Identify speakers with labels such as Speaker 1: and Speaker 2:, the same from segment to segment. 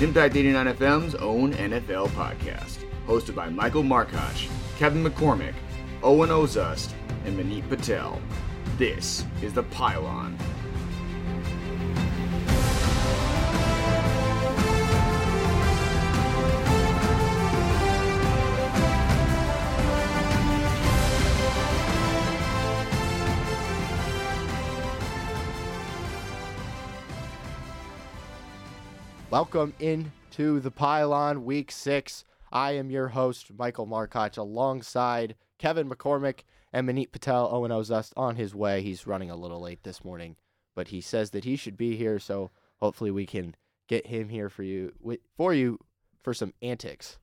Speaker 1: Impact 89 FM's own NFL podcast, hosted by Michael Markosh, Kevin McCormick, Owen Ozust, and Manit Patel. This is The Pylon.
Speaker 2: Welcome into the Pylon Week Six. I am your host, Michael Markoch, alongside Kevin McCormick and Manit Patel. Owen Ozust on his way. He's running a little late this morning, but he says that he should be here. So hopefully we can get him here for you wi- for you for some antics.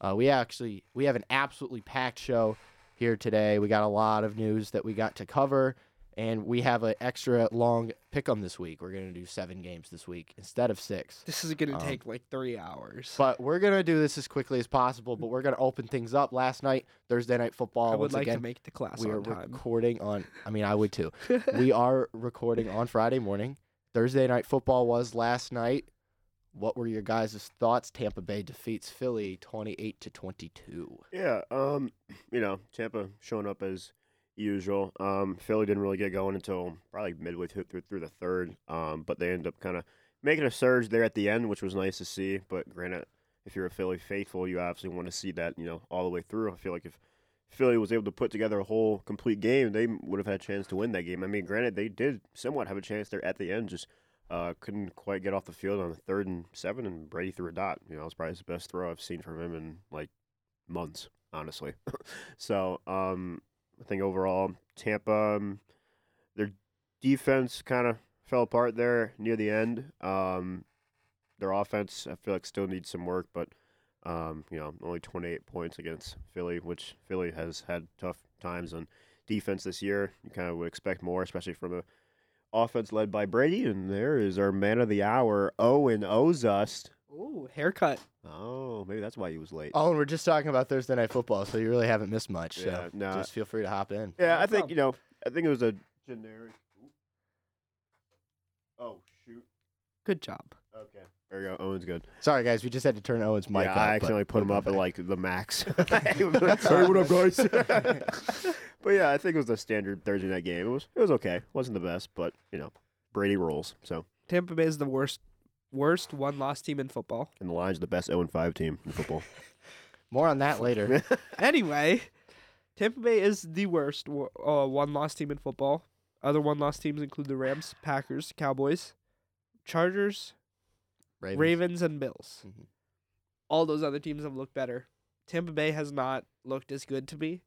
Speaker 2: Uh, we actually we have an absolutely packed show here today. We got a lot of news that we got to cover, and we have an extra long pick 'em this week. We're gonna do seven games this week instead of six.
Speaker 3: This is gonna
Speaker 2: Um,
Speaker 3: take like three hours.
Speaker 2: But we're gonna do this as quickly as possible. But we're gonna open things up. Last night, Thursday night football.
Speaker 3: I would
Speaker 2: once
Speaker 3: like
Speaker 2: again,
Speaker 3: to make the class
Speaker 2: we are
Speaker 3: on time.
Speaker 2: recording on. I mean, I would too. we are recording on Friday morning. Thursday night football was last night. What were your guys' thoughts? Tampa Bay defeats Philly twenty-eight to twenty-two.
Speaker 4: Yeah, um, you know, Tampa showing up as usual. Um, Philly didn't really get going until probably midway through, through, through the third, um, but they ended up kind of making a surge there at the end, which was nice to see. But granted, if you're a Philly faithful, you obviously want to see that, you know, all the way through. I feel like if Philly was able to put together a whole complete game, they would have had a chance to win that game. I mean, granted, they did somewhat have a chance there at the end, just uh, couldn't quite get off the field on the third and seven, and Brady threw a dot. You know, it was probably his best throw I've seen from him in like months, honestly. so um, I think overall, Tampa, um, their defense kind of fell apart there near the end. Um, their offense, I feel like, still needs some work, but um, you know, only 28 points against Philly, which Philly has had tough times on defense this year. You kind of would expect more, especially from a offense led by Brady. And there is our man of the hour, Owen Ozust.
Speaker 3: Ooh, haircut.
Speaker 4: Oh, maybe that's why he was late.
Speaker 2: Oh, and we're just talking about Thursday night football, so you really haven't missed much.
Speaker 4: Yeah,
Speaker 2: So
Speaker 4: no.
Speaker 2: just feel free to hop in.
Speaker 4: Yeah,
Speaker 3: No
Speaker 4: I think you know. I think it was a generic. Oh shoot!
Speaker 3: Good job.
Speaker 4: Okay, there you go. Owen's good.
Speaker 2: Sorry guys, we just had to turn Owen's mic
Speaker 4: yeah,
Speaker 2: up.
Speaker 4: I
Speaker 2: but
Speaker 4: accidentally put him
Speaker 2: we'll
Speaker 4: up
Speaker 2: go
Speaker 4: at
Speaker 2: back.
Speaker 4: like the max. hey, what up, guys? but yeah, I think it was the standard Thursday night game. It was it was okay. wasn't the best, but you know, Brady rolls. So
Speaker 3: Tampa Bay is the worst, worst one loss team in football.
Speaker 4: and the Lions are the best 0 5 team in football.
Speaker 2: more on that later.
Speaker 3: Anyway, Tampa Bay is the worst wo- uh, one loss team in football. Other one loss teams include the Rams, Packers, Cowboys, Chargers,
Speaker 2: Ravens.
Speaker 3: Ravens, and Bills.
Speaker 2: Mhm.
Speaker 3: All those other teams have looked better. Tampa Bay has not looked as good to me.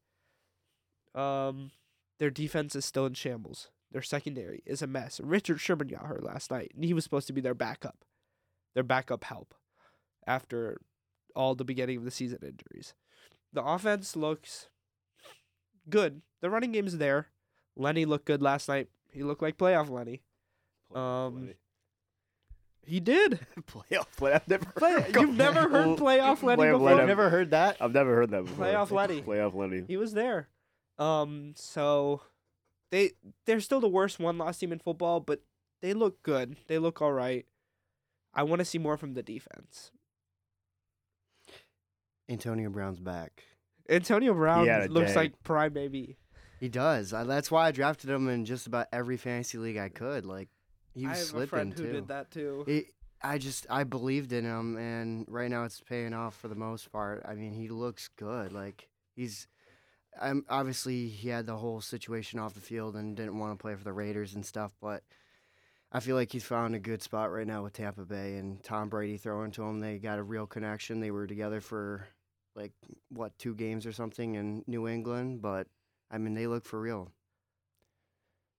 Speaker 3: Um, their defense is still in shambles. Their secondary is a mess. Richard Sherman got hurt last night, and he was supposed to be their backup, their backup help, after all the beginning of the season injuries. The offense looks good. The running game's there. Lenny looked good last night. He looked like playoff Lenny. Um, He did.
Speaker 4: playoff, playoff. I've never
Speaker 3: Play, you've never heard playoff Letty
Speaker 4: Playoff
Speaker 3: before.
Speaker 4: Lenny.
Speaker 2: I've never heard that.
Speaker 4: I've never heard that before.
Speaker 3: Playoff Lenny.
Speaker 4: Playoff Lenny.
Speaker 3: He was there. Um, so they they're still the worst one loss team in football, but they look good. They look all right. I want to see more from the defense.
Speaker 5: Antonio Brown's back.
Speaker 3: Antonio Brown
Speaker 4: had a
Speaker 3: looks
Speaker 4: day.
Speaker 3: like prime baby.
Speaker 5: He does. I, that's why I drafted him in just about every fantasy league I could. Like he
Speaker 3: I
Speaker 5: was
Speaker 3: have
Speaker 5: slipping
Speaker 3: a friend
Speaker 5: too.
Speaker 3: who did that too.
Speaker 5: It, I just I believed in him, and right now it's paying off for the most part. I mean, he looks good. Like he's, I'm obviously he had the whole situation off the field and didn't want to play for the Raiders and stuff, but I feel like he's found a good spot right now with Tampa Bay and Tom Brady throwing to him. They got a real connection. They were together for like what two games or something in New England, but I mean they look for real.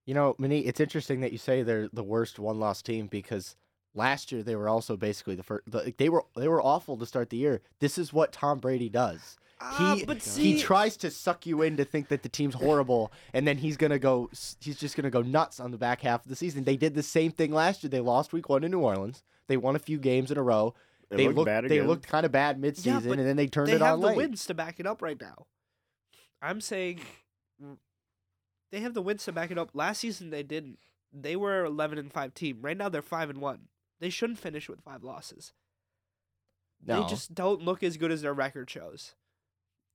Speaker 2: You know, Mani, it's interesting that you say they're the worst one-loss team because last year they were also basically the first. The, they were they were awful to start the year. This is what Tom Brady does.
Speaker 3: Ah,
Speaker 2: he
Speaker 3: but
Speaker 2: he
Speaker 3: see,
Speaker 2: tries to suck you in to think that the team's horrible, and then he's gonna go. s- He's just gonna go nuts on the back half of the season. They did the same thing last year. They lost Week One in New Orleans. They won a few games in a row.
Speaker 4: It
Speaker 2: they
Speaker 4: looked bad
Speaker 2: they
Speaker 4: again.
Speaker 2: looked kind of bad midseason,
Speaker 3: but
Speaker 2: and then they turned
Speaker 3: they
Speaker 2: it on
Speaker 3: have the
Speaker 2: late.
Speaker 3: wins to back it up right now. I'm saying they have the wins to back it up. Last season they didn't. They were 11 and 5 team. Right now they're 5 and 1. They shouldn't finish with 5 losses.
Speaker 2: No,
Speaker 3: They just don't look as good as their record shows.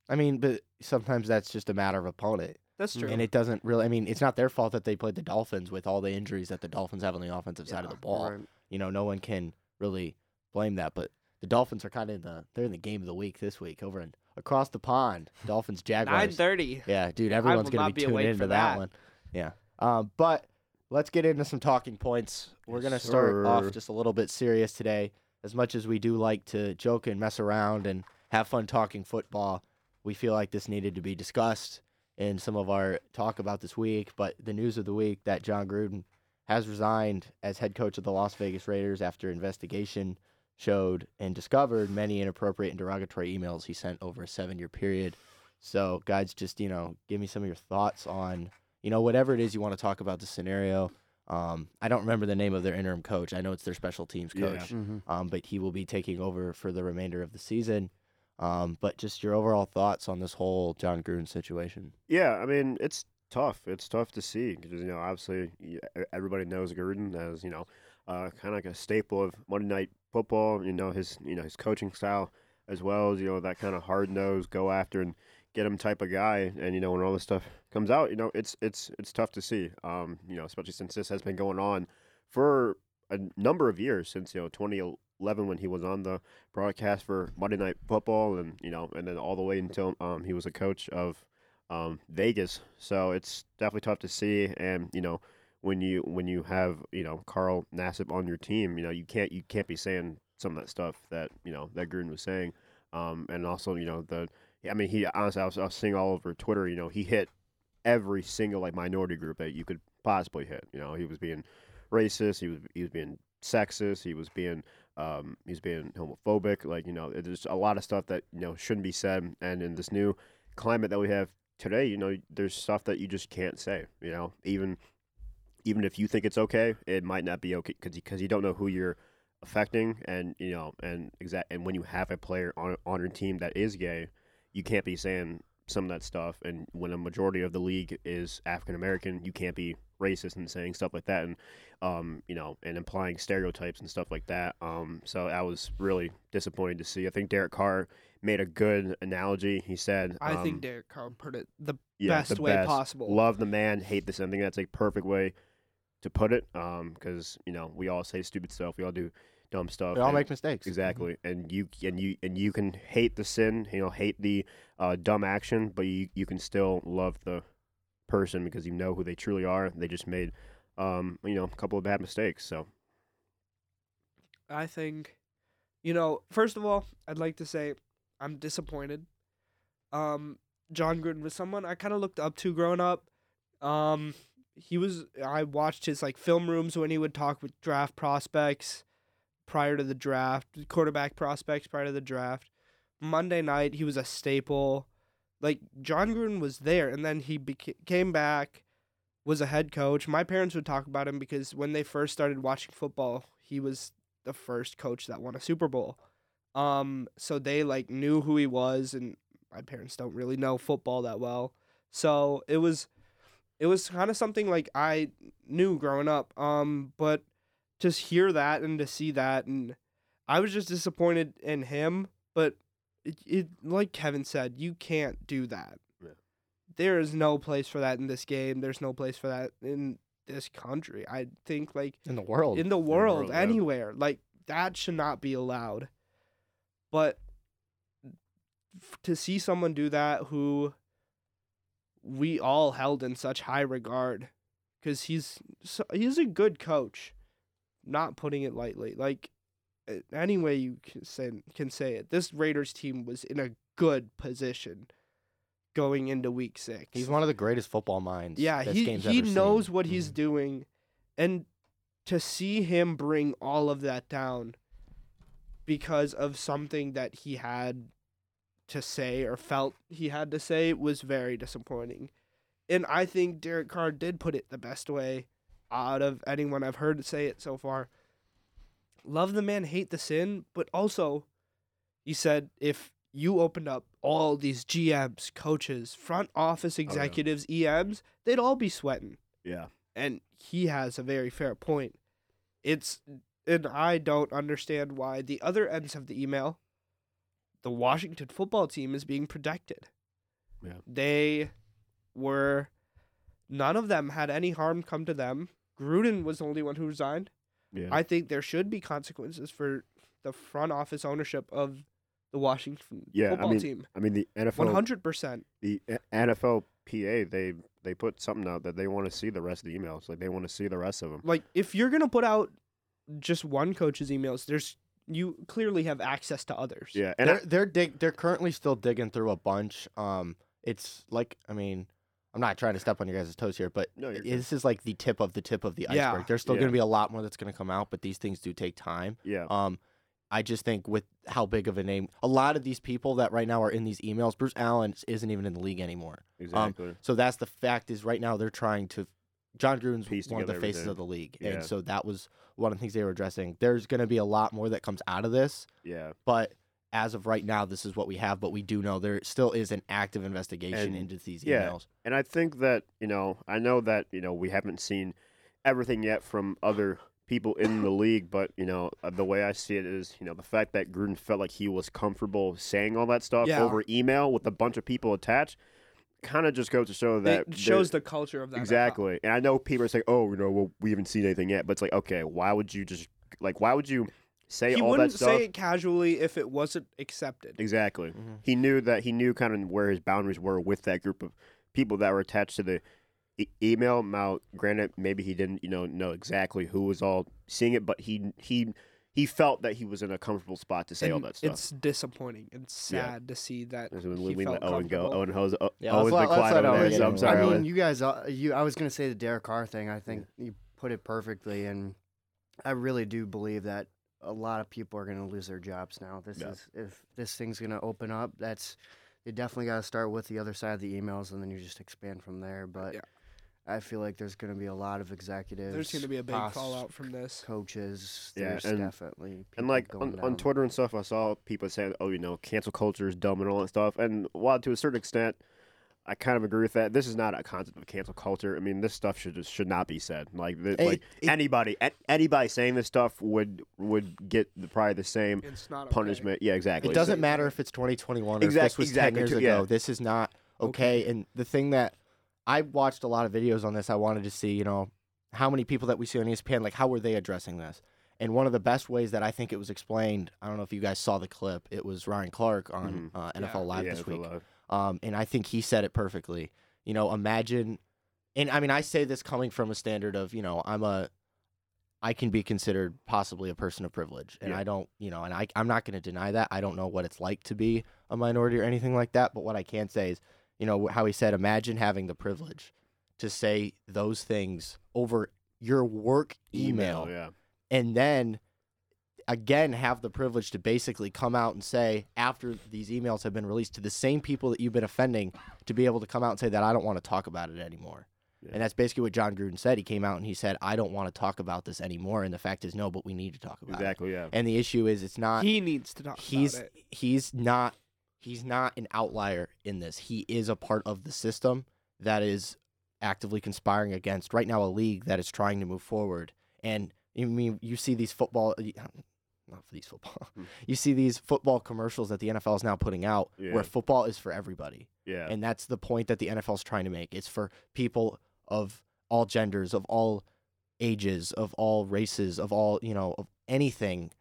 Speaker 2: I mean, but sometimes that's just a matter of opponent,
Speaker 3: That's true.
Speaker 2: Mm, and it doesn't really. I mean, it's not their fault that they played the Dolphins with all the injuries that the Dolphins have on the offensive side of the ball.
Speaker 5: Right.
Speaker 2: You know, no one can really blame that. But the Dolphins are kind of in the they're in the game of the week this week over in across the pond. Dolphins
Speaker 3: Nine
Speaker 2: Jaguars.
Speaker 3: thirty.
Speaker 2: Yeah, dude, everyone's
Speaker 3: will
Speaker 2: gonna
Speaker 3: not
Speaker 2: be,
Speaker 3: be
Speaker 2: tuned
Speaker 3: awake
Speaker 2: into
Speaker 3: for
Speaker 2: that.
Speaker 3: that.
Speaker 2: one. Yeah. Um, but let's get into some talking points. We're
Speaker 4: Yes,
Speaker 2: gonna start off
Speaker 4: sir.
Speaker 2: just a little bit serious today. As much as we do like to joke and mess around and have fun talking football, we feel like this needed to be discussed in some of our talk about this week. But the news of the week that John Gruden has resigned as head coach of the Las Vegas Raiders after investigation showed and discovered many inappropriate and derogatory emails he sent over a seven year period. So, guys, just you know, give me some of your thoughts on you know whatever it is you want to talk about the scenario. Um, I don't remember the name of their interim coach. I know it's their special teams
Speaker 4: Yeah.
Speaker 2: coach,
Speaker 5: Mhm.
Speaker 2: um, but he will be taking over for the remainder of the season. Um, but just your overall thoughts on this whole John Gruden situation.
Speaker 4: Yeah, I mean it's tough. It's tough to see because you know obviously y- e- everybody knows Gruden as you know uh, kind of like a staple of Monday Night Football. You know his you know his coaching style as well as you know that kind of hard nosed go after and get him type of guy. And you know when all this stuff comes out, you know it's it's it's tough to see. Um, you know especially since this has been going on for a number of years since you know 2011 when he was on the broadcast for Monday Night Football and you know and then all the way until um, he was a coach of um, Vegas. So it's definitely tough to see. And you know, when you when you have you know Carl Nassib on your team, you know you can't you can't be saying some of that stuff that you know that Gruden was saying. Um, and also you know the I mean he honestly I was, I was seeing all over Twitter. You know he hit every single like minority group that you could possibly hit. You know he was being racist. He was he was being sexist. He was being um, he was being homophobic. Like you know there's a lot of stuff that you know shouldn't be said. And in this new climate that we have today, you know, there's stuff that you just can't say. You know, even even if you think it's okay, it might not be okay because because you don't know who you're affecting, and you know, and exact and when you have a player on on your team that is gay, you can't be saying some of that stuff. And when a majority of the league is African American, you can't be racist and saying stuff like that, and um, you know, and implying stereotypes and stuff like that. Um, so I was really disappointed to see. I think Derek Carr made a good analogy. He said,
Speaker 3: I
Speaker 4: um,
Speaker 3: think Derek Carr put it the
Speaker 4: yeah,
Speaker 3: best
Speaker 4: the
Speaker 3: way
Speaker 4: best.
Speaker 3: possible.
Speaker 4: Love the man, hate the son. I think that's a perfect way to put it. Um, because you know we all say stupid stuff, we all do dumb stuff.
Speaker 2: They all
Speaker 4: and-
Speaker 2: make mistakes.
Speaker 3: mm-hmm.
Speaker 4: exactly, and you and you and you can hate the sin, you know, hate the uh, dumb action, but you you can still love the person because you know who they truly are. They just made, um, you know, a couple of bad mistakes. So
Speaker 3: I think, you know, first of all, I'd like to say I'm disappointed. Um, John Gruden was someone I kind of looked up to growing up. Um, he was I watched his like film rooms when he would talk with draft prospects prior to the draft, quarterback prospects prior to the draft. Monday night he was a staple. Like John Gruden was there, and then he beca- came back, was a head coach. My parents would talk about him because when they first started watching football, he was the first coach that won a Super Bowl. Um, so they like knew who he was, and my parents don't really know football that well. So it was, it was kind of something like I knew growing up. Um, but just hear that and to see that, and I was just disappointed in him. But it, it like Kevin said, you can't do that.
Speaker 4: Yeah.
Speaker 3: There is no place for that in this game. There's no place for that in this country. I think like
Speaker 2: in the world.
Speaker 3: in the
Speaker 4: the
Speaker 3: world,
Speaker 4: world, yeah.
Speaker 3: anywhere. Like that should not be allowed. But f- to see someone do that who we all held in such high regard cuz he's so, he's a good coach. Not putting it lightly. Like a- any way you can say can say it. This Raiders team was in a good position going into week 6.
Speaker 2: He's one of the greatest football minds.
Speaker 3: Yeah,
Speaker 2: this
Speaker 3: he
Speaker 2: game's
Speaker 3: he
Speaker 2: ever seen.
Speaker 3: knows what he's
Speaker 2: Mhm.
Speaker 3: doing, and to see him bring all of that down because of something that he had to say or felt he had to say was very disappointing. And I think Derek Carr did put it the best way out of anyone I've heard say it so far. Love the man, hate the sin, but also he said if you opened up all these GMs, coaches, front office executives, EMs, they'd all be sweating.
Speaker 4: yeah,
Speaker 3: And he has a very fair point. It's and I don't understand why the other ends of the email the Washington football team is being protected.
Speaker 4: Yeah.
Speaker 3: They were none of them had any harm come to them. Gruden was the only one who resigned.
Speaker 4: Yeah.
Speaker 3: I think there should be consequences for the front office ownership of the Washington
Speaker 4: Yeah, I
Speaker 3: football
Speaker 4: mean,
Speaker 3: team.
Speaker 4: I mean the
Speaker 3: One
Speaker 4: NFL
Speaker 3: hundred percent.
Speaker 4: the A- NFLPA they they put something out that they want to see the rest of the emails. Like they want to see the rest of them.
Speaker 3: Like if you're gonna put out just one coach's emails, there's you clearly have access to others.
Speaker 4: Yeah, and I-
Speaker 2: they're they're dig- they're currently still digging through a bunch. Um, it's like I mean, I'm not trying to step on your guys' toes here, but
Speaker 4: No, you're
Speaker 2: it-
Speaker 4: good.
Speaker 2: this is like the tip of the tip of the iceberg.
Speaker 3: Yeah,
Speaker 2: There's still
Speaker 4: yeah.
Speaker 2: gonna be a lot more that's gonna come out, but these things do take time.
Speaker 4: yeah,
Speaker 2: Um, I just think with how big of a name, a lot of these people that right now are in these emails, Bruce Allen isn't even in the league anymore.
Speaker 4: exactly.
Speaker 2: So that's the fact is right now they're trying to. John Gruden's
Speaker 4: Piece
Speaker 2: one of the
Speaker 4: together
Speaker 2: faces
Speaker 4: everything.
Speaker 2: of the league,
Speaker 4: Yeah.
Speaker 2: and so that was one of the things they were addressing. There's going to be a lot more that comes out of this
Speaker 4: yeah,
Speaker 2: but as of right now, this is what we have. But we do know there still is an active investigation
Speaker 4: And-
Speaker 2: into these
Speaker 4: yeah.
Speaker 2: emails.
Speaker 4: and I think that you know I know that you know we haven't seen everything yet from other people in the league, but you know uh, the way I see it is you know the fact that Gruden felt like he was comfortable saying all that stuff
Speaker 3: Yeah.
Speaker 4: over email with a bunch of people attached, kind of just goes to show that
Speaker 3: it
Speaker 4: there-
Speaker 3: shows the culture of that.
Speaker 4: Exactly. And I know people are saying, "Oh, you know, well, we haven't seen anything yet." But it's like, okay, why would you just like why would you say
Speaker 3: he
Speaker 4: all that
Speaker 3: wouldn't
Speaker 4: stuff?
Speaker 3: say it casually if it wasn't accepted.
Speaker 4: Exactly.
Speaker 2: Mhm.
Speaker 4: He knew that he knew kind of where his boundaries were with that group of people that were attached to the e- email. Now, granted, maybe he didn't, you know, know exactly who was all seeing it, but he he he felt that he was in a comfortable spot to say all
Speaker 3: And
Speaker 4: that stuff.
Speaker 3: It's disappointing and sad to see that.
Speaker 4: That's when
Speaker 3: he
Speaker 4: we we
Speaker 3: felt
Speaker 4: let Owen go. oh,
Speaker 3: comfortable.
Speaker 4: Owen Hose. O-
Speaker 2: Yeah,
Speaker 4: Owen's
Speaker 2: let's let-
Speaker 4: been
Speaker 2: let's
Speaker 4: quiet
Speaker 2: let
Speaker 4: over
Speaker 2: Owen
Speaker 4: there,
Speaker 2: get
Speaker 4: so
Speaker 2: in
Speaker 4: I'm
Speaker 2: there.
Speaker 4: sorry,
Speaker 5: I mean,
Speaker 4: Owen.
Speaker 5: you guys, uh, you. I was gonna say the Derek Carr thing. I think you put it perfectly, and I really do believe that a lot of people are gonna lose their jobs now. This
Speaker 4: Yeah.
Speaker 5: is if this thing's gonna open up. That's you definitely got to start with the other side of the emails, and then you just expand from there. But
Speaker 3: Yeah.
Speaker 5: I feel like there's gonna be a lot of executives.
Speaker 3: There's going to be a big
Speaker 5: pos-
Speaker 3: fallout from this.
Speaker 5: Coaches,
Speaker 4: Yeah,
Speaker 5: there's
Speaker 4: and-
Speaker 5: definitely people
Speaker 4: And like
Speaker 5: going
Speaker 4: on, on
Speaker 5: down.
Speaker 4: Twitter and stuff, I saw people saying, "Oh, you know, cancel culture is dumb and all that stuff." And while to a certain extent, I kind of agree with that. This is not a concept of cancel culture. I mean, this stuff should just should not be said. Like, th-
Speaker 2: It-
Speaker 4: like
Speaker 2: it-
Speaker 4: anybody, a- anybody saying this stuff would would get the, probably the same
Speaker 3: It's not okay.
Speaker 4: punishment. Yeah, exactly.
Speaker 2: It
Speaker 4: So-
Speaker 2: doesn't matter if it's 2021 or if
Speaker 4: Exact-
Speaker 2: this was 10
Speaker 4: exactly,
Speaker 2: years
Speaker 4: too,
Speaker 2: ago.
Speaker 4: yeah.
Speaker 2: This is not okay. And the thing that I watched a lot of videos on this, I wanted to see, you know, how many people that we see on E ESPN, like how were they addressing this? And one of the best ways that I think it was explained, I don't know if you guys saw the clip. It was Ryan Clark on uh, NFL Live
Speaker 4: Yeah,
Speaker 2: this
Speaker 4: it's
Speaker 2: week.
Speaker 4: allowed.
Speaker 2: Um, and I think he said it perfectly. You know, imagine, and I mean, I say this coming from a standard of, you know, I'm a, I can be considered possibly a person of privilege, and
Speaker 4: Yeah.
Speaker 2: I don't, you know, and I, I'm not going to deny that. I don't know what it's like to be a minority or anything like that, but what I can say is, you know, how he said, imagine having the privilege to say those things over your work email
Speaker 4: Yeah,
Speaker 2: and then again have the privilege to basically come out and say after these emails have been released to the same people that you've been offending to be able to come out and say that I don't want to talk about it anymore.
Speaker 4: Yeah.
Speaker 2: And that's basically what John Gruden said. He came out and he said, I don't want to talk about this anymore. And the fact is, no, but we need to talk about
Speaker 4: exactly. Yeah,
Speaker 2: it. And the issue is, it's not
Speaker 3: He needs to talk
Speaker 2: he's
Speaker 3: about it.
Speaker 2: he's not he's not an outlier in this. He is a part of the system that is actively conspiring against right now a league that is trying to move forward. And I mean, you see these football not for these football.
Speaker 4: Hmm.
Speaker 2: You see these football commercials that the NFL is now putting out
Speaker 4: Yeah.
Speaker 2: where football is for everybody.
Speaker 4: yeah.
Speaker 2: And that's the point that the NFL is trying to make. It's for people of all genders, of all ages, of all races, of all, you know, of anything.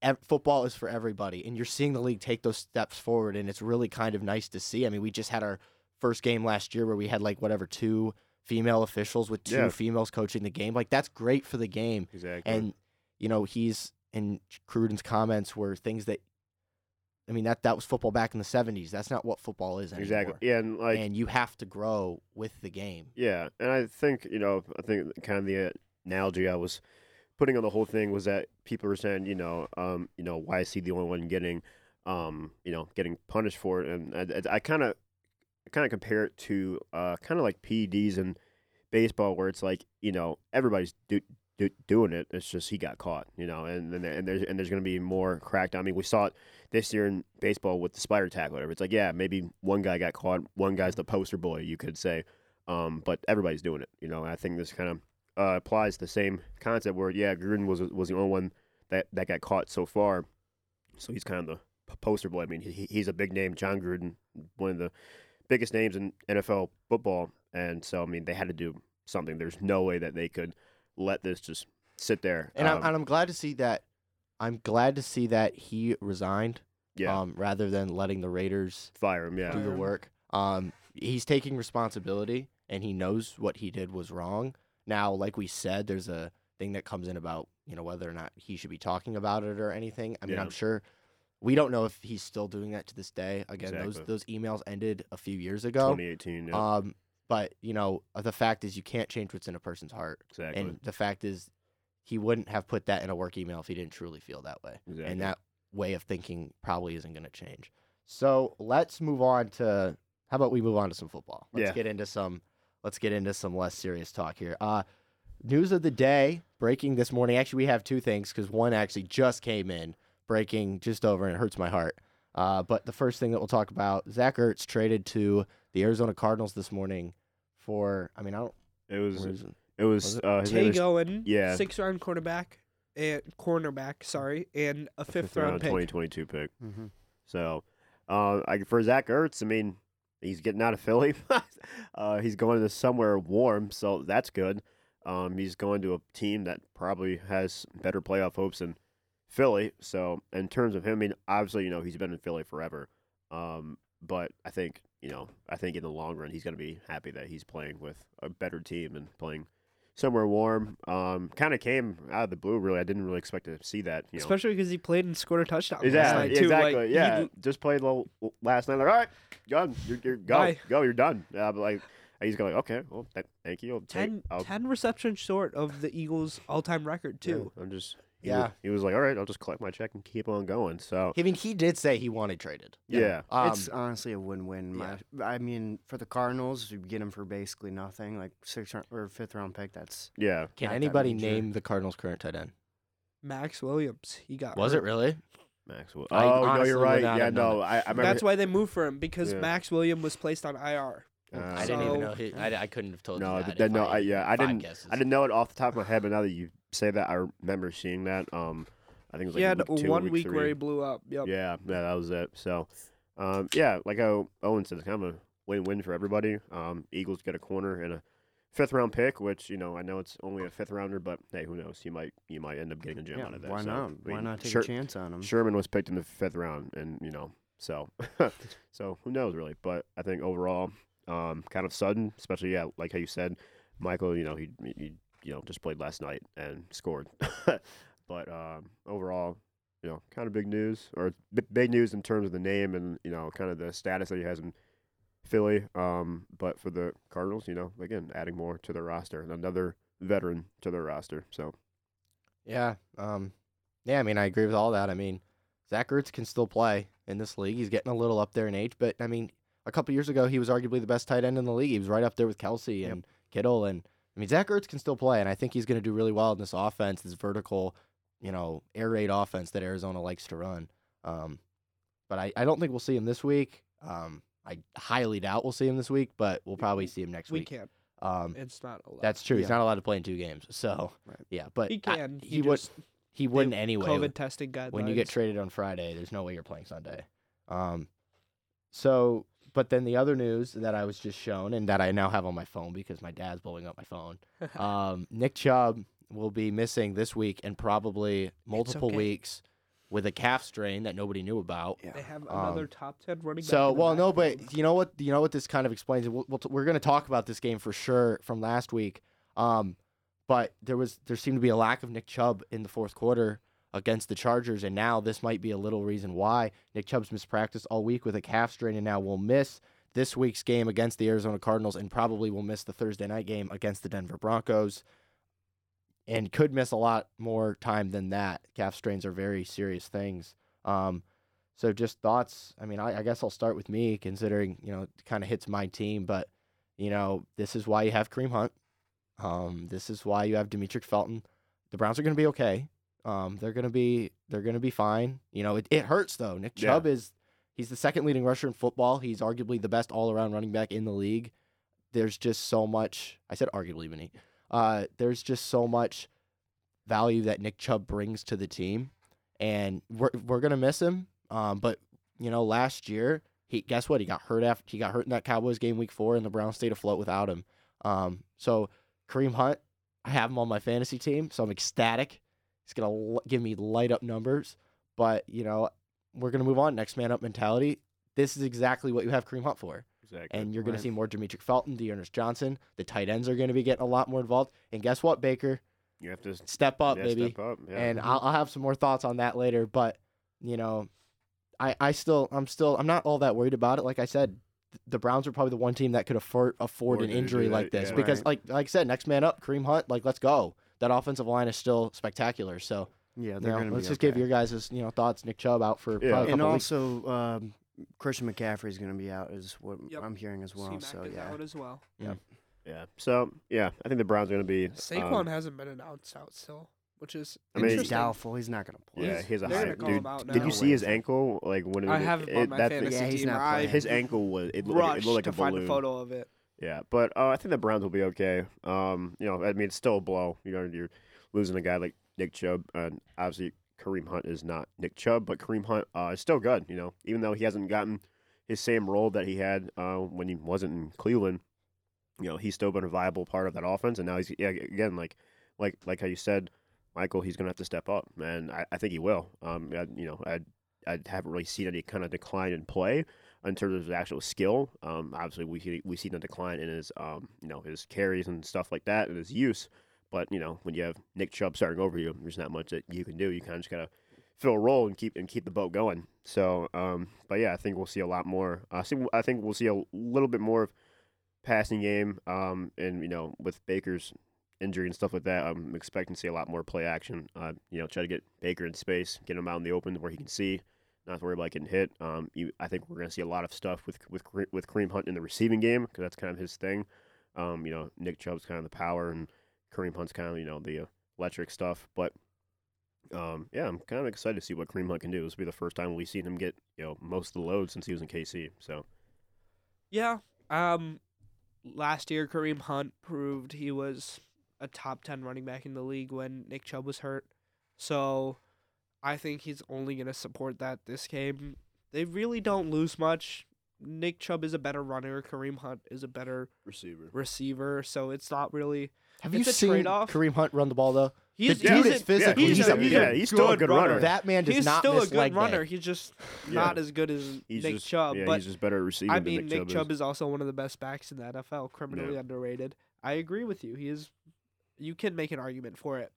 Speaker 2: Ev- football is for everybody. And you're seeing the league take those steps forward. And it's really kind of nice to see. I mean, we just had our first game last year where we had like whatever, two female officials with two
Speaker 4: Yeah.
Speaker 2: females coaching the game. Like, that's great for the game.
Speaker 4: exactly.
Speaker 2: And you know, he's and Cruden's comments were things that, I mean, that that was football back in the '70s. That's not what football is anymore.
Speaker 4: exactly. Yeah, and like
Speaker 2: and you have to grow with the game.
Speaker 4: Yeah, and I think you know, I think kind of the analogy I was putting on the whole thing was that people were saying, you know, um, you know, why is he the only one getting, um, you know, getting punished for it? And I- I I kind of, kind of compare it to uh, kind of like PEDs in baseball, where it's like, you know, everybody's do, do, doing it. It's just he got caught, you know, and and, and there's and there's going to be more cracked. I mean, we saw it this year in baseball with the spider tackle, whatever. It's like, yeah, maybe one guy got caught, one guy's the poster boy, you could say um, but everybody's doing it. You know, and I think this kind of uh, applies the same concept where yeah, Gruden was was the only one that that got caught so far, so he's kind of the poster boy. I mean, he, he's a big name, John Gruden, one of the biggest names in NFL football. And so, I mean, they had to do something. There's no way that they could let this just sit there.
Speaker 2: And
Speaker 4: Um,
Speaker 2: I'm and I'm glad to see that. I'm glad to see that he resigned.
Speaker 4: yeah,
Speaker 2: Um, rather than letting the Raiders
Speaker 4: fire him. Yeah,
Speaker 2: do the
Speaker 3: Um,
Speaker 2: work. Um, he's taking responsibility and he knows what he did was wrong. Now, like we said, there's a thing that comes in about you know whether or not he should be talking about it or anything. I mean,
Speaker 4: Yeah.
Speaker 2: I'm sure we don't know if he's still doing that to this day. Again,
Speaker 4: Exactly.
Speaker 2: those those emails ended a few years ago.
Speaker 4: 2018. Yeah,
Speaker 2: Um, but you know uh, the fact is you can't change what's in a person's heart,
Speaker 4: exactly.
Speaker 2: and the fact is he wouldn't have put that in a work email if he didn't truly feel that way
Speaker 4: exactly.
Speaker 2: and that way of thinking probably isn't going to change. So let's move on to how about we move on to some football? Let's
Speaker 4: Yeah.
Speaker 2: get into some let's get into some less serious talk here. Uh, news of the day breaking this morning. Actually, we have two things because one actually just came in breaking just over and it hurts my heart. Uh, but the first thing that we'll talk about, Zach Ertz traded to the Arizona Cardinals this morning for I mean I don't
Speaker 4: it was.
Speaker 2: where is it?
Speaker 4: It was.
Speaker 2: was it?
Speaker 4: Uh, his name
Speaker 3: Tay
Speaker 4: is
Speaker 3: Goen,
Speaker 4: yeah.
Speaker 3: six round cornerback and cornerback, sorry, and a fifth,
Speaker 4: round,
Speaker 3: round, pick.
Speaker 4: 2022 pick.
Speaker 5: Mm-hmm.
Speaker 4: So, uh, I, for Zach Ertz, I mean, he's getting out of Philly. uh, he's going to somewhere warm, so that's good. Um, he's going to a team that probably has better playoff hopes than Philly. So, in terms of him, I mean, obviously, you know, he's been in Philly forever. Um, but I think, you know, I think in the long run, he's going to be happy that he's playing with a better team and playing somewhere warm. Um, kind of came out of the blue, really. I didn't really expect to see that. You know,
Speaker 3: Especially because he played and scored a touchdown last
Speaker 4: Exactly.
Speaker 3: night too.
Speaker 4: exactly.
Speaker 3: Like, he-
Speaker 4: yeah. Just played lo- last night. Like, all right, done. You're, you're go.
Speaker 3: Bye.
Speaker 4: Go. You're done. Uh, but like and he's going. Like, okay. Well, th- thank you. I'll take-
Speaker 3: 10,
Speaker 4: I'll-
Speaker 3: 10 receptions short of the Eagles' all time record
Speaker 4: yeah,
Speaker 3: too.
Speaker 4: I'm just. he
Speaker 2: Yeah.
Speaker 4: Was, he was like, all right, I'll just collect my check and keep on going. So
Speaker 2: I mean he did say he wanted traded.
Speaker 4: yeah.
Speaker 2: Um,
Speaker 5: it's uh, honestly a win-win.
Speaker 2: yeah.
Speaker 5: My, I mean, for the Cardinals, you get him for basically nothing, like six round or fifth round pick. That's
Speaker 4: Yeah.
Speaker 2: can
Speaker 5: not that
Speaker 2: anybody
Speaker 5: major.
Speaker 2: name the Cardinals current tight end?
Speaker 3: Max Williams, he got
Speaker 2: Was
Speaker 3: hurt.
Speaker 2: it really?
Speaker 4: Maxwell.
Speaker 2: I
Speaker 4: oh no,
Speaker 2: honestly
Speaker 4: you're
Speaker 2: would
Speaker 4: right.
Speaker 2: not
Speaker 4: Yeah.
Speaker 2: have known
Speaker 4: No. I, I remember.
Speaker 3: That's why they moved for him because
Speaker 4: Yeah.
Speaker 3: Max Williams was placed on IR.
Speaker 4: uh,
Speaker 2: I didn't
Speaker 3: So-
Speaker 2: even know. He, I, I couldn't have told
Speaker 4: No,
Speaker 2: you
Speaker 4: th-
Speaker 2: that.
Speaker 4: th-
Speaker 2: if
Speaker 4: no, I- yeah, I
Speaker 2: if had
Speaker 4: didn't-
Speaker 2: guesses.
Speaker 4: I didn't know it off the top of my head, but now that you say that, I remember seeing that. Um, I think it was
Speaker 3: he
Speaker 4: like
Speaker 3: had
Speaker 4: week two,
Speaker 3: one
Speaker 4: week,
Speaker 3: week
Speaker 4: three.
Speaker 3: where he blew up. Yep.
Speaker 4: Yeah, yeah, that was it. So, um, yeah, like how Owen said, it's kind of a win-win for everybody. Um, Eagles get a corner and a fifth-round pick, which you know I know it's only a fifth-rounder, but hey, who knows? You might you might end up getting a gem
Speaker 5: yeah,
Speaker 4: out of that.
Speaker 5: why
Speaker 4: So,
Speaker 5: not?
Speaker 4: I
Speaker 5: why
Speaker 4: mean,
Speaker 5: not take
Speaker 4: Sher-
Speaker 5: a chance on him?
Speaker 4: Sherman was picked in the fifth round, and you know, so so who knows really? But I think overall, um, kind of sudden, especially yeah, like how you said, Michael. You know, he he you know just played last night and scored, but um, overall, you know, kind of big news or b- big news in terms of the name and you know kind of the status that he has in Philly. Um, but for the Cardinals, you know, again, adding more to their roster and another veteran to their roster. So
Speaker 2: Yeah. Um, yeah, I mean, I agree with all that. I mean, Zach Ertz can still play in this league. He's getting a little up there in age, but I mean, a couple years ago, he was arguably the best tight end in the league. He was right up there with Kelsey and Kittle. And I mean, Zach Ertz can still play, and I think he's going to do really well in this offense, this vertical, you know, air raid offense that Arizona likes to run. Um, but I, I don't think we'll see him this week. Um, I highly doubt we'll see him this week, but we'll probably see him next
Speaker 3: We
Speaker 2: week.
Speaker 3: can't.
Speaker 2: Um,
Speaker 3: It's not allowed.
Speaker 2: that's true. He's
Speaker 5: Yeah.
Speaker 2: not allowed to play in two games. So,
Speaker 5: Right.
Speaker 2: yeah, but
Speaker 3: he
Speaker 2: I-
Speaker 3: can.
Speaker 2: he would
Speaker 3: just-
Speaker 2: he wouldn't anyway.
Speaker 3: COVID testing guidelines.
Speaker 2: When you get traded on Friday, there's no way you're playing Sunday. Um, so, but then the other news that I was just shown and that I now have on my phone because my dad's blowing up my phone. Um, Nick Chubb will be missing this week and probably multiple
Speaker 3: okay.
Speaker 2: weeks with a calf strain that nobody knew about.
Speaker 3: they have another
Speaker 2: um,
Speaker 3: top ten running. back
Speaker 2: So
Speaker 3: in the
Speaker 2: well, no,
Speaker 3: backfield.
Speaker 2: but you know what? You know what this kind of explains. We'll, we'll t- we're going to talk about this game for sure from last week. Um, but there was there seemed to be a lack of Nick Chubb in the fourth quarter against the Chargers, and now this might be a little reason why Nick Chubb's mispracticed all week with a calf strain, and now will miss this week's game against the Arizona Cardinals, and probably will miss the Thursday night game against the Denver Broncos, and could miss a lot more time than that. Calf strains are very serious things. Um, so just thoughts. I mean, I, I guess I'll start with me, considering you know it kind of hits my team, but you know this is why you have Kareem Hunt. Um, this is why you have Demetric Felton. The Browns are going to be okay. Um, they're going to be they're going to be fine. You know, it, it hurts though. Nick
Speaker 4: Yeah.
Speaker 2: Chubb is he's the second leading rusher in football. He's arguably the best all around running back in the league. There's just so much. I said arguably, Vinny. Uh, there's just so much value that Nick Chubb brings to the team, and we're we're gonna miss him. Um, but you know, last year he guess what he got hurt after he got hurt in that Cowboys game week four, and the Browns stayed afloat without him. Um, so Kareem Hunt, I have him on my fantasy team, so I'm ecstatic. He's gonna l- give me light up numbers, but you know, we're gonna move on. Next man up mentality. This is exactly what you have Kareem Hunt for.
Speaker 4: Exactly.
Speaker 2: And you're going
Speaker 5: Right.
Speaker 2: to see more Demetric Felton, Dearness Johnson. The tight ends are going to be getting a lot more involved. And guess what, Baker?
Speaker 4: you have to s-
Speaker 2: Step up,
Speaker 4: yeah,
Speaker 2: baby.
Speaker 4: step up. Yeah. Mm-hmm.
Speaker 2: And I'll, I'll have some more thoughts on that later. But you know, I I still I'm still I'm not all that worried about it. Like I said, th- the Browns are probably the one team that could afford afford
Speaker 4: Afford
Speaker 2: an
Speaker 4: to do
Speaker 2: injury
Speaker 4: that,
Speaker 2: like this
Speaker 4: yeah.
Speaker 2: because
Speaker 5: Right.
Speaker 2: like like I said, next man up, Kareem Hunt. Like let's go. That offensive line is still spectacular. So
Speaker 5: Yeah,
Speaker 2: you
Speaker 5: they're
Speaker 2: know,
Speaker 5: gonna
Speaker 2: let's
Speaker 5: be
Speaker 2: just give
Speaker 5: okay.
Speaker 2: your guys' you know thoughts. Nick Chubb out for
Speaker 4: Yeah.
Speaker 2: probably a
Speaker 5: and
Speaker 2: couple weeks.
Speaker 5: also um, Christian McCaffrey is going to be out, is what
Speaker 3: Yep.
Speaker 5: I'm hearing as well.
Speaker 3: C-Mac
Speaker 5: so
Speaker 3: is
Speaker 5: yeah,
Speaker 3: out as well.
Speaker 4: yeah. So yeah, I think the Browns are going to be.
Speaker 3: Saquon
Speaker 4: um,
Speaker 3: hasn't been announced out still, which is
Speaker 4: I mean-
Speaker 5: he's
Speaker 3: interesting.
Speaker 5: doubtful. He's not going to play.
Speaker 4: yeah,
Speaker 3: He's-
Speaker 4: he has a
Speaker 3: they're
Speaker 4: high.
Speaker 3: gonna call him
Speaker 4: Dude,
Speaker 3: out
Speaker 4: did
Speaker 5: now.
Speaker 4: you see his ankle? Like when it,
Speaker 3: I have him
Speaker 4: it,
Speaker 3: on my
Speaker 4: that
Speaker 3: fantasy
Speaker 4: thing,
Speaker 5: Yeah, he's
Speaker 3: team.
Speaker 5: not
Speaker 3: I
Speaker 5: playing.
Speaker 4: his ankle was it looked, like- it
Speaker 3: rushed
Speaker 4: looked like
Speaker 3: to
Speaker 4: a
Speaker 3: find
Speaker 4: balloon.
Speaker 3: a photo of it.
Speaker 4: Yeah, but uh, I think the Browns will be okay. Um, you know, I mean, it's still a blow. You know, you're losing a guy like Nick Chubb, and obviously Kareem Hunt is not Nick Chubb, but Kareem Hunt uh, is still good. You know, even though he hasn't gotten his same role that he had uh, when he wasn't in Cleveland, you know, he's still been a viable part of that offense, and now he's yeah, again like like like how you said, Michael, he's gonna have to step up, and I, I think he will. Um, I, you know, I I haven't really seen any kind of decline in play in terms of his actual skill. Um, obviously, we see- we've seen a decline in his um, you know his carries and stuff like that and his use. But you know when you have Nick Chubb starting over you, there's not much that you can do. You kind of just gotta fill a role and keep and keep the boat going. So, um, but yeah, I think we'll see a lot more. I think I think we'll see a little bit more of passing game. Um, and you know with Baker's injury and stuff like that, I'm expecting to see a lot more play action. Uh, you know, try to get Baker in space, get him out in the open where he can see not to worry about getting hit. Um, you, I think we're going to see a lot of stuff with with Kare- with Kareem Hunt in the receiving game because that's kind of his thing. Um, you know, Nick Chubb's kind of the power, and Kareem Hunt's kind of you know the electric stuff. But um, yeah, I'm kind of excited to see what Kareem Hunt can do. This will be the first time we've seen him get you know most of the load since he was in KC. So
Speaker 3: Yeah. Um, last year Kareem Hunt proved he was a top ten running back in the league when Nick Chubb was hurt. So, I think he's only gonna support that this game. They really don't lose much. Nick Chubb is a better runner. Kareem Hunt is a better
Speaker 4: receiver.
Speaker 3: receiver. So it's not really.
Speaker 2: Have
Speaker 3: it's
Speaker 2: you
Speaker 3: a
Speaker 2: seen
Speaker 3: trade-off.
Speaker 2: Kareem Hunt run the ball though?
Speaker 3: He's,
Speaker 2: dude
Speaker 3: he's
Speaker 2: is
Speaker 3: a-
Speaker 4: Yeah,
Speaker 2: physically-
Speaker 4: he's,
Speaker 2: he's a
Speaker 4: yeah, he's still a
Speaker 3: good
Speaker 4: good runner.
Speaker 3: runner.
Speaker 2: That man does
Speaker 3: He's
Speaker 2: not
Speaker 3: still a
Speaker 2: miss
Speaker 3: good
Speaker 2: like that.
Speaker 3: runner. He's just
Speaker 4: Yeah.
Speaker 3: not as good as
Speaker 4: He's
Speaker 3: Nick
Speaker 4: just,
Speaker 3: Chubb.
Speaker 4: yeah,
Speaker 3: but
Speaker 4: he's just better at receiving.
Speaker 3: I
Speaker 4: than
Speaker 3: mean, Nick,
Speaker 4: Chubb,
Speaker 3: Chubb
Speaker 4: is.
Speaker 3: is also one of the best backs in the NFL, criminally underrated. I agree with you. He is. You can make an argument for it,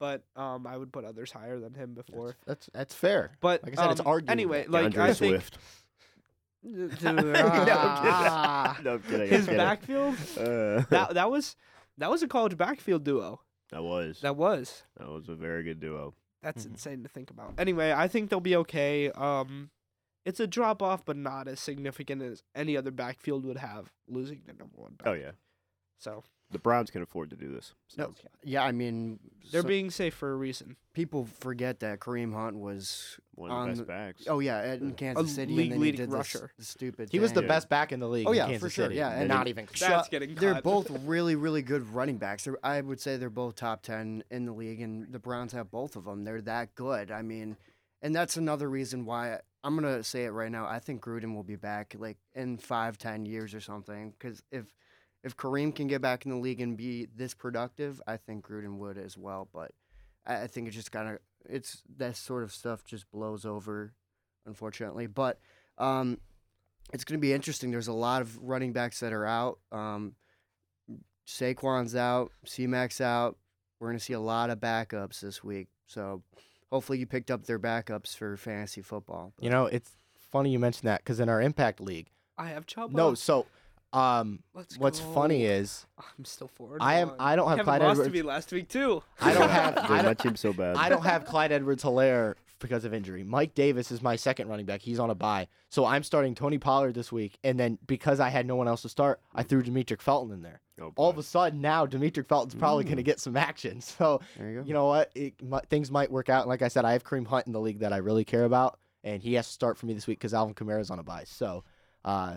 Speaker 3: but um, I would put others higher than him before.
Speaker 2: That's that's fair.
Speaker 3: But
Speaker 2: Like I said, it's
Speaker 3: um,
Speaker 2: arguable.
Speaker 3: Anyway, like
Speaker 4: DeAndre
Speaker 3: I think
Speaker 4: Swift.
Speaker 3: Ah.
Speaker 4: No, I'm kidding, I'm
Speaker 3: his
Speaker 4: kidding.
Speaker 3: backfield
Speaker 4: Uh,
Speaker 3: that that was that was a college backfield duo.
Speaker 4: that was
Speaker 3: That was.
Speaker 4: that was a very good duo.
Speaker 3: That's
Speaker 2: Mhm.
Speaker 3: insane to think about. Anyway, I think they'll be okay. Um, it's a drop off, but not as significant as any other backfield would have losing the number one. Back.
Speaker 4: Oh yeah.
Speaker 3: So
Speaker 4: The Browns can afford to do this. So.
Speaker 5: No, yeah, I mean,
Speaker 3: they're
Speaker 5: so-
Speaker 3: being safe for a reason.
Speaker 5: people forget that Kareem Hunt was
Speaker 4: One of the
Speaker 5: on
Speaker 4: best
Speaker 5: the-
Speaker 4: backs.
Speaker 5: Oh yeah, at- in Kansas City, and then he
Speaker 3: league-leading
Speaker 5: did this
Speaker 3: rusher.
Speaker 5: stupid.
Speaker 2: He was the
Speaker 5: thing.
Speaker 4: Yeah.
Speaker 2: best back in the league.
Speaker 5: Oh,
Speaker 2: in
Speaker 5: yeah, for
Speaker 2: Kansas
Speaker 5: sure,
Speaker 2: City.
Speaker 5: yeah, and-
Speaker 2: not even.
Speaker 3: That's
Speaker 5: Chubb-
Speaker 3: getting
Speaker 5: They're
Speaker 3: cut.
Speaker 5: both really, really good running backs. They're, I would say they're both top ten in the league, and the Browns have both of them. They're that good. I mean, and that's another reason why I'm gonna say it right now. I think Gruden will be back like in five, ten years or something. Because if if Kareem can get back in the league and be this productive, I think Gruden would as well. But I, I think it's just kind of it's that sort of stuff just blows over, unfortunately. But um, it's going to be interesting. There's a lot of running backs that are out. Um, Saquon's out, C-Mac's out. We're going to see a lot of backups this week. So hopefully you picked up their backups for fantasy football.
Speaker 2: You know, it's funny you mentioned that because in our impact league,
Speaker 3: I have Chubb.
Speaker 2: no.
Speaker 3: up.
Speaker 2: So, um,
Speaker 3: Let's
Speaker 2: what's funny
Speaker 3: go.
Speaker 2: is
Speaker 3: I'm still four. and
Speaker 2: I am.
Speaker 3: one.
Speaker 2: I don't have
Speaker 3: Kevin
Speaker 2: Clyde
Speaker 3: lost to
Speaker 2: Edwards.
Speaker 3: me last week too.
Speaker 2: I don't have-
Speaker 4: They
Speaker 2: I don't-
Speaker 4: let him so bad.
Speaker 2: I don't have Clyde Edwards Hilaire because of injury. Mike Davis is my second running back. He's on a bye. So I'm starting Tony Pollard this week. And then because I had no one else to start, I threw Demetric Felton in there.
Speaker 4: Oh,
Speaker 2: All of
Speaker 4: boy.
Speaker 2: a sudden now Demetric Felton's probably
Speaker 4: Mm.
Speaker 2: going to get some action. So,
Speaker 5: There you go.
Speaker 2: you know what? It, mi- things might work out. And like I said, I have Kareem Hunt in the league that I really care about. And he has to start for me this week because Alvin Kamara's on a bye. So uh,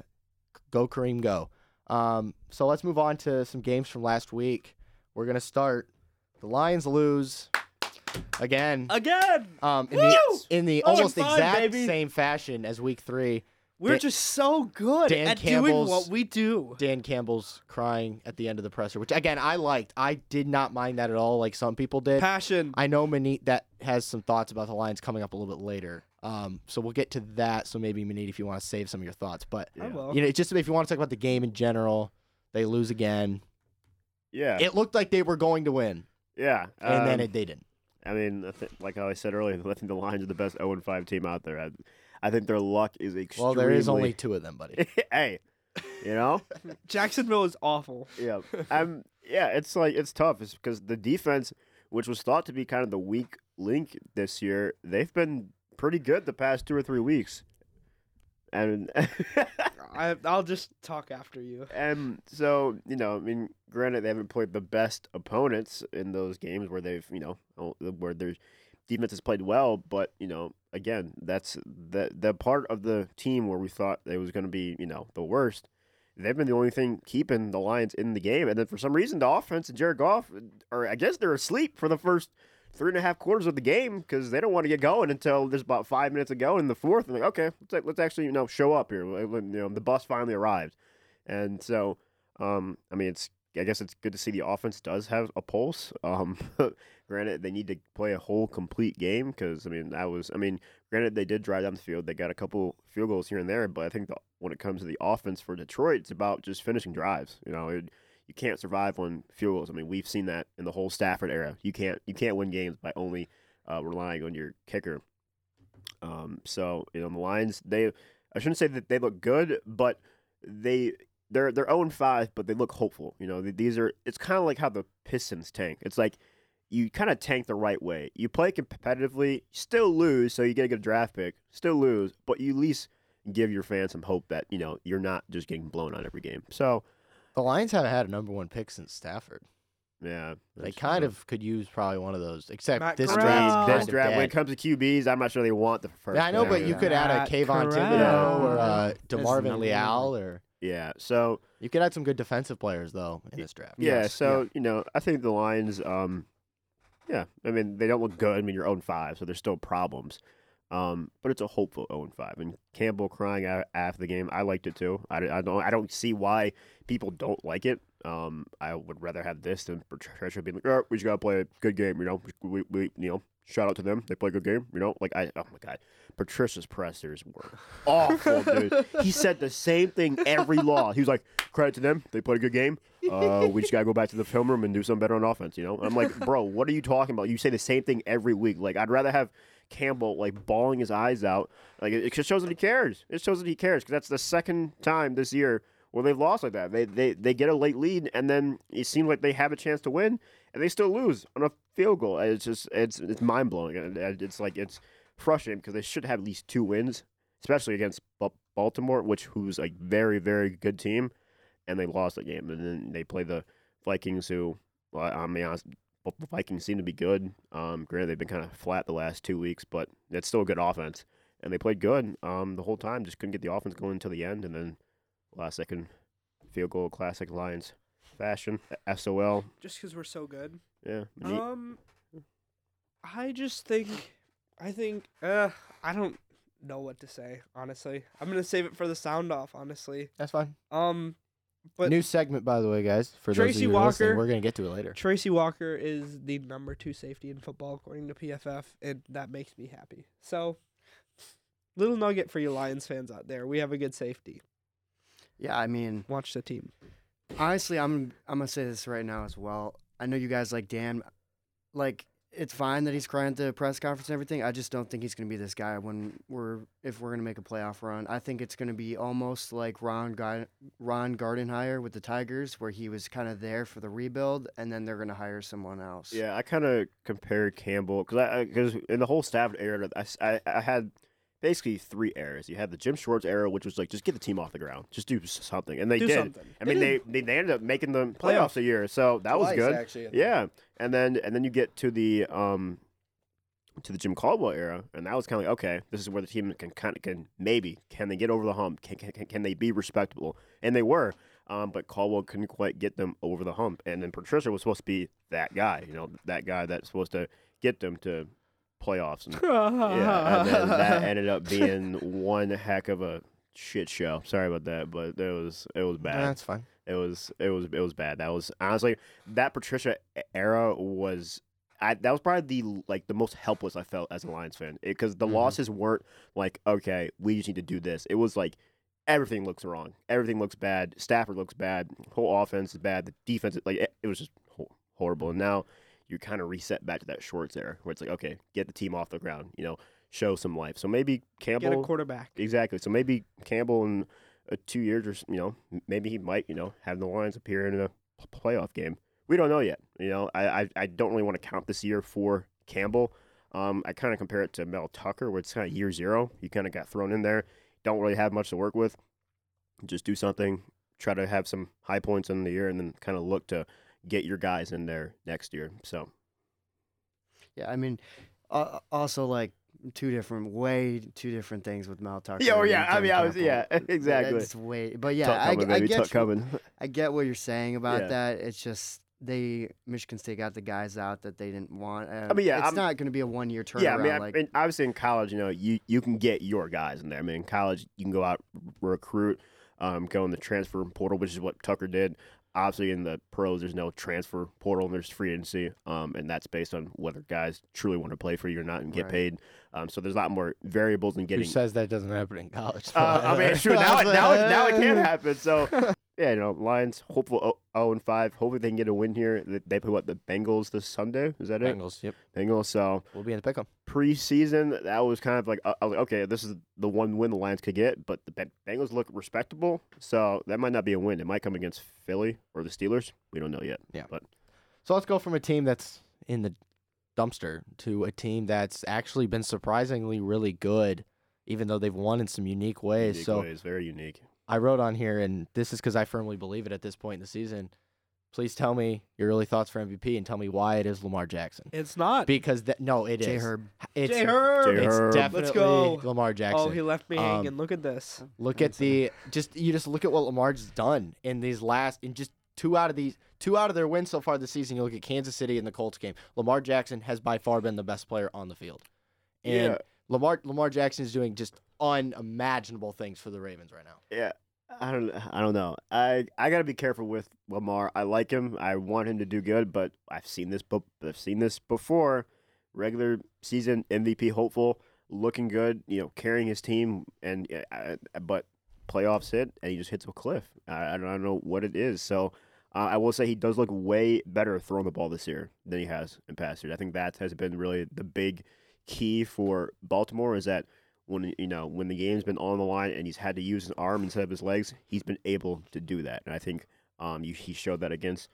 Speaker 2: go, Kareem, go. Um, so let's move on to some games from last week. We're going to start. The Lions lose again.
Speaker 3: Again,
Speaker 2: Um, in
Speaker 3: Uh, Woo!
Speaker 2: the, in the
Speaker 3: Oh, and
Speaker 2: almost
Speaker 3: fine,
Speaker 2: exact
Speaker 3: baby.
Speaker 2: same fashion as week three,
Speaker 3: we're
Speaker 2: Dan-
Speaker 3: just so good
Speaker 2: Dan
Speaker 3: at doing
Speaker 2: Campbell's-
Speaker 3: what we do.
Speaker 2: Dan Campbell's crying at the end of the presser, which again I liked. I did not mind that at all, like some people did.
Speaker 3: Passion.
Speaker 2: I know Manit that has some thoughts about the Lions coming up a little bit later. Um, so we'll get to that. So maybe Manit, if you want to save some of your thoughts, but
Speaker 3: I
Speaker 4: Yeah.
Speaker 3: will.
Speaker 2: you know, just if you want to talk about the game in general, they lose again.
Speaker 4: Yeah.
Speaker 2: It looked like they were going to win,
Speaker 4: yeah.
Speaker 2: and then
Speaker 4: um,
Speaker 2: it they didn't.
Speaker 4: I mean, I thi- like I said earlier, I think the Lions are the best 0 5 team out there. I, I think their luck is extremely.
Speaker 2: Well, there is only two of them, buddy.
Speaker 4: hey, you know?
Speaker 3: Jacksonville is awful.
Speaker 4: Yeah. Um yeah, it's like it's tough. It's because the defense, which was thought to be kind of the weak link this year, they've been pretty good the past two or three weeks. And
Speaker 3: I, I'll just talk after you.
Speaker 4: and so, you know, I mean, granted they haven't played the best opponents in those games where they've, you know, oh, where their defense has played well, but, you know, again, that's the the part of the team where we thought it was going to be, you know, the worst they've been the only thing keeping the Lions in the game. And then for some reason, the offense and Jared Goff, or I guess they're asleep for the first three and a half quarters of the game because they don't want to get going until there's about five minutes ago in the fourth. And like, okay, let's, like, let's actually you know show up here. Like, You know, the bus finally arrived, and so um, I mean, it's I guess it's good to see the offense does have a pulse. Um, granted, they need to play a whole complete game because I mean that was I mean granted they did drive down the field. They got a couple field goals here and there, but I think the, when it comes to the offense for Detroit, it's about just finishing drives. You know, it, you can't survive on field goals. I mean, we've seen that in the whole Stafford era. You can't you can't win games by only uh, relying on your kicker. Um, so you know the Lions they I shouldn't say that they look good, but they they're they're 0 5, but they look hopeful. You know, th- these are it's kind of like how the Pistons tank. It's like you kind of tank the right way. You play competitively, still lose, so you get a good draft pick, still lose, but you at least give your fans some hope that you know you're not just getting blown out every game. So
Speaker 2: The Lions haven't had a number one pick since Stafford.
Speaker 4: yeah,
Speaker 2: They
Speaker 4: that's-
Speaker 2: kind of could use probably one of those, except
Speaker 3: Matt
Speaker 2: this
Speaker 4: I
Speaker 3: Corral.
Speaker 2: draft.
Speaker 4: mean,
Speaker 2: is
Speaker 4: this
Speaker 2: kind of
Speaker 4: draft when
Speaker 2: dead.
Speaker 4: it comes to QBs, I'm not sure they want the first.
Speaker 2: Yeah, I know,
Speaker 4: pick.
Speaker 2: but you
Speaker 4: Yeah.
Speaker 2: could add a
Speaker 3: Matt
Speaker 2: Kayvon
Speaker 3: Corral.
Speaker 2: Thibodeau or uh,
Speaker 5: number
Speaker 2: DeMarvin
Speaker 5: one.
Speaker 2: Leal, or
Speaker 4: yeah. So
Speaker 2: you could add some good defensive players though in this draft.
Speaker 4: Yeah,
Speaker 5: Yes,
Speaker 4: so you know, I think the Lions, um, yeah, I mean they don't look good. I mean you're 0 five, so there's still problems, um, but it's a hopeful 0 five. And Campbell crying out after the game, I liked it too. I, I don't, I don't see why people don't like it. Um, I would rather have this than Patricia being like, "All right, we just gotta play a good game," you know. We, we, you know, shout out to them, they play a good game, you know. Like I, oh my god, Patricia's pressers were awful, dude. He said the same thing every law. He was like, "Credit to them, they played a good game." uh, we just gotta go back to the film room and do something better on offense. You know, I'm like, bro, what are you talking about? You say the same thing every week. Like, I'd rather have Campbell like bawling his eyes out. Like, it, it just shows that he cares. It shows that he cares because that's the second time this year where they've lost like that. They they they get a late lead and then it seems like they have a chance to win and they still lose on a field goal. It's just it's it's mind blowing. And and It's like it's frustrating because they should have at least two wins, especially against Ba- Baltimore, which who's a very very good team and they lost the game. And then they play the Vikings, who, well, I mean, honest, but the Vikings seem to be good. Um, granted, they've been kind of flat the last two weeks, but that's still a good offense. And they played good um, the whole time, just couldn't get the offense going until the end. And then last second field goal, classic Lions fashion, SOL.
Speaker 3: Just because we're so good.
Speaker 4: Yeah. Neat.
Speaker 3: Um, I just think, I think, uh, I don't know what to say. Honestly, I'm gonna save it for the sound off. Honestly,
Speaker 2: That's fine.
Speaker 3: um, but
Speaker 2: New segment, by the way, guys. For those
Speaker 3: Tracy
Speaker 2: of you who are listening,
Speaker 3: Walker-
Speaker 2: we're gonna get to it later.
Speaker 3: Tracy Walker is the number two safety in football according to PFF, and that makes me happy. So, little nugget for you Lions fans out there: we have a good safety.
Speaker 5: Yeah, I mean,
Speaker 3: Watch the team.
Speaker 5: honestly, I'm I'm gonna say this right now as well. I know you guys like Dan, like it's fine that he's crying at the press conference and everything. I just don't think he's gonna be this guy when we're if we're gonna make a playoff run. I think it's gonna be almost like Ron Gar- Ron Gardenhire with the Tigers, where he was kind of there for the rebuild, and then they're gonna hire someone else.
Speaker 4: Yeah, I kind of compared Campbell because I because in the whole Stafford era, I, s- I- I had basically three eras. You had the Jim Schwartz era, which was like just get the team off the ground, just do s- something, and they
Speaker 3: Do
Speaker 4: did.
Speaker 3: something.
Speaker 4: I mean, they, they they ended up making the playoffs a year, so that was good.
Speaker 2: Actually,
Speaker 4: Yeah, and then and then you get to the um to the Jim Caldwell era, and that was kind of like okay, this is where the team can kind of can maybe can they get over the hump? Can can, can can they be respectable? And they were. Um, but Caldwell couldn't quite get them over the hump, and then Patricia was supposed to be that guy, you know, that guy that's supposed to get them to playoffs. And, yeah, and then that ended up being one heck of a shit show. Sorry about that, but it was it was bad.
Speaker 2: That's fine.
Speaker 4: It was it was it was bad. That was honestly that Patricia e-, era was I that was probably the like the most helpless I felt as a Lions fan because the
Speaker 3: Mm-hmm.
Speaker 2: Mhm.
Speaker 4: losses weren't like okay we just need to do this. It was like everything looks wrong, everything looks bad. Stafford looks bad. Whole offense is bad. The defense like it, it was just ho- horrible. And now you kind of reset back to that Schwartz era where it's like okay get the team off the ground. You know show some life. So maybe Campbell
Speaker 3: Get a quarterback.
Speaker 4: Exactly. So maybe Campbell in uh, two years or s- you know m- maybe he might you know have the Lions appear in a p- playoff game. We don't know yet. You know I I, I don't really want to count this year for Campbell. Um, I kind of compare it to Mel Tucker where it's kind of year zero. You kind of got thrown in there. Don't really have much to work with. Just do something. Try to have some high points in the year and then kind of look to get your guys in there next year. So
Speaker 5: Yeah, I mean, uh, also like two different, way two different things with Mal Tucker.
Speaker 4: Yeah, oh,
Speaker 5: and
Speaker 4: yeah, I
Speaker 5: Tim
Speaker 4: mean, I was-
Speaker 5: Tebow.
Speaker 4: yeah, exactly.
Speaker 5: That's way, but yeah,
Speaker 4: Tuck
Speaker 5: I,
Speaker 4: coming,
Speaker 5: I
Speaker 4: baby, Tuck
Speaker 5: get you,
Speaker 4: coming.
Speaker 5: I get what you're saying about
Speaker 4: Yeah.
Speaker 5: that. It's just they Michigan State got the guys out that they didn't want. And
Speaker 4: mean, yeah,
Speaker 5: it's
Speaker 4: I'm-
Speaker 5: not going to be a one year turnaround.
Speaker 4: Yeah, I mean, I-
Speaker 5: like,
Speaker 4: and obviously in college, you know, you, you can get your guys in there. I mean, in college, you can go out recruit, um, go in the transfer portal, which is what Tucker did. Obviously, in the pros, there's no transfer portal, there's free agency, um, and that's based on whether guys truly want to play for you or not and get
Speaker 5: Right.
Speaker 4: paid. Um, so there's a lot more variables in
Speaker 2: Who
Speaker 4: getting.
Speaker 2: says that doesn't happen in college?
Speaker 4: Uh, I mean, sure, now, it, now, it, now it can happen. So, yeah, you know, Lions hopeful oh- 0 and 5. Hopefully, they can get a win here. They- They play what the Bengals this Sunday. Is that it?
Speaker 2: Bengals. Yep,
Speaker 4: Bengals. So,
Speaker 2: we'll be in the pick'em.
Speaker 4: preseason, that was kind of like, uh, I was like, okay, this is the one win the Lions could get, but the Ben- Bengals look respectable, so that might not be a win. It might come against Philly or the Steelers. We don't know yet.
Speaker 2: So let's go from a team that's in the dumpster to a team that's actually been surprisingly really good, even though they've won in some unique ways.
Speaker 4: Unique
Speaker 2: so
Speaker 4: ways, very unique.
Speaker 2: I wrote on here, and this is because I firmly believe it at this point in the season. Please tell me your early thoughts for MVP and tell me why it is Lamar Jackson.
Speaker 3: It's not.
Speaker 2: Because that no, it is.
Speaker 5: J Herb.
Speaker 2: It's,
Speaker 3: J-Herb.
Speaker 4: J-Herb.
Speaker 2: it's
Speaker 4: Herb.
Speaker 2: definitely
Speaker 3: Let's go.
Speaker 2: Lamar Jackson.
Speaker 3: Oh, he left me
Speaker 2: Um,
Speaker 3: hanging. Look at this.
Speaker 2: Look at the just you just look at what Lamar's done in these last in just two out of these two out of their wins so far this season. You look at Kansas City and the Colts game. Lamar Jackson has by far been the best player on the field, and
Speaker 4: Yeah.
Speaker 2: Lamar Lamar Jackson is doing just unimaginable things for the Ravens right now.
Speaker 4: Yeah, I don't, I don't know. I, I gotta be careful with Lamar. I like him. I want him to do good, but I've seen this, bu- I've seen this before. Regular season MVP hopeful, looking good, you know, carrying his team, and uh, I- but playoffs hit and he just hits a cliff. I, I don't know what it is. So uh, I will say he does look way better throwing the ball this year than he has in past years. I think that has been really the big key for Baltimore is that when you know when the game's been on the line and he's had to use his arm instead of his legs, he's been able to do that. And I think um, you, he showed that against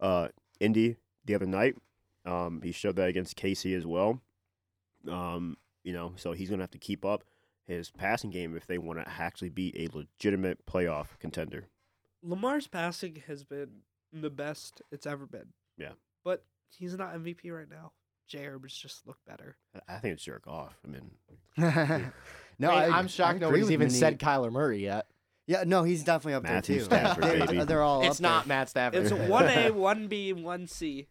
Speaker 4: uh, Indy the other night. Um, he showed that against Casey as well. Um, you know, so he's gonna have to keep up his passing game if they want to actually be a legitimate playoff contender.
Speaker 3: Lamar's passing has been the best it's ever been.
Speaker 4: Yeah.
Speaker 3: But he's not MVP right now. J. Herb's just looked better.
Speaker 4: I- I think it's jerk off. I mean,
Speaker 5: no,
Speaker 2: I,
Speaker 5: I-
Speaker 2: am shocked
Speaker 5: I agree
Speaker 2: nobody's
Speaker 5: with
Speaker 2: even
Speaker 5: Manit.
Speaker 2: said Kyler Murray yet.
Speaker 5: Yeah, no, he's definitely up
Speaker 4: Matthew
Speaker 5: there too.
Speaker 4: Stafford,
Speaker 5: They-
Speaker 4: baby.
Speaker 5: They're all.
Speaker 2: It's
Speaker 5: up there.
Speaker 2: not Matt Stafford.
Speaker 3: It's one A, one B, one C.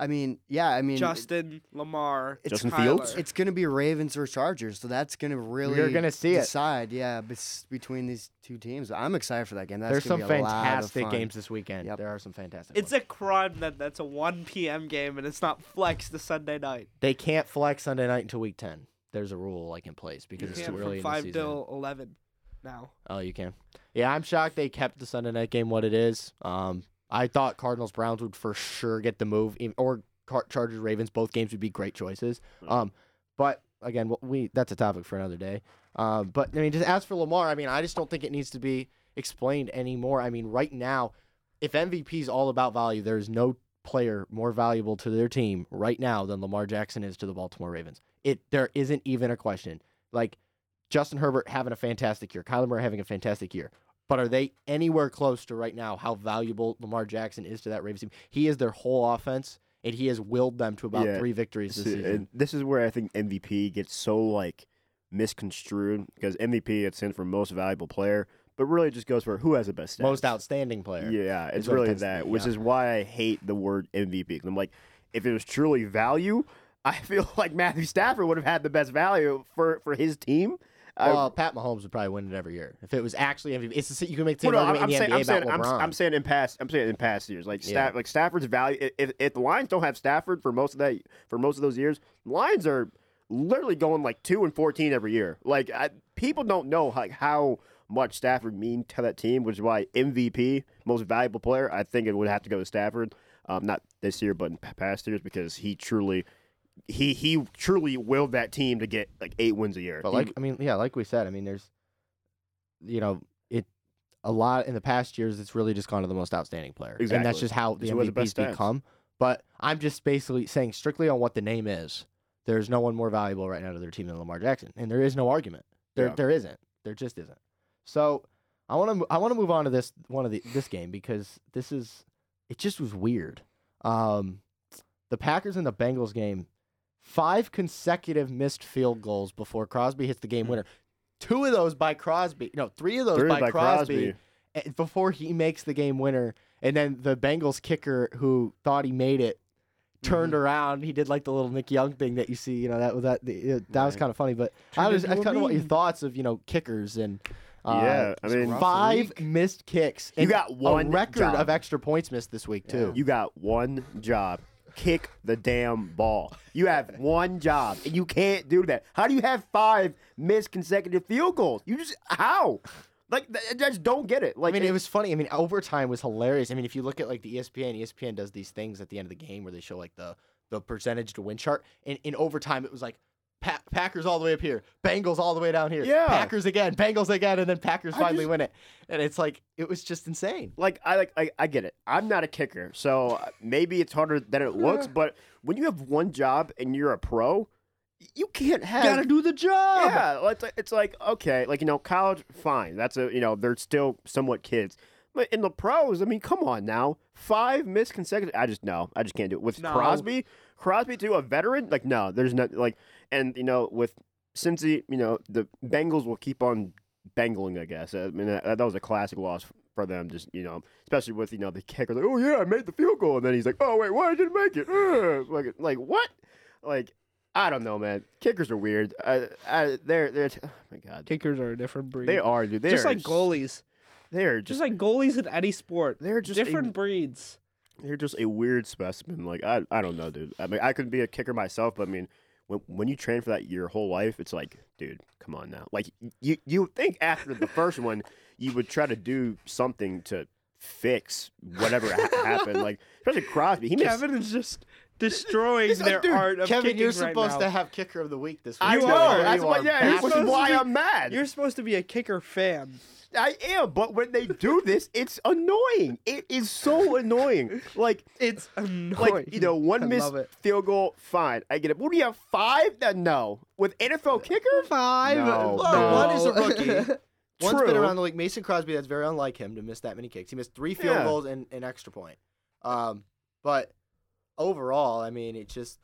Speaker 5: I mean, yeah, I mean,
Speaker 3: Justin Lamar.
Speaker 5: It's
Speaker 4: Justin
Speaker 3: Kyler.
Speaker 4: Fields?
Speaker 5: it's going to be Ravens or Chargers, so that's going to really
Speaker 2: gonna see it.
Speaker 5: decide, yeah, bes- between these two teams. I'm excited for that game. That's
Speaker 2: There's
Speaker 5: gonna
Speaker 2: some
Speaker 5: be a lot of
Speaker 2: fantastic
Speaker 5: fun.
Speaker 2: games this weekend.
Speaker 5: Yep.
Speaker 2: There are some fantastic.
Speaker 3: It's
Speaker 2: ones.
Speaker 3: a crime that that's a 1 p.m. game and it's not flexed to Sunday night.
Speaker 2: they can't flex Sunday night until week ten. There's a rule like in place
Speaker 3: You
Speaker 2: because it's
Speaker 3: can't
Speaker 2: too
Speaker 3: from
Speaker 2: early in the
Speaker 3: 5
Speaker 2: season.
Speaker 3: till 11 now.
Speaker 2: Oh, you can. Yeah, I'm shocked they kept the Sunday night game what it is. Um, I thought Cardinals Browns would for sure get the move, ev- or Car- Chargers Ravens. Both games would be great choices. Um, but again, wh- we that's a topic for another day. Um, but I mean, just as for Lamar, I mean, I just don't think it needs to be explained anymore. I mean, right now, if MVP is all about value, there is no player more valuable to their team right now than Lamar Jackson is to the Baltimore Ravens. It there isn't even a question. Like Justin Herbert having a fantastic year, Kyler Murray having a fantastic year. But are they anywhere close to right now how valuable Lamar Jackson is to that Ravens team? He is their whole offense, and he has willed them to about
Speaker 4: Yeah.
Speaker 2: three victories this
Speaker 4: See,
Speaker 2: season.
Speaker 4: and this is where I think MVP gets so like misconstrued because MVP it stands for most valuable player, but really it just goes for who has the best stats.
Speaker 2: Most outstanding player.
Speaker 4: Yeah,
Speaker 2: is
Speaker 4: it's
Speaker 2: what it
Speaker 4: really
Speaker 2: tends to
Speaker 4: that,
Speaker 2: be,
Speaker 4: which
Speaker 2: yeah.
Speaker 4: is why I hate the word MVP. 'cause I'm like, if it was truly value, I feel like Matthew Stafford would have had the best value for for his team. I-
Speaker 2: Well, Pat Mahomes would probably win it every year if it was actually MVP. It's the, sa- you can make the
Speaker 4: Well,
Speaker 2: same
Speaker 4: no, I'm,
Speaker 2: argument in
Speaker 4: I'm
Speaker 2: the
Speaker 4: saying,
Speaker 2: NBA
Speaker 4: I'm, saying,
Speaker 2: about
Speaker 4: I'm,
Speaker 2: LeBron.
Speaker 4: I'm saying in past, I'm saying in past years, like
Speaker 2: Yeah.
Speaker 4: Staff, like Stafford's value. i- If, if the Lions don't have Stafford for most of that, for most of those years, Lions are literally going like two and fourteen every year. Like I, people don't know like how much Stafford mean to that team, which is why MVP, most valuable player, I think it would have to go to Stafford. Um, not this year, but in p- past years, because he truly, he he truly willed that team to get like eight wins a year.
Speaker 2: But
Speaker 4: He-
Speaker 2: like I mean, yeah, like we said, I mean, there's, you know, it a lot in the past years. It's really just gone to the most outstanding player, and that's
Speaker 4: Exactly.
Speaker 2: just how the
Speaker 4: It's who has the
Speaker 2: MVPs
Speaker 4: best stats.
Speaker 2: become. But I'm just basically saying strictly on what the name is. There's no one more valuable right now to their team than Lamar Jackson, and there is no argument. There,
Speaker 4: Yeah.
Speaker 2: there isn't. There just isn't. So I want to, I want to move on to this one of the this game because this is, it just was weird. Um, the Packers and the Bengals game, five consecutive missed field goals before Crosby hits the game winner. Two of those by Crosby. No, Hmm. three of those
Speaker 4: Three
Speaker 2: by,
Speaker 4: by
Speaker 2: Crosby, eh, before he makes the game winner. And then the Bengals kicker who thought he made it turned
Speaker 4: Mm-hmm.
Speaker 2: around. He did like the little Nick Young thing that you see. You know that was that the, uh, that was
Speaker 4: Right.
Speaker 2: kind of funny. But I
Speaker 4: Turned
Speaker 2: was I
Speaker 4: into a
Speaker 2: kind of want your
Speaker 4: meme.
Speaker 2: thoughts of you know kickers and. Uh,
Speaker 4: yeah, I mean,
Speaker 2: Five missed kicks.
Speaker 4: You
Speaker 2: and
Speaker 4: got one
Speaker 2: a record
Speaker 4: job.
Speaker 2: of extra points missed this week too.
Speaker 4: You got one job. Kick the damn ball. You have one job, and you can't do that. How do you have five missed consecutive field goals? You just how? Like th- I just don't get it.
Speaker 2: I
Speaker 4: Like
Speaker 2: mean, it was funny. I mean, overtime was hilarious. I mean, if you look at like the E ESPN, ESPN does these things at the end of the game where they show like the the percentage to win chart. And in overtime, it was like pa- Packers all the way up here, Bengals all the way down here,
Speaker 4: Yeah.
Speaker 2: Packers again, Bengals again, and then Packers
Speaker 4: I
Speaker 2: finally
Speaker 4: just-
Speaker 2: win it. And it's like it was just insane.
Speaker 4: like I like I, I get it. I'm not a kicker, so uh, maybe it's harder than it looks. But when you have one job and you're a pro, you can't have
Speaker 3: Gotta do the job.
Speaker 4: Yeah, well, it's like, it's like okay, like you know, college, fine. That's a you know, they're still somewhat kids. But in the pros, I mean, come on now, five missed consecutive. I just no, I just can't do it with
Speaker 3: No.
Speaker 4: Crosby. Crosby to a veteran, like no, there's not like, and you know, with Cincy, you know, the Bengals will keep on bangling. I guess. I mean, that, that was a classic loss for them. Just you know, especially with you know the kicker, like, oh yeah, I made the field goal, and then he's like, oh wait, why I didn't make it? Uh," like, like what? Like I don't know, man. Kickers are weird. I, I, they're they're. Oh my god,
Speaker 3: Kickers are a different breed.
Speaker 4: they are dude. They
Speaker 3: just
Speaker 4: are
Speaker 3: like
Speaker 4: s-
Speaker 3: goalies.
Speaker 4: They're
Speaker 3: Just
Speaker 4: just,
Speaker 3: like goalies in any sport.
Speaker 4: they're just
Speaker 3: Different
Speaker 4: different.
Speaker 3: breeds.
Speaker 4: they're just a weird specimen. Like I I don't know, dude. I mean, I could be a kicker myself, but I mean. When, when you train for that your whole life, it's like, dude, come on now. Like you you would think after the first one, you would try to do something to fix whatever ha- happened. Like especially Crosby, he missed
Speaker 3: Kevin is just destroying their
Speaker 4: dude,
Speaker 3: art of
Speaker 2: Kevin,
Speaker 3: kicking
Speaker 2: you're
Speaker 3: right
Speaker 2: supposed
Speaker 3: now.
Speaker 2: to have kicker of the week this week.
Speaker 4: I
Speaker 3: You
Speaker 4: know.
Speaker 3: are-
Speaker 4: That's
Speaker 2: You
Speaker 4: why,
Speaker 2: are
Speaker 4: yeah,
Speaker 2: back-
Speaker 4: which is
Speaker 3: backwards.
Speaker 4: why I'm mad.
Speaker 3: You're supposed to be a kicker fan.
Speaker 4: I am, but when they do this, it's annoying. It is so annoying. Like,
Speaker 3: It's annoying.
Speaker 4: like you know, one missed
Speaker 3: love it.
Speaker 4: field goal, fine. I get it. What do you have? Five? No, no. With NFL kicker?
Speaker 3: five.
Speaker 4: No,
Speaker 2: Well,
Speaker 4: no.
Speaker 2: one is a rookie. One's been
Speaker 4: True.
Speaker 2: around the league. Mason Crosby, that's very unlike him to miss that many kicks. He missed three field
Speaker 4: Yeah.
Speaker 2: goals and an extra point. Um, but overall, I mean, it just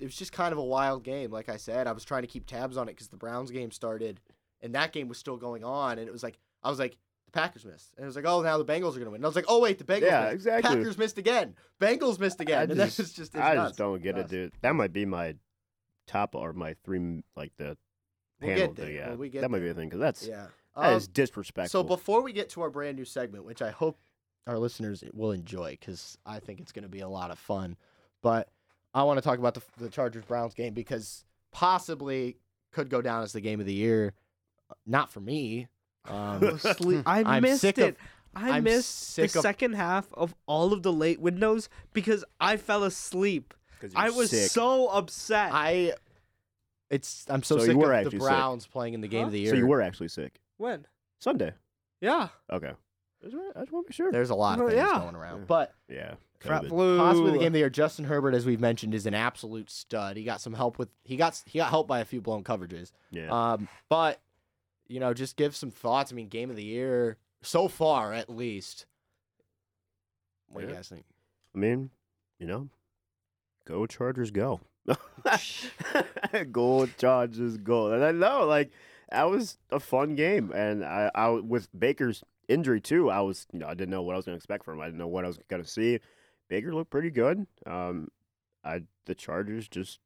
Speaker 2: it was just kind of a wild game. Like I said, I was trying to keep tabs on it because the Browns game started and that game was still going on, and it was like I was like the Packers missed, and it was like oh now the Bengals are gonna win. And I was like oh wait the Bengals
Speaker 4: Yeah,
Speaker 2: missed.
Speaker 4: exactly.
Speaker 2: Packers missed again. Bengals missed again.
Speaker 4: I
Speaker 2: and that's
Speaker 4: just-
Speaker 2: just it's
Speaker 4: I
Speaker 2: nuts.
Speaker 4: just don't get
Speaker 2: Nuts.
Speaker 4: it, dude. That might be my top or my three, like the
Speaker 2: We'll get
Speaker 4: panel
Speaker 2: there.
Speaker 4: thing. Yeah,
Speaker 2: When we get
Speaker 4: that might be a thing because that's
Speaker 2: Yeah.
Speaker 4: that
Speaker 2: Um,
Speaker 4: is disrespectful.
Speaker 2: So before we get to our brand new segment, which I hope our listeners will enjoy because I think it's going to be a lot of fun, but I want to talk about the, the Chargers Browns game because possibly could go down as the game of the year. uh, Not for me. Um,
Speaker 3: I
Speaker 2: I'm
Speaker 3: missed
Speaker 2: sick
Speaker 3: it.
Speaker 2: of-
Speaker 3: I
Speaker 2: I'm
Speaker 3: missed the
Speaker 2: sick of-
Speaker 3: second half of all of the late windows because I fell asleep.
Speaker 4: 'Cause you're
Speaker 3: I was
Speaker 4: sick.
Speaker 3: so upset.
Speaker 2: I. It's I'm so,
Speaker 4: So you
Speaker 2: sick
Speaker 4: were
Speaker 2: of the
Speaker 4: actually sick.
Speaker 2: Browns playing in the game
Speaker 3: Huh?
Speaker 2: of the year.
Speaker 4: So you were actually sick
Speaker 3: when?
Speaker 4: Sunday.
Speaker 3: Yeah.
Speaker 4: Okay. I just want to be sure.
Speaker 2: There's a lot of
Speaker 3: Well,
Speaker 2: things
Speaker 3: Oh, yeah.
Speaker 2: going around,
Speaker 4: Yeah.
Speaker 2: but
Speaker 4: yeah.
Speaker 3: Crap
Speaker 4: COVID.
Speaker 3: blue.
Speaker 2: possibly the game of the year. Justin Herbert, as we've mentioned, is an absolute stud. He got some help with he got he got helped by a few blown coverages.
Speaker 4: Yeah.
Speaker 2: Um, but you know, just give some thoughts. I mean, game of the year so far, at least. What do you
Speaker 4: Yeah.
Speaker 2: guys think?
Speaker 4: I mean, you know, go Chargers, go. go Chargers, go. And I know, like, that was a fun game, and I, I with Baker's injury too, I was, you know, I didn't know what I was going to expect from him. I didn't know what I was going to see. Baker looked pretty good. Um, I the Chargers just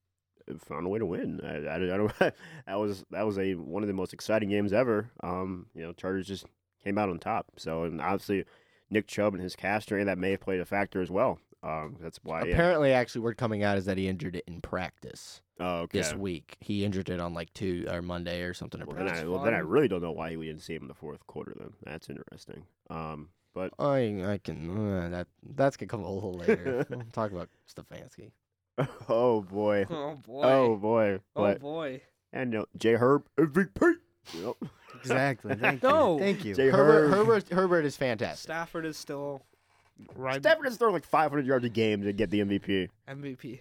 Speaker 4: found a way to win. I, I, I don't. that was that was a one of the most exciting games ever. Um, you know, Chargers just came out on top. So and obviously Nick Chubb and his cast strength that may have played a factor as well. Um, that's why. Yeah.
Speaker 2: Apparently, actually, word coming out is that he injured it in practice
Speaker 4: Oh, okay.
Speaker 2: this week. He injured it on like two or Monday or something. in
Speaker 4: Well, then
Speaker 2: practice.
Speaker 4: I, well, then I
Speaker 3: fine.
Speaker 4: really don't know why we didn't see him in the fourth quarter. Then that's interesting. Um, but
Speaker 2: I, I can uh, that that's gonna come a little later. we'll talk about Stefanski.
Speaker 4: oh boy,
Speaker 3: Oh boy.
Speaker 4: oh boy,
Speaker 3: Oh,
Speaker 4: but
Speaker 3: boy.
Speaker 4: and no, J Herb MVP. Yep.
Speaker 5: Exactly. Thank
Speaker 3: No.
Speaker 5: you. Thank you.
Speaker 4: J
Speaker 2: Herbert,
Speaker 4: Herb.
Speaker 2: Herbert Herbert is fantastic.
Speaker 3: Stafford is still right
Speaker 4: Stafford has thrown like 500 yards a game to get the MVP,
Speaker 3: MVP.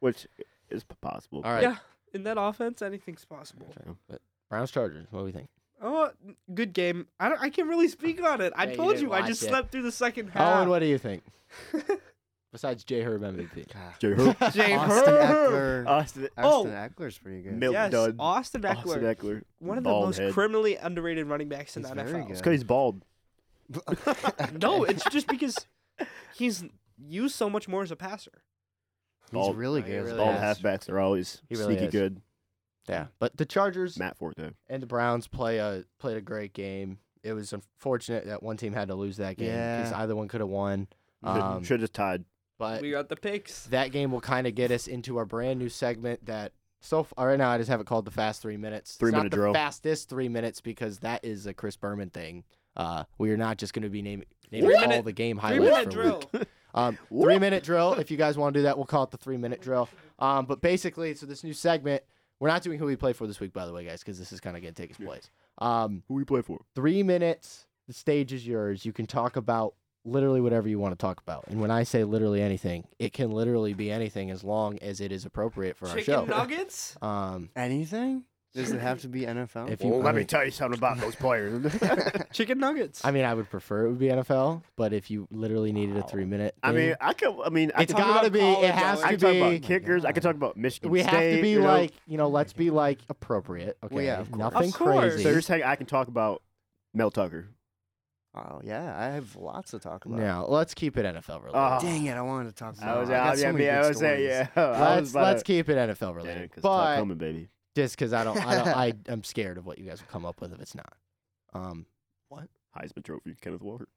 Speaker 4: which is p- possible.
Speaker 2: All right,
Speaker 3: Yeah. In that offense, anything's possible.
Speaker 2: Browns Chargers. What do we think?
Speaker 3: Oh, good game. I don't, I can't really speak on it. I
Speaker 2: Yeah, you
Speaker 3: told
Speaker 2: didn't
Speaker 3: you, I
Speaker 2: watch
Speaker 3: just
Speaker 2: it.
Speaker 3: slept through the second half.
Speaker 2: Owen, what do you think? Besides J Herb MVP.
Speaker 5: God.
Speaker 4: J Herb.
Speaker 3: Jay
Speaker 5: Austin
Speaker 3: Herb.
Speaker 5: Eckler.
Speaker 4: Austin,
Speaker 5: Austin
Speaker 4: oh.
Speaker 5: Eckler's pretty good.
Speaker 4: Milk
Speaker 3: Yes,
Speaker 4: dud.
Speaker 3: Austin Eckler,
Speaker 4: Austin Eckler.
Speaker 3: one of the
Speaker 4: Bald
Speaker 3: most
Speaker 4: head.
Speaker 3: criminally underrated running backs in
Speaker 5: He's
Speaker 3: the
Speaker 5: very
Speaker 3: NFL.
Speaker 5: good.
Speaker 4: It's because he's bald.
Speaker 3: No, it's just because he's used so much more as a passer.
Speaker 5: He's
Speaker 4: Bald.
Speaker 5: really
Speaker 2: He
Speaker 5: good.
Speaker 2: really
Speaker 4: Bald
Speaker 2: is.
Speaker 4: halfbacks are always
Speaker 2: He really
Speaker 4: sneaky
Speaker 2: is.
Speaker 4: good.
Speaker 2: Yeah, but the Chargers
Speaker 4: Matt Forte.
Speaker 2: and the Browns play a played a great game. It was unfortunate that one team had to lose that game because
Speaker 5: Yeah.
Speaker 2: either one could have won. Um,
Speaker 4: Should have tied.
Speaker 2: but
Speaker 3: We got the picks.
Speaker 2: that game will kind of get us into our brand new segment that so far right now I just have it called the fast three minutes.
Speaker 4: Three
Speaker 2: it's not
Speaker 4: minute
Speaker 2: the
Speaker 4: drill.
Speaker 2: Fastest three minutes because that is a Chris Berman thing. Uh, we are not just going to be naming, naming
Speaker 3: Three
Speaker 2: all
Speaker 3: minute-
Speaker 2: the game
Speaker 3: Three
Speaker 2: highlights.
Speaker 3: minute
Speaker 2: for
Speaker 3: drill.
Speaker 2: Week. Um, three minute drill. If you guys want to do that, we'll call it the three minute drill. Um, but basically, so this new segment, we're not doing who we play for this week, by the way, guys, because this is kind of going to take its place. Um,
Speaker 4: Who we play for?
Speaker 2: three minutes. The stage is yours. You can talk about literally whatever you want to talk about. And when I say literally anything, it can literally be anything as long as it is appropriate for
Speaker 3: Chicken
Speaker 2: our show.
Speaker 3: nuggets.
Speaker 2: Um,
Speaker 5: Anything? Does it have to be NFL?
Speaker 2: if you, I, mean,
Speaker 4: tell you something about those players.
Speaker 3: Chicken nuggets.
Speaker 2: I mean, I would prefer it would be NFL, but if you literally needed a three minute,
Speaker 4: I mean, I could. I mean, I
Speaker 2: it's
Speaker 4: could,
Speaker 3: talk
Speaker 2: gotta
Speaker 3: about
Speaker 2: be.
Speaker 3: college,
Speaker 2: It has
Speaker 4: I
Speaker 2: to
Speaker 4: could talk about
Speaker 2: be.
Speaker 4: kickers. I could talk about Michigan
Speaker 2: Oh We
Speaker 4: State.
Speaker 2: have to be
Speaker 4: you know?
Speaker 2: like you know, let's be like appropriate. Okay,
Speaker 5: yeah, of course.
Speaker 2: nothing
Speaker 3: Of course.
Speaker 4: So
Speaker 2: crazy.
Speaker 4: you're saying I can talk about Mel Tucker?
Speaker 5: oh yeah, I have lots to talk about.
Speaker 2: Now let's keep it NFL related.
Speaker 4: Ah.
Speaker 5: Dang it, I wanted to talk
Speaker 4: I
Speaker 5: about.
Speaker 4: was,
Speaker 5: I
Speaker 4: I,
Speaker 5: got so
Speaker 4: yeah,
Speaker 5: many
Speaker 4: yeah,
Speaker 5: good
Speaker 4: I was saying,
Speaker 5: stories.
Speaker 4: yeah. uh, I was
Speaker 2: let's
Speaker 4: about
Speaker 2: let's
Speaker 4: to-
Speaker 2: keep it NFL
Speaker 4: Dang,
Speaker 2: related,
Speaker 4: 'cause it's not
Speaker 2: but
Speaker 4: coming, baby.
Speaker 2: just because I don't, I don't, I I'm scared of what you guys will come up with if it's not. Um,
Speaker 4: Heisman Trophy, Kenneth Walker,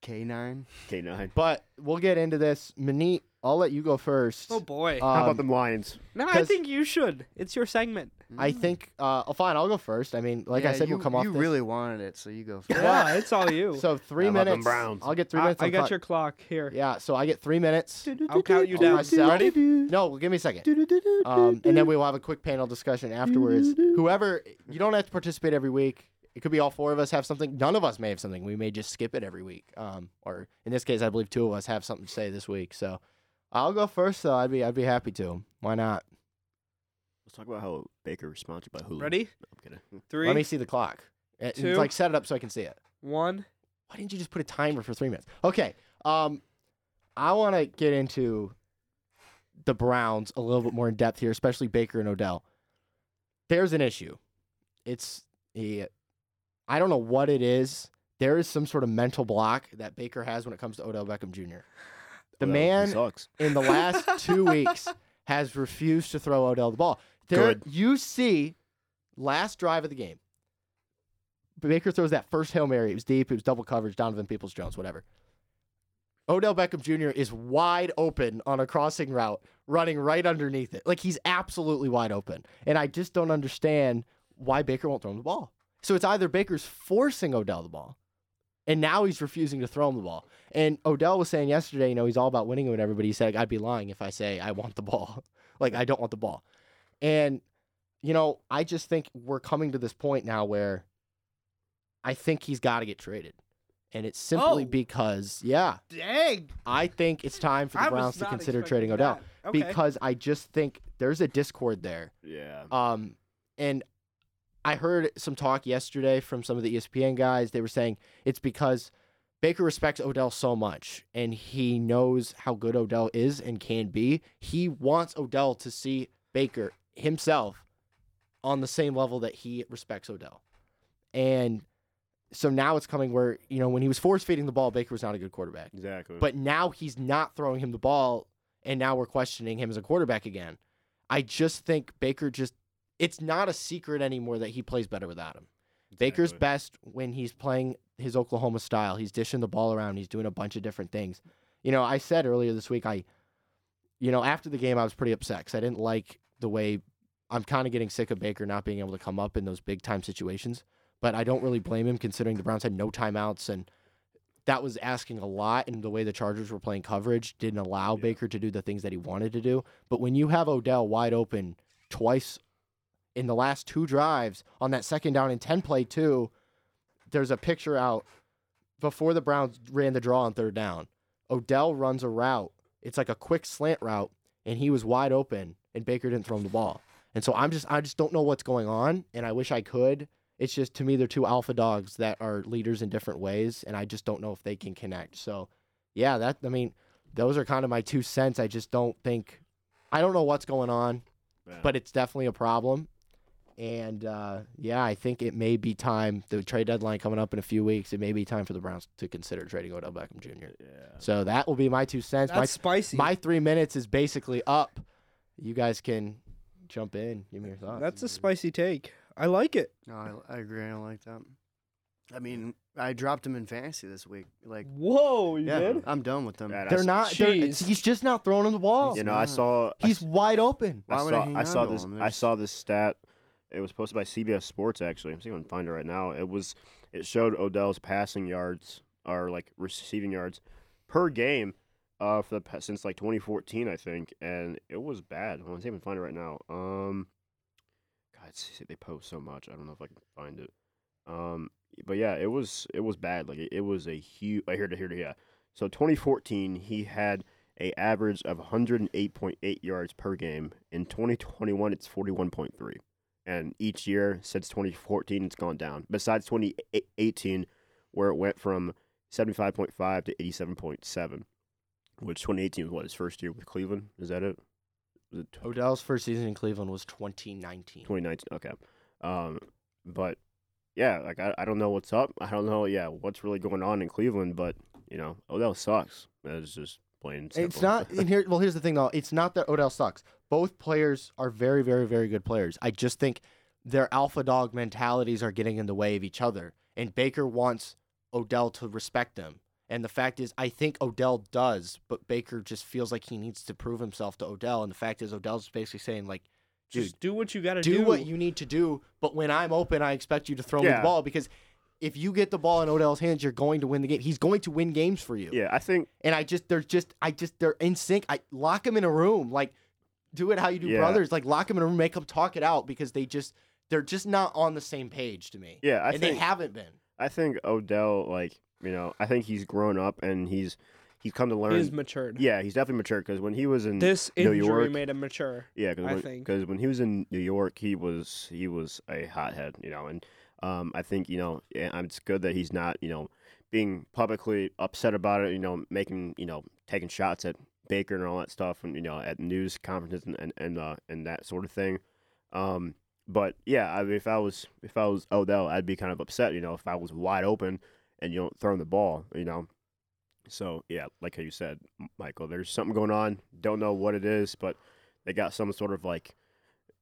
Speaker 5: K nine.
Speaker 4: K nine.
Speaker 2: but we'll get into this. Manit, I'll let you go first.
Speaker 3: oh boy.
Speaker 4: How
Speaker 2: Um,
Speaker 4: about them Lions?
Speaker 3: no, I
Speaker 2: 'cause-
Speaker 3: think you should. It's your segment.
Speaker 2: I think. Uh, oh, fine. I'll go first. I mean, like I said,
Speaker 5: Mm-hmm. you,
Speaker 2: we'll come off.
Speaker 5: You
Speaker 2: this.
Speaker 5: really wanted it, so you go. For it.
Speaker 3: Yeah, it's all you.
Speaker 2: So three
Speaker 4: How about them
Speaker 2: minutes.
Speaker 4: Browns?
Speaker 2: I'll get three
Speaker 3: I,
Speaker 2: minutes.
Speaker 3: I
Speaker 2: on
Speaker 3: got
Speaker 2: clock.
Speaker 3: your clock here.
Speaker 2: Yeah. So I get three minutes.
Speaker 3: I'll count you
Speaker 2: All
Speaker 3: down.
Speaker 2: myself.
Speaker 3: Ready?
Speaker 2: No, well, give me a second. Um, and then we will have a quick panel discussion afterwards. Whoever you don't have to participate every week. It could be all four of us have something. None of us may have something. We may just skip it every week. Um, or in this case, I believe two of us have something to say this week. So I'll go first. Though I'd be I'd be happy to. Why not?
Speaker 4: Let's talk about how Baker responded by Hulu.
Speaker 3: Ready?
Speaker 4: I'm kidding.
Speaker 3: Three,
Speaker 2: Let me see the clock. Uh,
Speaker 3: two.
Speaker 2: Like set it up so I can see it.
Speaker 3: one.
Speaker 2: why didn't you just put a timer for three minutes? Okay. Um, I want to get into the Browns a little bit more in depth here, especially Baker and Odell. There's an issue. It's a, I don't know what it is. There is some sort of mental block that Baker has when it comes to Odell Beckham Jr. The
Speaker 4: Well, he
Speaker 2: man
Speaker 4: sucks.
Speaker 2: in the last two weeks has refused to throw Odell the ball. There,
Speaker 4: Good.
Speaker 2: you see, last drive of the game, Baker throws that first hail mary. It was deep. It was double coverage. Donovan Peoples Jones, whatever. Odell Beckham Jr. is wide open on a crossing route, running right underneath it. Like he's absolutely wide open, and I just don't understand why Baker won't throw him the ball. So it's either Baker's forcing Odell the ball, and now he's refusing to throw him the ball. And Odell was saying yesterday, you know, he's all about winning and whatever, but he said, I'd be lying if I say I want the ball. like, I don't want the ball. And, you know, I just think we're coming to this point now where I think he's got to get traded. And it's simply
Speaker 3: Oh.
Speaker 2: because, yeah,
Speaker 3: Dang.
Speaker 2: I think it's time for the
Speaker 3: I was
Speaker 2: Browns to
Speaker 3: not
Speaker 2: consider
Speaker 3: expecting
Speaker 2: trading Odell
Speaker 3: that. Okay.
Speaker 2: because I just think there's a discord there
Speaker 4: Yeah.
Speaker 2: um, and I heard some talk yesterday from some of the E ESPN guys. They were saying it's because Baker respects Odell so much and he knows how good Odell is and can be. He wants Odell to see Baker himself on the same level that he respects Odell. And so now it's coming where, you know, when he was force feeding the ball, Baker was not a good quarterback.
Speaker 4: Exactly.
Speaker 2: But now he's not throwing him the ball and now we're questioning him as a quarterback again. I just think Baker just it's not a secret anymore that he plays better without him. Baker's
Speaker 4: Exactly.
Speaker 2: best when he's playing his Oklahoma style. He's dishing the ball around, he's doing a bunch of different things. You know, I said earlier this week I you know, after the game I was pretty upset cuz I didn't like the way I'm kind of getting sick of Baker not being able to come up in those big time situations, but I don't really blame him considering the Browns had no timeouts and that was asking a lot and the way the Chargers were playing coverage didn't allow
Speaker 4: Yeah.
Speaker 2: Baker to do the things that he wanted to do. But when you have Odell wide open twice in the last two drives on that second down and 10 play too, there's a picture out before the Browns ran the draw on third down. Odell runs a route. It's like a quick slant route and he was wide open and Baker didn't throw him the ball. And so I'm just I just don't know what's going on and I wish I could. It's just to me they're two alpha dogs that are leaders in different ways and I just don't know if they can connect. So yeah, that I mean those are kind of my two cents. I just don't think I don't know what's going on
Speaker 4: Yeah.
Speaker 2: but it's definitely a problem. And uh, yeah, I think it may be time. The trade deadline coming up in a few weeks. It may be time for the Browns to consider trading Odell Beckham Jr.
Speaker 4: yeah.
Speaker 2: So that will be my two cents.
Speaker 3: That's spicy.
Speaker 2: My, my three minutes is basically up. You guys can jump in. Give me your thoughts.
Speaker 3: That's a spicy take. I like it.
Speaker 5: No, I, I agree. I don't like that. I mean, I dropped him in fantasy this week. Like,
Speaker 3: Whoa, you
Speaker 5: yeah,
Speaker 3: did?
Speaker 5: I'm done with them.
Speaker 4: Bad, I
Speaker 2: they're
Speaker 4: s-
Speaker 2: not. They're,
Speaker 3: Jeez.
Speaker 2: he's just not throwing him the ball.
Speaker 4: You know, I saw. I
Speaker 2: Oh, he's wide open.
Speaker 5: Why
Speaker 4: I
Speaker 5: would I
Speaker 4: saw,
Speaker 5: hang
Speaker 4: I
Speaker 5: on
Speaker 4: saw
Speaker 5: to
Speaker 4: this.
Speaker 5: them?
Speaker 4: I
Speaker 5: There's-
Speaker 4: saw this stat. It was posted by CBS Sports. Actually, I'm seeing if I can find it right now. It was. It showed Odell's passing yards or like receiving yards per game uh, for the pa- since like 2014, I think, and it was bad. I'm see if I can find it right now. Um, God, see, they post so much. I don't know if I can find it. Um, but yeah, it was it was bad. Like it, it was a huge. I hear to hear to yeah. So 2014, he had a average of 108.8 yards per game. In 2021, it's 41.3. And each year since 2014, it's gone down. Besides 2018, where it went from 75.5 to 87.7, which 2018 was what his first year with Cleveland. Is that it? Was it tw-
Speaker 2: Odell's first season in Cleveland was 2019.
Speaker 4: 2019. Okay. Um, but yeah, like I, I don't know what's up. I don't know. Yeah, what's really going on in Cleveland? But you know, Odell sucks. That's just plain. and
Speaker 2: It's
Speaker 4: simple.
Speaker 2: not and here. Well, here's the thing though. It's not that Odell sucks. Both players are very, very, very good players. I just think their alpha dog mentalities are getting in the way of each other. And Baker wants Odell to respect them. And the fact is, I think Odell does, but Baker just feels like he needs to prove himself to Odell. And the fact is, Odell's basically saying like,
Speaker 3: Just do what you gotta do.
Speaker 2: do what you need to do. But when I'm open, I expect you to throw me the
Speaker 4: Yeah.
Speaker 2: ball because if you get the ball in Odell's hands, you're going to win the game. He's going to win games for you.
Speaker 4: Yeah, I think
Speaker 2: And I just, they're just, I just, they're in sync. I lock them in a room, like do it how you do
Speaker 4: Yeah.
Speaker 2: brothers, like lock them in a room, make them talk it out because they just, they're just not on the same page to me.
Speaker 4: Yeah, I
Speaker 2: and
Speaker 4: think
Speaker 2: they haven't been.
Speaker 4: I think Odell like you know I think he's grown up and he's he's come to learn.
Speaker 3: He's matured.
Speaker 4: yeah, he's definitely mature because when he was in
Speaker 3: This
Speaker 4: New
Speaker 3: injury
Speaker 4: York,
Speaker 3: made him mature.
Speaker 4: yeah,
Speaker 3: I
Speaker 4: because when,
Speaker 3: think.
Speaker 4: 'cause when he was in New York, he was he was a hothead, you know, and um, I think you know yeah, um, it's good that he's not you know being publicly upset about it, you know, making you know taking shots at Baker and all that stuff, and you know at news conferences and and and, uh, and that sort of thing. Um, but yeah, I mean, if I was if I was Odell, I'd be kind of upset, you know, if I was wide open and you don't throw him the ball, you know. So yeah, like how you said, M- Michael, there's something going on. Don't know what it is, but they got some sort of like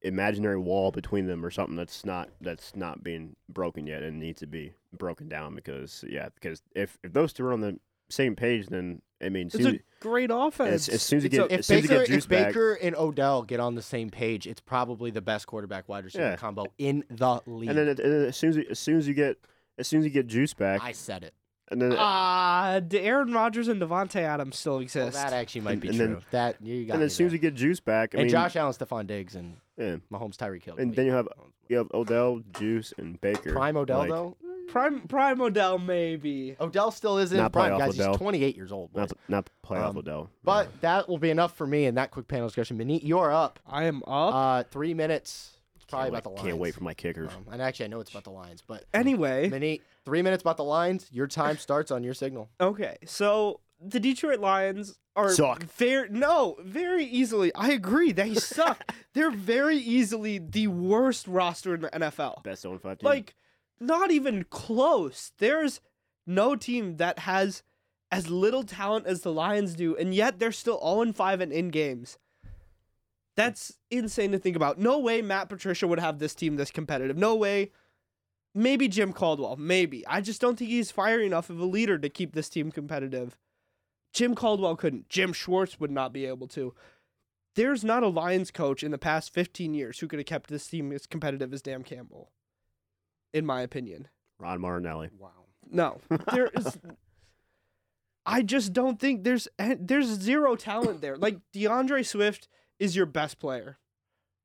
Speaker 4: imaginary wall between them or something that's not that's not being broken yet and needs to be broken down because yeah, because if if those two are on the same page, then I mean,
Speaker 3: It's a
Speaker 4: soon,
Speaker 3: great
Speaker 4: as,
Speaker 3: offense.
Speaker 4: as soon as you
Speaker 3: It's a-
Speaker 4: get
Speaker 2: If
Speaker 4: as soon as you
Speaker 2: Baker,
Speaker 4: get juice
Speaker 2: if
Speaker 4: back,
Speaker 2: Baker and Odell get on the same page, it's probably the best quarterback wide receiver
Speaker 4: Yeah.
Speaker 2: combo in the league.
Speaker 4: and then, it- and then as soon as you- as soon as you get as soon as you get juice back,
Speaker 2: I said it.
Speaker 4: and then
Speaker 3: Ah, the Aaron Rodgers and Devontae Adams still
Speaker 2: Well,
Speaker 3: exist.
Speaker 2: that actually might
Speaker 4: And-
Speaker 2: be
Speaker 4: and
Speaker 2: true.
Speaker 4: then-
Speaker 2: that you got
Speaker 4: and
Speaker 2: me
Speaker 4: as soon as
Speaker 2: there.
Speaker 4: you get juice back, I
Speaker 2: and
Speaker 4: mean,
Speaker 2: Josh Allen, Stephon Diggs, and
Speaker 4: yeah,
Speaker 2: Mahomes, Tyreek Hill.
Speaker 4: And
Speaker 2: to
Speaker 4: then
Speaker 2: me.
Speaker 4: you have- you have Odell, Juice, and Baker.
Speaker 2: prime Odell
Speaker 4: Like,
Speaker 2: though.
Speaker 3: prime Prime Odell maybe.
Speaker 2: Odell still isn't
Speaker 4: Not
Speaker 2: prime,
Speaker 4: playoff
Speaker 2: guys.
Speaker 4: Odell.
Speaker 2: He's 28 years old.
Speaker 4: Not
Speaker 2: boys.
Speaker 4: not playoff
Speaker 2: Um,
Speaker 4: Odell.
Speaker 2: But that will be enough for me in that quick panel discussion. Manit, you're up.
Speaker 3: I am up.
Speaker 2: Uh, three minutes. It's probably
Speaker 4: can't
Speaker 2: about
Speaker 4: wait,
Speaker 2: the lines.
Speaker 4: Can't wait for my kickers.
Speaker 2: Um, and actually, I know it's about the lines, but
Speaker 3: anyway,
Speaker 2: Manit, three minutes about the lines. Your time starts on your signal.
Speaker 3: Okay, so the Detroit Lions are
Speaker 4: Suck.
Speaker 3: very no, very easily. I agree they suck. They're very easily the worst roster in the NFL.
Speaker 4: Best own five team.
Speaker 3: Like not even close. There's no team that has as little talent as the Lions do, and yet they're still 0 5 and in games. That's insane to think about. No way Matt Patricia would have this team this competitive. No way. Maybe Jim Caldwell. Maybe. I just don't think he's fiery enough of a leader to keep this team competitive. Jim Caldwell couldn't. Jim Schwartz would not be able to. There's not a Lions coach in the past 15 years who could have kept this team as competitive as Dan Campbell, in my opinion.
Speaker 4: Ron Marinelli.
Speaker 5: Wow.
Speaker 3: No, there is. I just don't think there's an- there's zero talent there. Like DeAndre Swift is your best player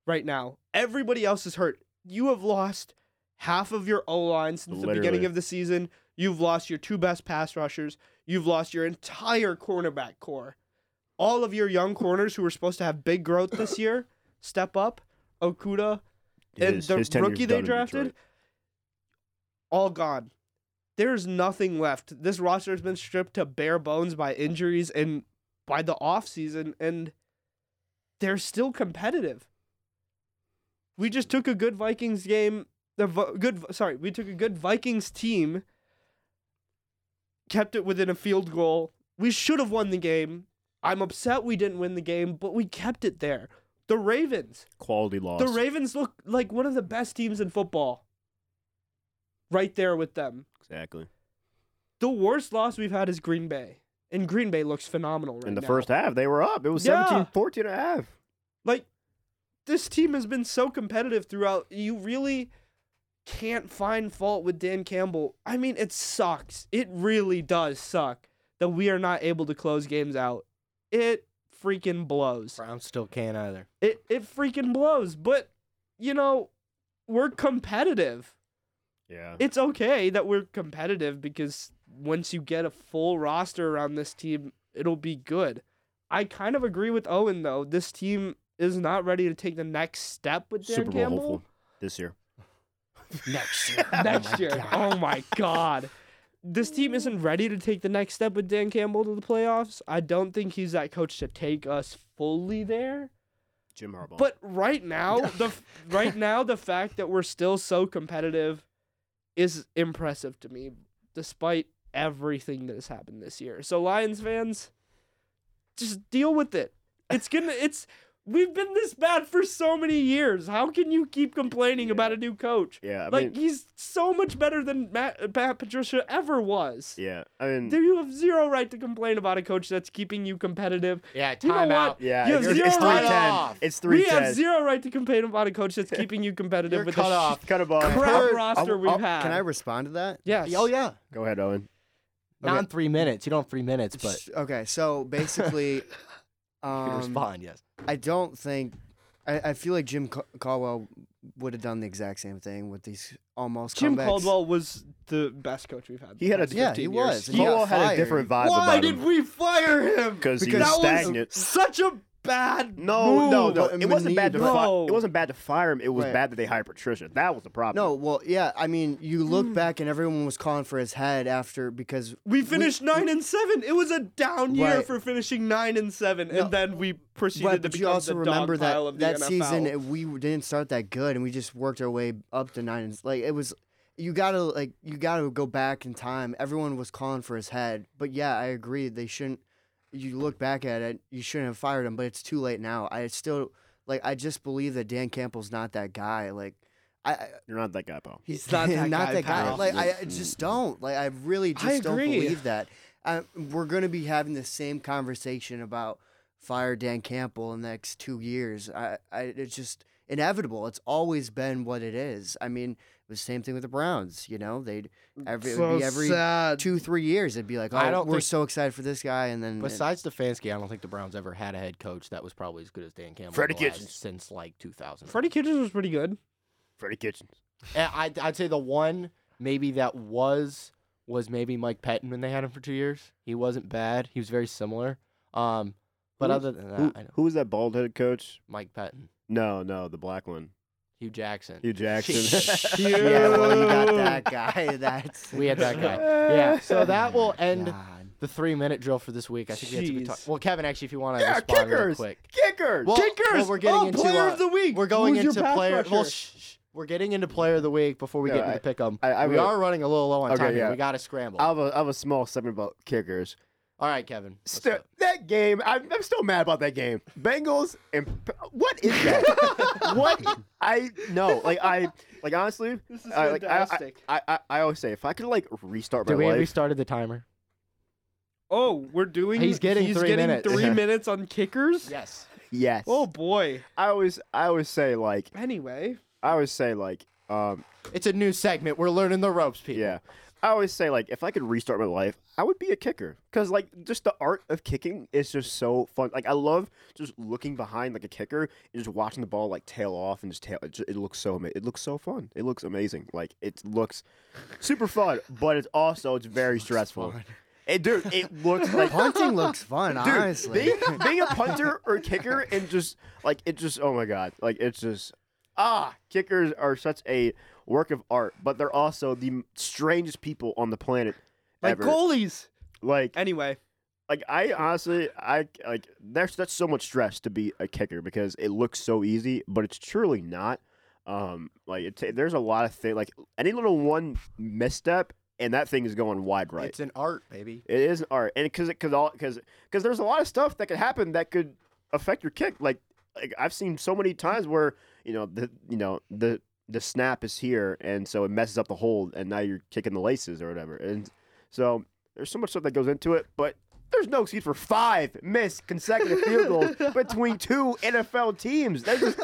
Speaker 3: right now. Everybody else is hurt. You have lost half of your O line since the beginning
Speaker 4: Literally.
Speaker 3: of the season. You've lost your two best pass rushers. You've lost your entire cornerback core. All of your young corners who were supposed to have big growth this year step up. Okuda, and
Speaker 4: His-
Speaker 3: the
Speaker 4: his tenure's
Speaker 3: rookie
Speaker 4: done
Speaker 3: they
Speaker 4: in Detroit.
Speaker 3: drafted, all gone. There's nothing left. This roster has been stripped to bare bones by injuries and by the offseason, and they're still competitive. We just took a good Vikings game. The Vi- good, sorry, we took a good Vikings team, kept it within a field goal. We should have won the game. I'm upset we didn't win the game, but we kept it there. The Ravens,
Speaker 4: Quality loss.
Speaker 3: the Ravens look like one of the best teams in football. Right there with them.
Speaker 4: exactly.
Speaker 3: The worst loss we've had is Green Bay. And Green Bay looks phenomenal right
Speaker 4: in the
Speaker 3: now.
Speaker 4: first half, they were up. It was
Speaker 3: Yeah.
Speaker 4: 17 14 and a half.
Speaker 3: Like this team has been so competitive throughout. You really can't find fault with Dan Campbell. I mean, it sucks. It really does suck that we are not able to close games out. It freaking blows.
Speaker 2: Browns still can't either.
Speaker 3: It it freaking blows, but you know, we're competitive.
Speaker 4: Yeah.
Speaker 3: it's okay that we're competitive because once you get a full roster around this team, it'll be good. I kind of agree with Owen though. This team is not ready to take the next step with Dan
Speaker 4: Super Bowl
Speaker 3: Campbell
Speaker 4: hopeful this year.
Speaker 2: Next year.
Speaker 3: next year. Oh my god. This team isn't ready to take the next step with Dan Campbell to the playoffs. I don't think he's that coach to take us fully there.
Speaker 4: Jim Harbaugh.
Speaker 3: But right now, the f- right now the fact that we're still so competitive is impressive to me, despite everything that has happened this year. So Lions fans, just deal with it. It's gonna. It's we've been this bad for so many years. How can you keep complaining
Speaker 4: Yeah.
Speaker 3: about a new coach?
Speaker 4: yeah, I
Speaker 3: like
Speaker 4: mean,
Speaker 3: he's so much better than Matt, Matt Patricia ever was.
Speaker 4: yeah, I mean,
Speaker 3: There you have zero right to complain about a coach that's keeping you competitive.
Speaker 2: Yeah,
Speaker 3: You know
Speaker 2: timeout.
Speaker 3: what?
Speaker 4: yeah,
Speaker 3: you have
Speaker 4: it's,
Speaker 3: zero
Speaker 4: it's
Speaker 3: right
Speaker 4: 310.
Speaker 2: off.
Speaker 4: It's
Speaker 3: We
Speaker 4: 310.
Speaker 3: have zero right to complain about a coach that's keeping you competitive
Speaker 2: You're
Speaker 3: with
Speaker 2: cut
Speaker 3: the sh-
Speaker 2: off.
Speaker 4: Cut a ball.
Speaker 3: Crap roster we've had.
Speaker 5: Can I respond to that?
Speaker 3: Yes.
Speaker 2: Oh yeah.
Speaker 4: Go ahead, Owen.
Speaker 2: Not in three minutes. You don't have three minutes, but
Speaker 5: Sh- okay, so basically,
Speaker 2: you can
Speaker 5: um,
Speaker 2: respond. Yes.
Speaker 5: I don't think. I, I feel like Jim Cal- Caldwell would have done the exact same thing with these almost
Speaker 3: Jim
Speaker 5: comebacks.
Speaker 3: Caldwell was the best coach we've had.
Speaker 4: He had a
Speaker 3: Yes.
Speaker 4: d-
Speaker 5: Yeah,
Speaker 4: 15
Speaker 5: he
Speaker 4: years.
Speaker 5: was. and he
Speaker 4: Caldwell
Speaker 5: got
Speaker 4: had a
Speaker 5: fired.
Speaker 4: different vibe about him
Speaker 2: we fire him?
Speaker 4: because he
Speaker 5: because
Speaker 4: was
Speaker 5: that was-
Speaker 4: stagnant.
Speaker 3: such a bad
Speaker 4: No, no,
Speaker 3: move.
Speaker 4: no.
Speaker 5: but
Speaker 4: It wasn't bad to
Speaker 3: Manito-
Speaker 4: fi-
Speaker 3: No.
Speaker 4: it wasn't bad to fire him. It was
Speaker 5: Right.
Speaker 4: bad that they hired Patricia. That was the problem.
Speaker 5: No, well, yeah. I mean, you look back and everyone was calling for his head after because
Speaker 3: We finished nine and seven. It was a down year
Speaker 5: Right.
Speaker 3: for finishing nine and seven,
Speaker 5: No,
Speaker 3: and then we proceeded
Speaker 5: Right,
Speaker 3: to
Speaker 5: but
Speaker 3: become
Speaker 5: you also
Speaker 3: the
Speaker 5: remember
Speaker 3: dog pile
Speaker 5: that
Speaker 3: of the
Speaker 5: that
Speaker 3: NFL.
Speaker 5: season it- we w- didn't start that good, and we just worked our way up to nine. And s- like it was, you gotta like you gotta go back in time. Everyone was calling for his head, but yeah, I agree. They shouldn't. You look back at it, you shouldn't have fired him, but it's too late now. I still like. I just believe that Dan Campbell's not that guy. Like, I- I
Speaker 4: you're not that guy, pal.
Speaker 3: He's not that
Speaker 5: not
Speaker 3: guy,
Speaker 5: that guy.
Speaker 3: pal.
Speaker 5: Like I I just don't. Like I really just
Speaker 3: I
Speaker 5: don't
Speaker 3: agree.
Speaker 5: believe that. I, we're going to be having the same conversation about fire Dan Campbell in the next two years. I, I it's just inevitable. It's always been what it is. I mean, it was the same thing with the Browns. You know, they'd every it would be every
Speaker 3: sad.
Speaker 5: two three years it'd be like, oh,
Speaker 2: I don't
Speaker 5: we're
Speaker 2: think-
Speaker 5: so excited for this guy, and then
Speaker 2: Besides Stefanski, I don't think the Browns ever had a head coach that was probably as good as Dan Campbell.
Speaker 4: Freddie
Speaker 2: in the last-
Speaker 4: Kitchens.
Speaker 2: since like 2000.
Speaker 3: Freddie Kitchens was pretty good.
Speaker 4: Freddie Kitchens.
Speaker 2: And I'd, I'd say the one maybe that was was maybe Mike Pettin when they had him for two years. He wasn't bad. He was very similar. Um, but
Speaker 4: Who-
Speaker 2: other than that,
Speaker 4: Who,
Speaker 2: I know
Speaker 4: who was that bald headed coach?
Speaker 2: Mike Pettin,
Speaker 4: No, no, the black one.
Speaker 2: Hugh Jackson.
Speaker 4: Hugh Jackson.
Speaker 5: yeah, well, you got that guy. That's
Speaker 2: We had that guy. Yeah. So that will end
Speaker 5: God.
Speaker 2: the three minute drill for this week. I think we have to be talk-
Speaker 3: Jeez.
Speaker 2: Well, Kevin, actually, if you want to
Speaker 4: Yeah,
Speaker 2: respond real
Speaker 4: kickers.
Speaker 2: quick.
Speaker 4: Kickers.
Speaker 2: Well,
Speaker 3: Kickers!
Speaker 2: well, we're getting
Speaker 3: Oh,
Speaker 2: into
Speaker 3: player
Speaker 2: uh,
Speaker 3: of the week!
Speaker 2: We're going
Speaker 3: Who's your
Speaker 2: into
Speaker 3: pass
Speaker 2: player. Well,
Speaker 3: rusher?
Speaker 2: shh, shh. We're getting into player of the week before we
Speaker 4: Yeah,
Speaker 2: get into
Speaker 4: I-
Speaker 2: the pick 'em.
Speaker 4: I- I
Speaker 2: we
Speaker 4: will-
Speaker 2: are running a little low on
Speaker 4: Okay,
Speaker 2: time. here.
Speaker 4: yeah.
Speaker 2: We got to scramble.
Speaker 4: I have a I have a small segment about kickers.
Speaker 2: All right, Kevin. what's
Speaker 4: Still,
Speaker 2: up?
Speaker 4: that game, I'm, I'm still mad about that game. Bengals and what is that? what I no, like I like honestly,
Speaker 3: This is
Speaker 4: I, like, I- I, I I always say if I could like restart my
Speaker 2: Did we
Speaker 4: life,
Speaker 2: restarted the timer?
Speaker 3: oh, we're doing.
Speaker 2: He's getting
Speaker 3: he's
Speaker 2: three
Speaker 3: getting
Speaker 2: minutes.
Speaker 3: Three minutes on kickers.
Speaker 2: Yes.
Speaker 4: yes.
Speaker 3: Oh boy.
Speaker 4: I always I always say like
Speaker 3: Anyway,
Speaker 4: I always say like um
Speaker 2: It's a new segment. We're learning the ropes, people.
Speaker 4: yeah. I always say like if I could restart my life, I would be a kicker because like just the art of kicking is just so fun. Like I love just looking behind like a kicker and just watching the ball like tail off and just tail. It, ju- it looks so ama- it looks so fun. It looks amazing. Like it looks super fun, but it's also it's very stressful. And dude, it looks like
Speaker 5: Punting looks fun,
Speaker 4: Dude,
Speaker 5: honestly.
Speaker 4: being, being a punter or kicker and just like it just oh my god, like it's just ah, kickers are such a work of art, but they're also the strangest people on the planet
Speaker 3: like
Speaker 4: ever.
Speaker 3: goalies.
Speaker 4: Like
Speaker 3: Anyway,
Speaker 4: like I honestly I like there's that's so much stress to be a kicker because it looks so easy, but it's truly not. Um, like it ta- there's a lot of things like any little one misstep and that thing is going wide right.
Speaker 2: It's an art, baby.
Speaker 4: It is an art, and because because all because because there's a lot of stuff that could happen that could affect your kick. Like like I've seen so many times where you know the you know the the snap is here, and so it messes up the hold, and now you're kicking the laces or whatever. And so there's so much stuff that goes into it, but. There's no excuse for five missed consecutive field goals between two NFL teams. That's just,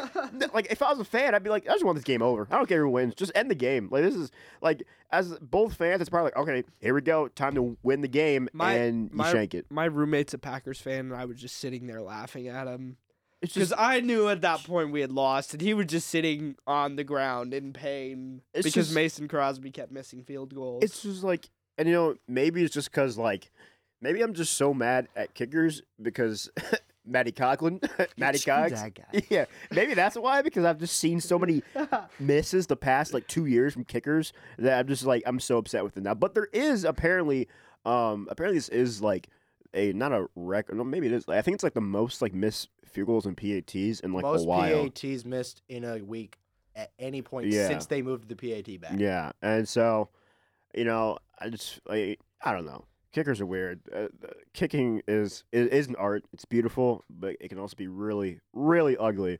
Speaker 4: like if I was a fan, I'd be like, I just want this game over. I don't care who wins. Just end the game. Like this is like as both fans, it's probably like, okay, here we go. Time to win the game
Speaker 3: My-
Speaker 4: and you
Speaker 3: my-
Speaker 4: shank it.
Speaker 3: my roommate's a Packers fan, and I was just sitting there laughing at him
Speaker 4: It's
Speaker 3: because
Speaker 4: just
Speaker 3: I knew at that point we had lost, and he was just sitting on the ground in pain
Speaker 4: It's
Speaker 3: because
Speaker 4: just-
Speaker 3: Mason Crosby kept missing field goals.
Speaker 4: it's just like and you know, maybe it's just cause like maybe I'm just so mad at kickers because Matty Coughlin Matty
Speaker 5: Screw
Speaker 4: Cox.
Speaker 5: That guy.
Speaker 4: Yeah, maybe that's why because I've just seen so many misses the past like two years from kickers that I'm just like I'm so upset with it now. But there is apparently, um, apparently this is like a not a record. No, maybe it is. I think it's like the most like missed field goals and PATs in like
Speaker 2: Most
Speaker 4: a while.
Speaker 2: PATs missed in a week at any point
Speaker 4: Yeah.
Speaker 2: since they moved the PAT back.
Speaker 4: Yeah, and so you know, I just I, I don't know. Kickers are weird. Uh, uh, kicking is is, is an art. It's beautiful, but it can also be really really ugly.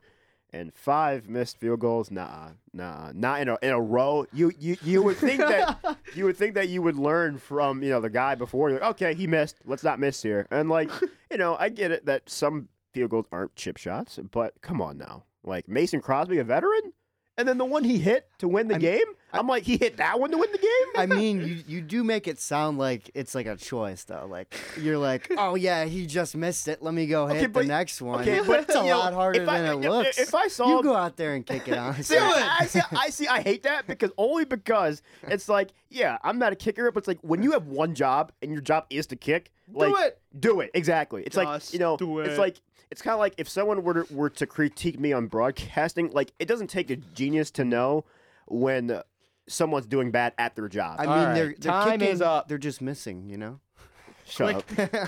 Speaker 4: And five missed field goals, nah, nah, not in a in a row. You you you would think that you would think that you would learn from you know the guy before. You're like, okay, he missed. Let's not miss here. And like you know, I get it that some field goals aren't chip shots, but come on now. Like Mason Crosby, a veteran, and then the one he hit to win the
Speaker 5: I'm-
Speaker 4: game. I'm like, he hit that one to win the game.
Speaker 5: I mean, you, you do make it sound like it's like a choice though. Like you're like, oh yeah, he just missed it. Let me go hit
Speaker 4: Okay,
Speaker 5: the
Speaker 4: but-
Speaker 5: next one.
Speaker 4: okay, but,
Speaker 5: it's a
Speaker 4: you know,
Speaker 5: lot harder
Speaker 4: if
Speaker 5: than
Speaker 4: I-
Speaker 5: it
Speaker 4: if-
Speaker 5: looks.
Speaker 4: if I saw-
Speaker 5: you go out there and kick it,
Speaker 4: See,
Speaker 5: honestly.
Speaker 4: I, I see, I see. I hate that because only because it's like, yeah, I'm not a kicker, but it's like when you have one job and your job is to kick, like,
Speaker 3: do it.
Speaker 4: Do it exactly. It's like
Speaker 3: Just
Speaker 4: you know,
Speaker 3: do
Speaker 4: it's
Speaker 3: it.
Speaker 4: like it's kind of like if someone were to, were to critique me on broadcasting, like it doesn't take a genius to know when uh, someone's doing bad at their job.
Speaker 5: I mean,
Speaker 2: All right,
Speaker 5: they're, they're
Speaker 2: time
Speaker 5: kicking,
Speaker 2: is up.
Speaker 5: They're just missing, you know.
Speaker 4: Shut up.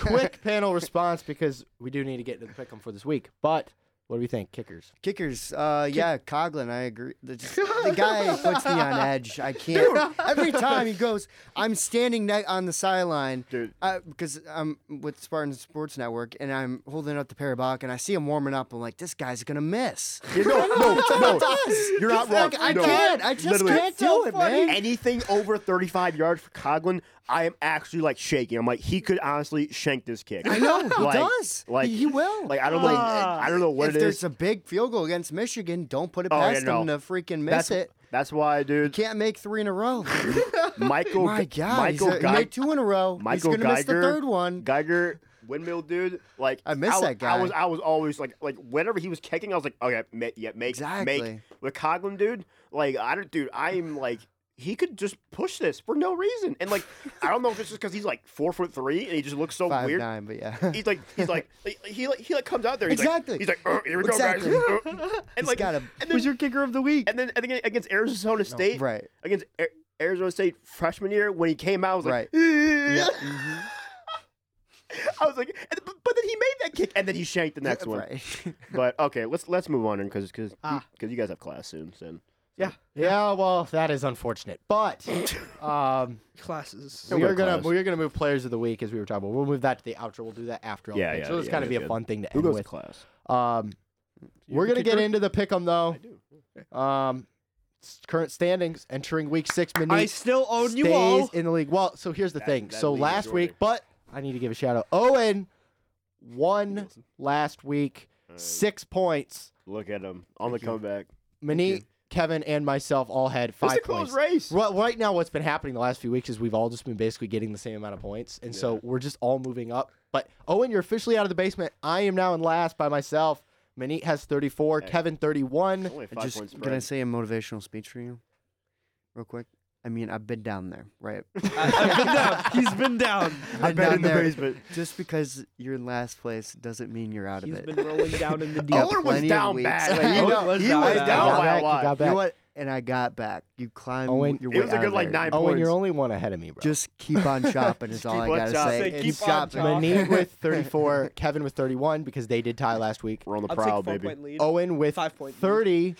Speaker 2: Quick panel response because we do need to get into the pick'em for this week. But what do we think, kickers?
Speaker 5: Kickers, uh, yeah, Coglin, I agree. The, just- the guy puts me on edge. I can't. Every time he goes, I'm standing ne- on the sideline
Speaker 4: Dude.
Speaker 5: uh, because I'm with Spartan Sports Network and I'm holding up the parabolic and I see him warming up. I'm like, this guy's gonna miss.
Speaker 4: You- no, no, no. You're not wrong.
Speaker 5: Like, I
Speaker 4: No.
Speaker 5: can't. I just
Speaker 4: Literally.
Speaker 5: can't do
Speaker 3: So
Speaker 5: it,
Speaker 3: funny.
Speaker 5: man.
Speaker 4: anything over 35 yards for Coglin, I am actually like shaking. I'm like, he could honestly shank this kick.
Speaker 5: I know he
Speaker 4: Like-
Speaker 5: does.
Speaker 4: Like
Speaker 5: he, he will.
Speaker 4: Like I don't know. I don't know what
Speaker 5: if
Speaker 4: it
Speaker 5: there's
Speaker 4: is.
Speaker 5: a big field goal against Michigan, don't put it
Speaker 4: Oh, yeah,
Speaker 5: past him
Speaker 4: no.
Speaker 5: to freaking miss
Speaker 4: that's
Speaker 5: it.
Speaker 4: That's why,
Speaker 5: You
Speaker 4: dude.
Speaker 5: can't make three in a row.
Speaker 4: Michael.
Speaker 5: My God,
Speaker 4: Michael
Speaker 5: he's a,
Speaker 4: Gei-
Speaker 5: he made two in a row.
Speaker 4: Michael
Speaker 5: he's gonna miss the
Speaker 4: Geiger-
Speaker 5: third one.
Speaker 4: Geiger windmill dude. Like
Speaker 5: I miss
Speaker 4: was-
Speaker 5: that guy.
Speaker 4: I was I was always like like whenever he was kicking, I was like, okay, ma- yeah, make make
Speaker 5: Exactly.
Speaker 4: with Coglin dude. Like I don't, dude. I'm like. He could just push this for no reason, and like I don't know if it's just because he's like four foot three and he just looks so
Speaker 5: Five
Speaker 4: weird.
Speaker 5: nine, but yeah.
Speaker 4: He's like, he's like, he he like, he like comes out there. He's
Speaker 5: Exactly.
Speaker 4: Like, he's like, "Uh, here we
Speaker 5: Exactly.
Speaker 4: go, guys. Uh, and like,
Speaker 5: gotta-
Speaker 4: and
Speaker 3: Who's
Speaker 4: then,
Speaker 3: your kicker of the week?
Speaker 4: and then, and then against Arizona State,
Speaker 5: right.
Speaker 4: Against Ar- Arizona State freshman year, when he came out, I was like,
Speaker 5: Right. mm-hmm.
Speaker 4: I was like, and, but, but then he made that kick, and then he shanked the next one.
Speaker 5: Right.
Speaker 4: But okay, let's let's move on because because
Speaker 3: Ah.
Speaker 4: you guys have class soon. So
Speaker 2: Yeah, well, that is unfortunate. But um,
Speaker 3: Classes.
Speaker 4: Yeah,
Speaker 2: we
Speaker 4: we're
Speaker 2: are gonna
Speaker 4: close.
Speaker 2: we are gonna move players of the week as we were talking about. We'll move that to the outro. We'll do that after all
Speaker 4: Yeah,
Speaker 2: the picks.
Speaker 4: yeah,
Speaker 2: so it's
Speaker 4: yeah,
Speaker 2: kind of
Speaker 4: that's
Speaker 2: be a
Speaker 4: good.
Speaker 2: fun thing to
Speaker 4: Who
Speaker 2: end
Speaker 4: goes to
Speaker 2: with.
Speaker 4: class?
Speaker 2: Um,
Speaker 3: You
Speaker 2: we're
Speaker 3: have
Speaker 2: gonna get
Speaker 3: the kicker?
Speaker 2: into the pick 'em though.
Speaker 4: do.
Speaker 2: Um, s- current standings entering week six.
Speaker 3: I
Speaker 2: Minute
Speaker 3: still own
Speaker 2: stays
Speaker 3: you all.
Speaker 2: in the league. Well, so here's the
Speaker 4: That-
Speaker 2: thing.
Speaker 4: that
Speaker 2: So
Speaker 4: league is
Speaker 2: last
Speaker 4: yours.
Speaker 2: week, but I need to give a shout out. Owen won
Speaker 4: Nielsen.
Speaker 2: last week,
Speaker 4: All right,
Speaker 2: six points.
Speaker 4: Look at him on the
Speaker 5: Thank you.
Speaker 4: comeback.
Speaker 2: Manit, Kevin, and myself all had
Speaker 4: It's
Speaker 2: five
Speaker 4: a
Speaker 2: points.
Speaker 4: close race.
Speaker 2: Right, right now, what's been happening the last few weeks is we've all just been basically getting the same amount of points, and
Speaker 4: Yeah.
Speaker 2: so we're just all moving up. But Owen, you're officially out of the basement. I am now in last by myself. Manit has 34,
Speaker 4: Hey.
Speaker 2: Kevin 31.
Speaker 4: Only a
Speaker 5: I
Speaker 4: five
Speaker 5: just
Speaker 4: point
Speaker 5: can I
Speaker 4: spread.
Speaker 5: say a motivational speech for you, real quick? I mean, I've been down there, right?
Speaker 3: I've been down. He's been down.
Speaker 5: I've
Speaker 4: bet
Speaker 5: down
Speaker 4: in the
Speaker 5: there.
Speaker 4: basement.
Speaker 5: Just because you're in last place doesn't mean you're out of
Speaker 3: He's
Speaker 5: it.
Speaker 3: been rolling down in the deep.
Speaker 5: got
Speaker 4: Owen was
Speaker 5: plenty of
Speaker 4: down
Speaker 5: weeks.
Speaker 4: bad.
Speaker 5: Like,
Speaker 4: Like,
Speaker 5: you
Speaker 4: he
Speaker 5: know-
Speaker 4: was
Speaker 5: he
Speaker 4: down
Speaker 5: was
Speaker 4: bad.
Speaker 5: down
Speaker 2: You got
Speaker 5: by a
Speaker 2: back, you
Speaker 4: lot.
Speaker 2: got
Speaker 5: You know
Speaker 2: back.
Speaker 5: what? And I got back. You climbed.
Speaker 2: Owen-
Speaker 5: your
Speaker 4: It
Speaker 5: way
Speaker 4: was a
Speaker 5: out
Speaker 4: good,
Speaker 5: of
Speaker 4: like,
Speaker 5: there.
Speaker 4: nine
Speaker 2: Owen, you're
Speaker 4: points.
Speaker 2: only one ahead of me, bro.
Speaker 5: Just keep on shopping is
Speaker 4: Just
Speaker 5: all
Speaker 4: keep
Speaker 5: I
Speaker 4: on
Speaker 5: gotta
Speaker 4: shopping. Say
Speaker 5: say. Keep,
Speaker 4: keep on
Speaker 5: shopping.
Speaker 3: shopping.
Speaker 2: Manit with 34, Kevin with 31 because they did tie last week.
Speaker 4: We're on the
Speaker 3: I'll
Speaker 4: prowl,
Speaker 3: take four
Speaker 4: baby. Oh,
Speaker 3: point lead.
Speaker 2: Owen with
Speaker 3: Five point lead.
Speaker 2: 30.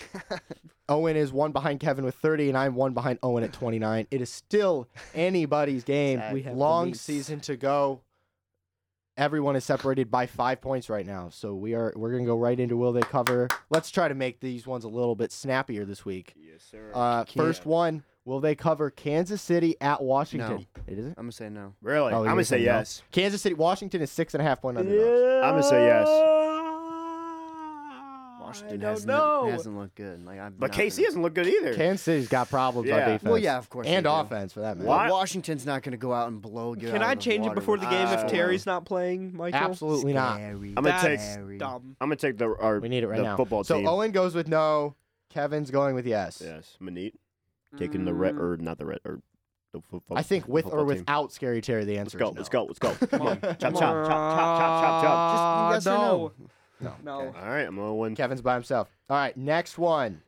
Speaker 2: Owen is one behind Kevin with 30, and I'm one behind Owen at 29. It is still anybody's game.
Speaker 5: Sad.
Speaker 3: We have the
Speaker 2: Long
Speaker 3: least.
Speaker 2: season to go. Everyone is separated by five points right now, so we are we're gonna go right into will they cover. Let's try to make these ones a little bit snappier this week.
Speaker 4: Yes, sir.
Speaker 2: Uh, first one, will they cover Kansas City at Washington? It isn't.
Speaker 5: I'm gonna say no.
Speaker 4: really?
Speaker 2: Oh, you're
Speaker 4: I'm gonna say
Speaker 2: saying no.
Speaker 4: yes.
Speaker 2: Kansas City, Washington is six and a half point underdogs.
Speaker 4: I'm gonna say yes.
Speaker 5: Washington
Speaker 3: I don't
Speaker 5: hasn't,
Speaker 3: know.
Speaker 5: hasn't looked good. Like I've
Speaker 4: But
Speaker 5: not been-
Speaker 4: KC doesn't look good either.
Speaker 2: Kansas City's got problems on
Speaker 4: Yeah.
Speaker 2: defense.
Speaker 5: Well, yeah, of course.
Speaker 2: and
Speaker 5: they do.
Speaker 2: offense for that matter.
Speaker 5: But
Speaker 4: Why-
Speaker 5: Washington's not gonna go out and blow. you
Speaker 3: Can
Speaker 5: out
Speaker 3: I
Speaker 5: of the
Speaker 3: change it
Speaker 5: water
Speaker 3: before the
Speaker 5: with
Speaker 3: game if
Speaker 4: Uh,
Speaker 5: four.
Speaker 3: Terry's not playing, Michael?
Speaker 2: Absolutely not.
Speaker 5: Scary.
Speaker 4: I'm gonna take-
Speaker 3: That's dumb.
Speaker 4: I'm gonna take the our
Speaker 2: We need it right
Speaker 4: the
Speaker 2: now.
Speaker 4: football
Speaker 2: so
Speaker 4: team.
Speaker 2: Owen goes with no. Kevin's going with yes.
Speaker 4: yes, Manit taking the
Speaker 3: Mm.
Speaker 4: red or not the red or the football.
Speaker 2: I think with or
Speaker 4: football team.
Speaker 2: without Scary Terry, the
Speaker 4: Let's
Speaker 2: answer
Speaker 4: go.
Speaker 2: is no.
Speaker 4: Let's go. Let's go. Come on. Chop chop
Speaker 2: Come
Speaker 4: chop chop chop chop.
Speaker 3: Uh,
Speaker 5: yes or
Speaker 3: no.
Speaker 2: No.
Speaker 3: No.
Speaker 4: Just all right. I'm gonna win.
Speaker 2: Kevin's by himself. All right, next one.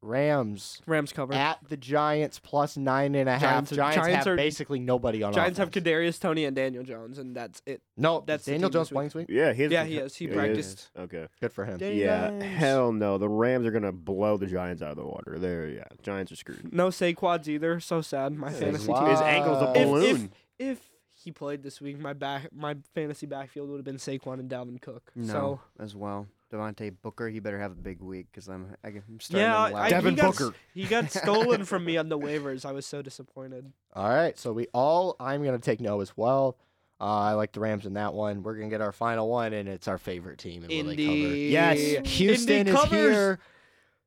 Speaker 2: Rams
Speaker 3: Rams cover.
Speaker 2: at the Giants plus nine and a half.
Speaker 3: Giants
Speaker 2: Giants,
Speaker 3: are- Giants
Speaker 2: have
Speaker 3: are-
Speaker 2: basically nobody on
Speaker 3: Giants have
Speaker 2: offense.
Speaker 3: Kadarius Tony and Daniel Jones, and that's it.
Speaker 2: no.
Speaker 3: that's the
Speaker 2: Daniel
Speaker 3: team this
Speaker 2: Jones playing this week.
Speaker 4: Yeah, he is.
Speaker 3: Yeah,
Speaker 4: the-
Speaker 3: he is. He
Speaker 4: yeah,
Speaker 3: practiced.
Speaker 4: Okay.
Speaker 2: Good for him.
Speaker 4: Yeah. Hell no. The Rams are gonna blow the Giants out of the water. There. Yeah. Giants are screwed.
Speaker 3: No Saquads either. So sad. My fantasy team.
Speaker 2: wild.
Speaker 4: His ankle's a
Speaker 2: Wow.
Speaker 3: If,
Speaker 4: balloon.
Speaker 3: if, if he played this week, my back my fantasy backfield would have been Saquon and Dalvin Cook.
Speaker 5: No,
Speaker 3: So
Speaker 5: as well. Devontae Booker, he better have a big week because I'm, I, g- I'm starting
Speaker 3: yeah,
Speaker 5: him
Speaker 3: I,
Speaker 5: last.
Speaker 3: he got, s-
Speaker 2: Booker.
Speaker 3: He got stolen from me on the waivers. I was so disappointed.
Speaker 2: All right, so we all. I'm gonna take no as well. Uh, I like the Rams in that one. We're gonna get our final one, and it's our favorite team. And will they cover?
Speaker 3: Indy.
Speaker 4: Yes.
Speaker 2: Houston
Speaker 3: Indy
Speaker 2: is
Speaker 3: covers.
Speaker 2: here.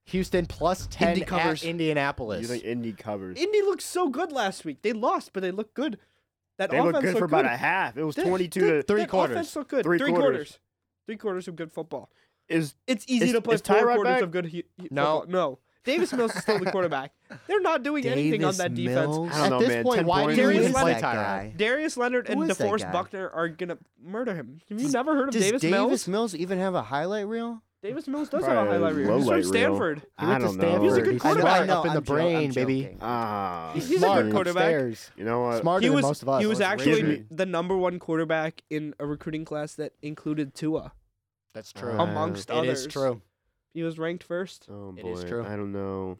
Speaker 2: Houston plus 10
Speaker 3: Indy covers.
Speaker 2: at Indianapolis.
Speaker 4: You think Indy covers?
Speaker 3: Indy looked so good last week. They lost, but they looked good. That
Speaker 4: They
Speaker 3: offense
Speaker 4: look good for
Speaker 3: looked
Speaker 4: about a half. It was
Speaker 3: That-
Speaker 4: 22
Speaker 3: that-
Speaker 4: to.
Speaker 2: three
Speaker 3: that
Speaker 2: quarters.
Speaker 3: Offense looked good.
Speaker 4: Three
Speaker 3: Three,
Speaker 4: quarters.
Speaker 3: quarters. Three quarters of good football.
Speaker 4: Is
Speaker 3: It's easy
Speaker 4: Is-
Speaker 3: to play
Speaker 4: is
Speaker 3: four
Speaker 4: Tyrod
Speaker 3: quarters
Speaker 4: back?
Speaker 3: of good he- he-
Speaker 2: No.
Speaker 3: football. No. Davis Mills is still the quarterback. They're not doing anything on
Speaker 5: Davis
Speaker 3: that defense.
Speaker 5: Mills?
Speaker 4: I don't
Speaker 2: At
Speaker 4: know,
Speaker 2: this
Speaker 4: man.
Speaker 2: point,
Speaker 4: 10
Speaker 2: why
Speaker 4: points.
Speaker 2: did
Speaker 3: Who
Speaker 2: you
Speaker 3: is
Speaker 2: even play
Speaker 5: that
Speaker 2: Tyrod?
Speaker 5: guy?
Speaker 3: Darius Leonard
Speaker 5: Who
Speaker 3: and
Speaker 5: is that
Speaker 3: DeForest
Speaker 5: guy?
Speaker 3: Buckner are gonna murder him. Have you
Speaker 5: Does-
Speaker 3: never heard of
Speaker 5: Does
Speaker 3: Davis, Mills?
Speaker 5: even have a highlight reel?
Speaker 3: Davis Mills does have a
Speaker 4: Probably
Speaker 3: highlight reel. He's
Speaker 4: lowlight
Speaker 3: from
Speaker 4: reel.
Speaker 3: Stanford.
Speaker 2: He went
Speaker 4: I
Speaker 2: to
Speaker 4: don't
Speaker 2: Stanford.
Speaker 4: know.
Speaker 3: He's a good
Speaker 2: He's
Speaker 5: I know,
Speaker 3: quarterback.
Speaker 5: I know,
Speaker 2: up in
Speaker 5: I'm
Speaker 2: the
Speaker 5: jo-
Speaker 2: brain,
Speaker 5: I'm
Speaker 2: baby.
Speaker 5: joking.
Speaker 4: Ah,
Speaker 3: He's a good
Speaker 2: Smart
Speaker 3: quarterback.
Speaker 2: upstairs.
Speaker 4: You know what?
Speaker 2: Smarter
Speaker 3: he
Speaker 2: than
Speaker 3: was
Speaker 2: most of us.
Speaker 3: he was
Speaker 2: Let's
Speaker 3: actually
Speaker 2: admit it.
Speaker 3: the number one quarterback in a recruiting class that included Tua
Speaker 2: That's true.
Speaker 5: Uh,
Speaker 3: amongst
Speaker 2: it
Speaker 3: others.
Speaker 2: is true.
Speaker 3: He was ranked first.
Speaker 4: Oh
Speaker 2: It
Speaker 4: boy,
Speaker 2: is true.
Speaker 4: I don't
Speaker 2: All
Speaker 4: know.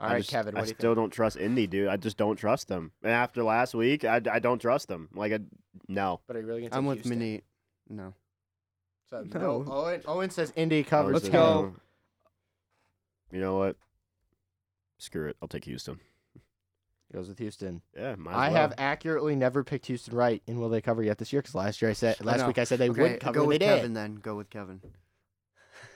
Speaker 4: I
Speaker 2: right,
Speaker 4: just-
Speaker 2: Kevin,
Speaker 4: I
Speaker 2: what do you
Speaker 4: still
Speaker 2: think?
Speaker 4: don't trust Indy, dude. I just don't trust them. And after last week, I, I don't trust them. Like, I, no.
Speaker 2: But are you really gonna
Speaker 5: I'm
Speaker 2: take
Speaker 5: with
Speaker 2: Houston?
Speaker 5: Minute. No.
Speaker 2: So,
Speaker 3: No.
Speaker 2: no. Owen, Owen says Indy covers.
Speaker 3: Let's
Speaker 4: Honestly,
Speaker 3: go.
Speaker 4: no. You know what? Screw it. I'll take Houston.
Speaker 2: He goes with Houston.
Speaker 4: Yeah, might as
Speaker 2: I
Speaker 4: well.
Speaker 2: have accurately never picked Houston right, and will they cover yet this year? Because last year I said, last
Speaker 5: know.
Speaker 2: week I said they
Speaker 5: okay,
Speaker 2: would cover.
Speaker 5: go
Speaker 2: and
Speaker 5: with
Speaker 2: they did.
Speaker 5: Kevin then. Go with Kevin.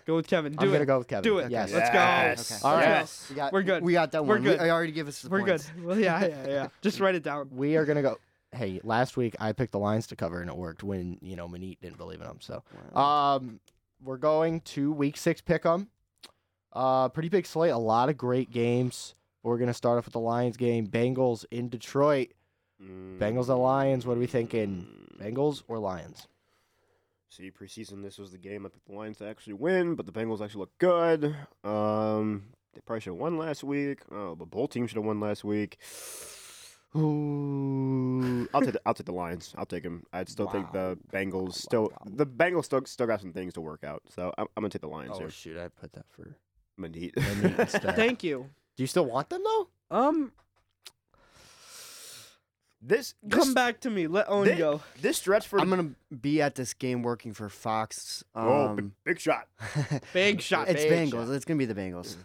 Speaker 3: Go with Kevin. Do
Speaker 2: I'm
Speaker 3: it.
Speaker 2: gonna go with Kevin.
Speaker 3: Do it.
Speaker 2: Yes.
Speaker 3: Let's go.
Speaker 4: Yes.
Speaker 5: Okay.
Speaker 2: All right.
Speaker 4: Yes.
Speaker 5: We got,
Speaker 3: We're good.
Speaker 5: We got that
Speaker 3: We're
Speaker 5: one.
Speaker 3: good.
Speaker 5: We, I already give us. The
Speaker 3: We're good.
Speaker 5: points.
Speaker 3: Well, yeah, yeah, yeah. Just write it down.
Speaker 2: we are gonna go. Hey, last week I picked the Lions to cover and it worked when you know Manit didn't believe in them. So,
Speaker 5: Wow.
Speaker 2: um, we're going to Week Six pick 'em. Uh, pretty big slate. A lot of great games. We're gonna start off with the Lions game. Bengals in Detroit. Bengals and Lions, what are we thinking?
Speaker 4: Mm.
Speaker 2: Bengals or Lions?
Speaker 4: See, preseason, this was the game I picked the Lions to actually win, but the Bengals actually look good. Um, they probably should have won last week. Oh, but both teams should have won last week. Ooh, I'll take the, I'll take the Lions. I'll take them. I'd still take the Bengals. Still, the Bengals still still got some things to work out. So I'm, I'm gonna take the Lions here.
Speaker 2: shoot! I Oh, put that for
Speaker 4: Manit.
Speaker 2: Manit instead.
Speaker 3: Thank you.
Speaker 2: Do you still want them though?
Speaker 3: Um,
Speaker 4: this, this
Speaker 3: come back to me. Let Owen
Speaker 4: This-
Speaker 3: go.
Speaker 4: This stretch for
Speaker 5: I'm gonna be at this game working for Fox.
Speaker 4: oh, b-
Speaker 5: Um,
Speaker 4: big shot.
Speaker 3: Big shot.
Speaker 5: it's
Speaker 2: big
Speaker 5: Bengals.
Speaker 2: shot.
Speaker 5: It's gonna be the Bengals.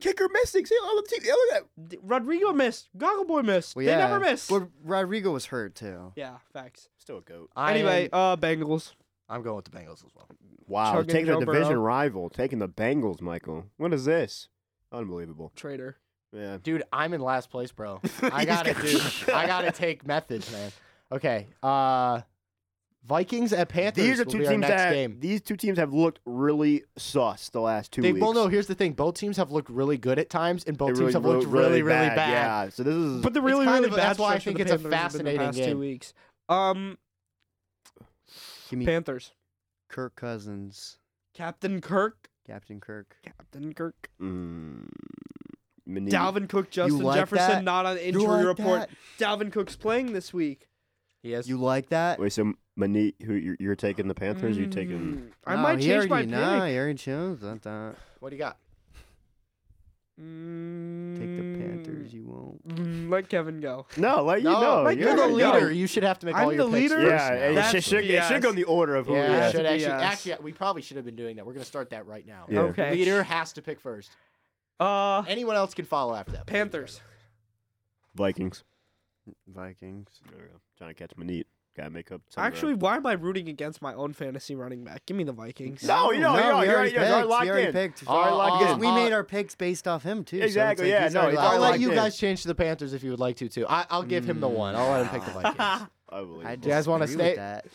Speaker 4: Kicker missing. See, all the team. Look at that.
Speaker 3: D- Rodrigo missed. Goggle Boy missed.
Speaker 5: Well,
Speaker 3: they
Speaker 5: yeah.
Speaker 3: never miss.
Speaker 5: Well, Rodrigo was hurt too.
Speaker 3: Yeah, facts.
Speaker 4: Still a goat.
Speaker 2: I
Speaker 3: anyway,
Speaker 2: am-
Speaker 3: uh, Bengals.
Speaker 2: I'm going with the Bengals as well.
Speaker 4: Wow,
Speaker 3: Chugging
Speaker 4: taking a
Speaker 3: Joe Burrow.
Speaker 4: division rival, taking the Bengals, Michael. What is this? Unbelievable.
Speaker 3: Traitor.
Speaker 4: Yeah.
Speaker 2: Dude, I'm in last place, bro. I gotta do. I gotta take methods, man. Okay. Uh, Vikings at Panthers.
Speaker 4: These are
Speaker 2: will
Speaker 4: two
Speaker 2: be our
Speaker 4: teams
Speaker 2: next
Speaker 4: that
Speaker 2: game.
Speaker 4: these two teams have looked really sus the last two
Speaker 2: They
Speaker 4: weeks.
Speaker 2: well, no. Here's the thing: both teams have looked really good at times, and both
Speaker 4: They
Speaker 2: teams have looked
Speaker 4: look
Speaker 2: really, really bad.
Speaker 4: Yeah. So this is
Speaker 3: But the
Speaker 2: It's
Speaker 3: really,
Speaker 2: kind
Speaker 3: really
Speaker 2: of-
Speaker 3: bad
Speaker 2: that's why I
Speaker 3: stretch for
Speaker 2: think
Speaker 3: the
Speaker 2: it's a
Speaker 3: Panthers has been the
Speaker 2: fascinating
Speaker 3: past
Speaker 2: game.
Speaker 3: two weeks. Um,
Speaker 5: Give me
Speaker 3: Panthers.
Speaker 5: Kirk Cousins,
Speaker 3: Captain Kirk.
Speaker 5: Captain Kirk.
Speaker 3: Captain Kirk.
Speaker 4: mm, Mini-
Speaker 3: Dalvin Cook, Justin
Speaker 5: like
Speaker 3: Jefferson,
Speaker 5: that?
Speaker 3: not on injury report. Dalvin Cook's playing this week.
Speaker 2: He has
Speaker 5: You like that?
Speaker 4: Wait, so Mani, who you're, you're taking the Panthers? You're taking
Speaker 3: Mm, I
Speaker 5: No,
Speaker 3: might
Speaker 5: he
Speaker 3: change my
Speaker 5: already-
Speaker 3: pick.
Speaker 5: Nah, he already chose that. that.
Speaker 2: What do you got?
Speaker 5: Take the
Speaker 3: Mm,
Speaker 5: Panthers. You won't.
Speaker 3: mm, Let Kevin go.
Speaker 4: no, let you
Speaker 2: No,
Speaker 4: know.
Speaker 3: like,
Speaker 4: you're
Speaker 2: Oh, You're the
Speaker 4: gonna
Speaker 3: go.
Speaker 2: leader. You should have to make
Speaker 3: I'm
Speaker 2: all your
Speaker 3: the
Speaker 2: picks
Speaker 3: leader?
Speaker 2: first
Speaker 4: Yeah,
Speaker 2: now.
Speaker 4: it
Speaker 3: That's
Speaker 4: should, should, it should go in the order of who.
Speaker 2: Yeah,
Speaker 4: we
Speaker 2: I
Speaker 4: are.
Speaker 2: should
Speaker 3: Yes.
Speaker 2: actually,
Speaker 3: Yes.
Speaker 2: actually, we probably should have been doing that. We're gonna start that right now.
Speaker 4: Yeah.
Speaker 3: Okay.
Speaker 2: Leader has to pick first.
Speaker 3: Uh,
Speaker 2: Anyone else can follow after that. but you
Speaker 3: Panthers.
Speaker 4: Vikings.
Speaker 5: Vikings.
Speaker 4: There we go. Trying to catch Manit. Gotta make up. some ground.
Speaker 3: Actually, why am I rooting against my own fantasy running back? Give me the Vikings.
Speaker 4: No, you know,
Speaker 5: no,
Speaker 4: you know,
Speaker 5: we
Speaker 4: you're,
Speaker 5: already
Speaker 4: you're,
Speaker 5: picked.
Speaker 4: you're
Speaker 5: we
Speaker 4: locked
Speaker 5: already
Speaker 4: in.
Speaker 5: picked.
Speaker 2: Already
Speaker 4: locked
Speaker 5: because
Speaker 4: in.
Speaker 5: we
Speaker 2: Uh,
Speaker 5: made our picks based off him too. so it's
Speaker 4: Exactly,
Speaker 5: like
Speaker 4: yeah,
Speaker 5: he's
Speaker 4: no,
Speaker 5: already
Speaker 4: it's
Speaker 5: locked
Speaker 2: I'll
Speaker 4: all
Speaker 5: in.
Speaker 2: let
Speaker 4: like
Speaker 2: you
Speaker 4: this.
Speaker 2: guys change to the Panthers if you would like to too. I, I'll give him the one. I'll let him pick the Vikings.
Speaker 4: Unbelievable.
Speaker 5: I
Speaker 2: Do you guys wanna
Speaker 5: disagree with
Speaker 2: stay-
Speaker 5: That.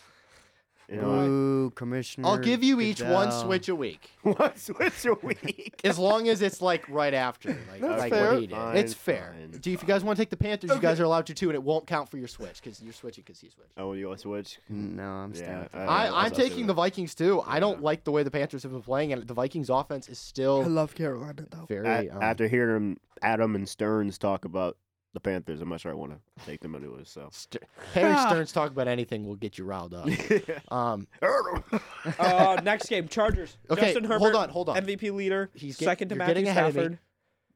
Speaker 4: You know
Speaker 5: Ooh, Commissioner.
Speaker 2: I'll give you each one
Speaker 5: Goodell.
Speaker 2: switch a week,
Speaker 4: what? Once, once a week.
Speaker 2: as long as it's like right after, like,
Speaker 4: That's
Speaker 2: like
Speaker 4: fair.
Speaker 2: what he did.
Speaker 4: Fine,
Speaker 2: it's fair.
Speaker 4: fine,
Speaker 2: Do you, if you guys want to take the Panthers, you guys are allowed to too, and it won't count for your switch because you're switching because he switched.
Speaker 4: Oh, you want to switch?
Speaker 5: No, I'm staying.
Speaker 4: Yeah,
Speaker 5: with that.
Speaker 2: I,
Speaker 4: that's
Speaker 2: I'm
Speaker 4: up to
Speaker 2: taking the
Speaker 4: them.
Speaker 2: Vikings too. I don't
Speaker 4: Yeah.
Speaker 2: like the way the Panthers have been playing, and the Vikings offense is
Speaker 3: I
Speaker 2: still
Speaker 3: love Carolina though.
Speaker 2: very.
Speaker 4: A-
Speaker 2: um,
Speaker 4: after hearing Adam and Stearns talk about the Panthers, I'm not sure I want to take them into it. So.
Speaker 2: Ster- Harry
Speaker 3: Ah.
Speaker 2: Stearns talk about anything will get you riled up. Um,
Speaker 3: uh, next game, Chargers.
Speaker 2: okay,
Speaker 3: Justin Herbert,
Speaker 2: hold on, hold on.
Speaker 3: MVP leader.
Speaker 2: He's get-
Speaker 3: second to
Speaker 2: you're
Speaker 3: Matthew
Speaker 2: getting ahead of me.
Speaker 3: Stafford.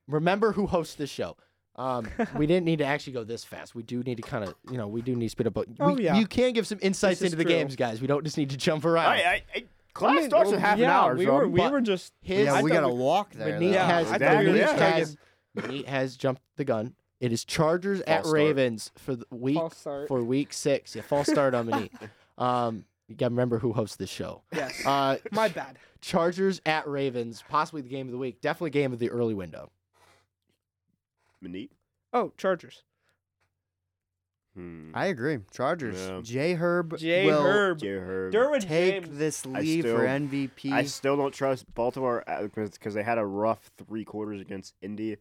Speaker 2: remember who hosts this show. Um, we didn't need to actually go this fast. We do need to kind of, you know, we do need to speed up. But we,
Speaker 3: Oh, yeah.
Speaker 2: you can give some insights
Speaker 3: This is
Speaker 2: into the
Speaker 3: true.
Speaker 2: games, guys. We don't just need to jump around.
Speaker 5: Oh,
Speaker 4: I, I, I, class starts in half
Speaker 3: yeah,
Speaker 4: an hour.
Speaker 3: we
Speaker 4: so
Speaker 3: were
Speaker 4: I'm
Speaker 3: we
Speaker 4: bu-
Speaker 3: were just
Speaker 2: His
Speaker 5: yeah,
Speaker 3: I
Speaker 5: we
Speaker 3: thought
Speaker 5: gotta
Speaker 3: we-
Speaker 5: walk there.
Speaker 2: Manit
Speaker 5: though.
Speaker 3: Yeah,
Speaker 2: has,
Speaker 3: I thought we were
Speaker 2: Manit
Speaker 4: just
Speaker 3: gonna
Speaker 2: has, Manit has jumped the gun. It is Chargers at
Speaker 4: start.
Speaker 2: Ravens for the week
Speaker 3: false start.
Speaker 2: for week six. Yeah, false start on Manit. Um, you got to remember who hosts this show.
Speaker 3: yes,
Speaker 2: Uh,
Speaker 3: my bad.
Speaker 2: Chargers at Ravens, possibly the game of the week, definitely game of the early window.
Speaker 4: Manit.
Speaker 3: Oh, Chargers.
Speaker 4: Hmm.
Speaker 5: I agree. Chargers.
Speaker 4: Yeah.
Speaker 5: J Herb
Speaker 3: J
Speaker 5: will
Speaker 3: Herb,
Speaker 4: J. Herb.
Speaker 3: Derwin
Speaker 5: take
Speaker 3: James.
Speaker 5: this
Speaker 4: I
Speaker 5: lead
Speaker 4: still-
Speaker 5: for MVP.
Speaker 4: I still don't trust Baltimore because they had a rough three quarters against Indy.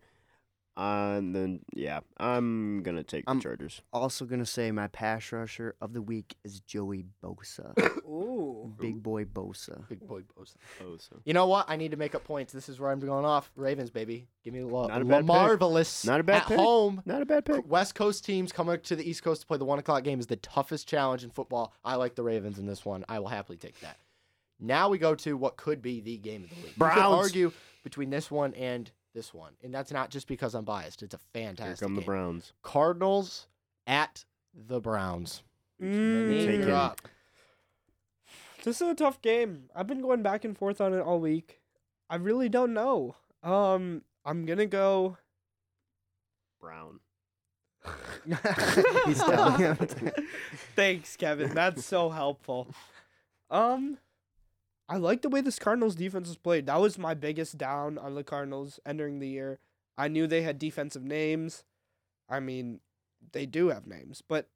Speaker 4: Uh, and then yeah, I'm gonna take the
Speaker 5: I'm-
Speaker 4: Chargers.
Speaker 5: also gonna say my pass rusher of the week is Joey Bosa,
Speaker 3: Ooh.
Speaker 5: big boy Bosa.
Speaker 2: Big boy Bosa.
Speaker 4: Oh, so
Speaker 2: You know what? I need to make up points. This is where I'm going off. Ravens, baby. Give me the lo-
Speaker 4: Not a bad pick.
Speaker 2: marvelous.
Speaker 4: Not a bad
Speaker 2: at
Speaker 4: pick.
Speaker 2: home.
Speaker 4: not a bad pick.
Speaker 2: West Coast teams coming to the East Coast to play the one o'clock game is the toughest challenge in football. I like the Ravens in this one. I will happily take that. Now we go to what could be the game of the week. You could
Speaker 4: Browns.
Speaker 2: argue between this one and this one, and that's not just because I'm biased. It's a
Speaker 4: Here
Speaker 2: fantastic
Speaker 4: come the
Speaker 2: game.
Speaker 4: Browns.
Speaker 2: Cardinals at the Browns.
Speaker 4: Take
Speaker 3: Mm.
Speaker 4: Taken.
Speaker 2: You're up.
Speaker 3: This is a tough game. I've been going back and forth on it all week. I really don't know. Um, I'm gonna go.
Speaker 4: Brown.
Speaker 5: He's telling him.
Speaker 3: Thanks, Kevin. That's so helpful. Um, I like the way this Cardinals defense was played. That was my biggest down on the Cardinals entering the year. I knew they had defensive names. I mean, they do have names, but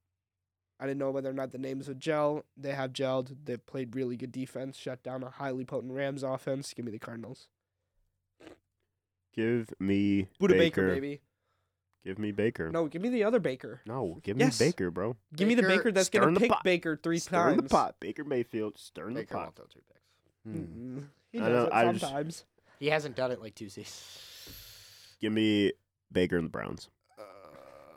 Speaker 3: I didn't know whether or not the names would gel. They have gelled. They've played really good defense, shut down a highly potent Rams offense. Give me the Cardinals.
Speaker 4: Give me
Speaker 3: Buda Baker,
Speaker 4: Baker.
Speaker 3: baby.
Speaker 4: Give me Baker.
Speaker 3: No, give me the other Baker.
Speaker 4: No, give
Speaker 3: Yes.
Speaker 4: me Baker, bro.
Speaker 3: Give me the
Speaker 2: Baker,
Speaker 3: Baker that's
Speaker 4: stir in
Speaker 3: gonna
Speaker 4: the
Speaker 3: pick
Speaker 4: pot.
Speaker 3: Baker three
Speaker 4: Stir
Speaker 3: times.
Speaker 4: in the pot. Baker Mayfield, stir in the
Speaker 2: Baker
Speaker 4: pot.
Speaker 2: won't throw two picks.
Speaker 5: Hmm.
Speaker 3: Mm-mm. Mm-hmm. He
Speaker 4: I
Speaker 3: does
Speaker 4: know,
Speaker 3: it
Speaker 4: I just-
Speaker 3: sometimes.
Speaker 2: He hasn't done it like two seasons.
Speaker 4: Give me Baker and the Browns.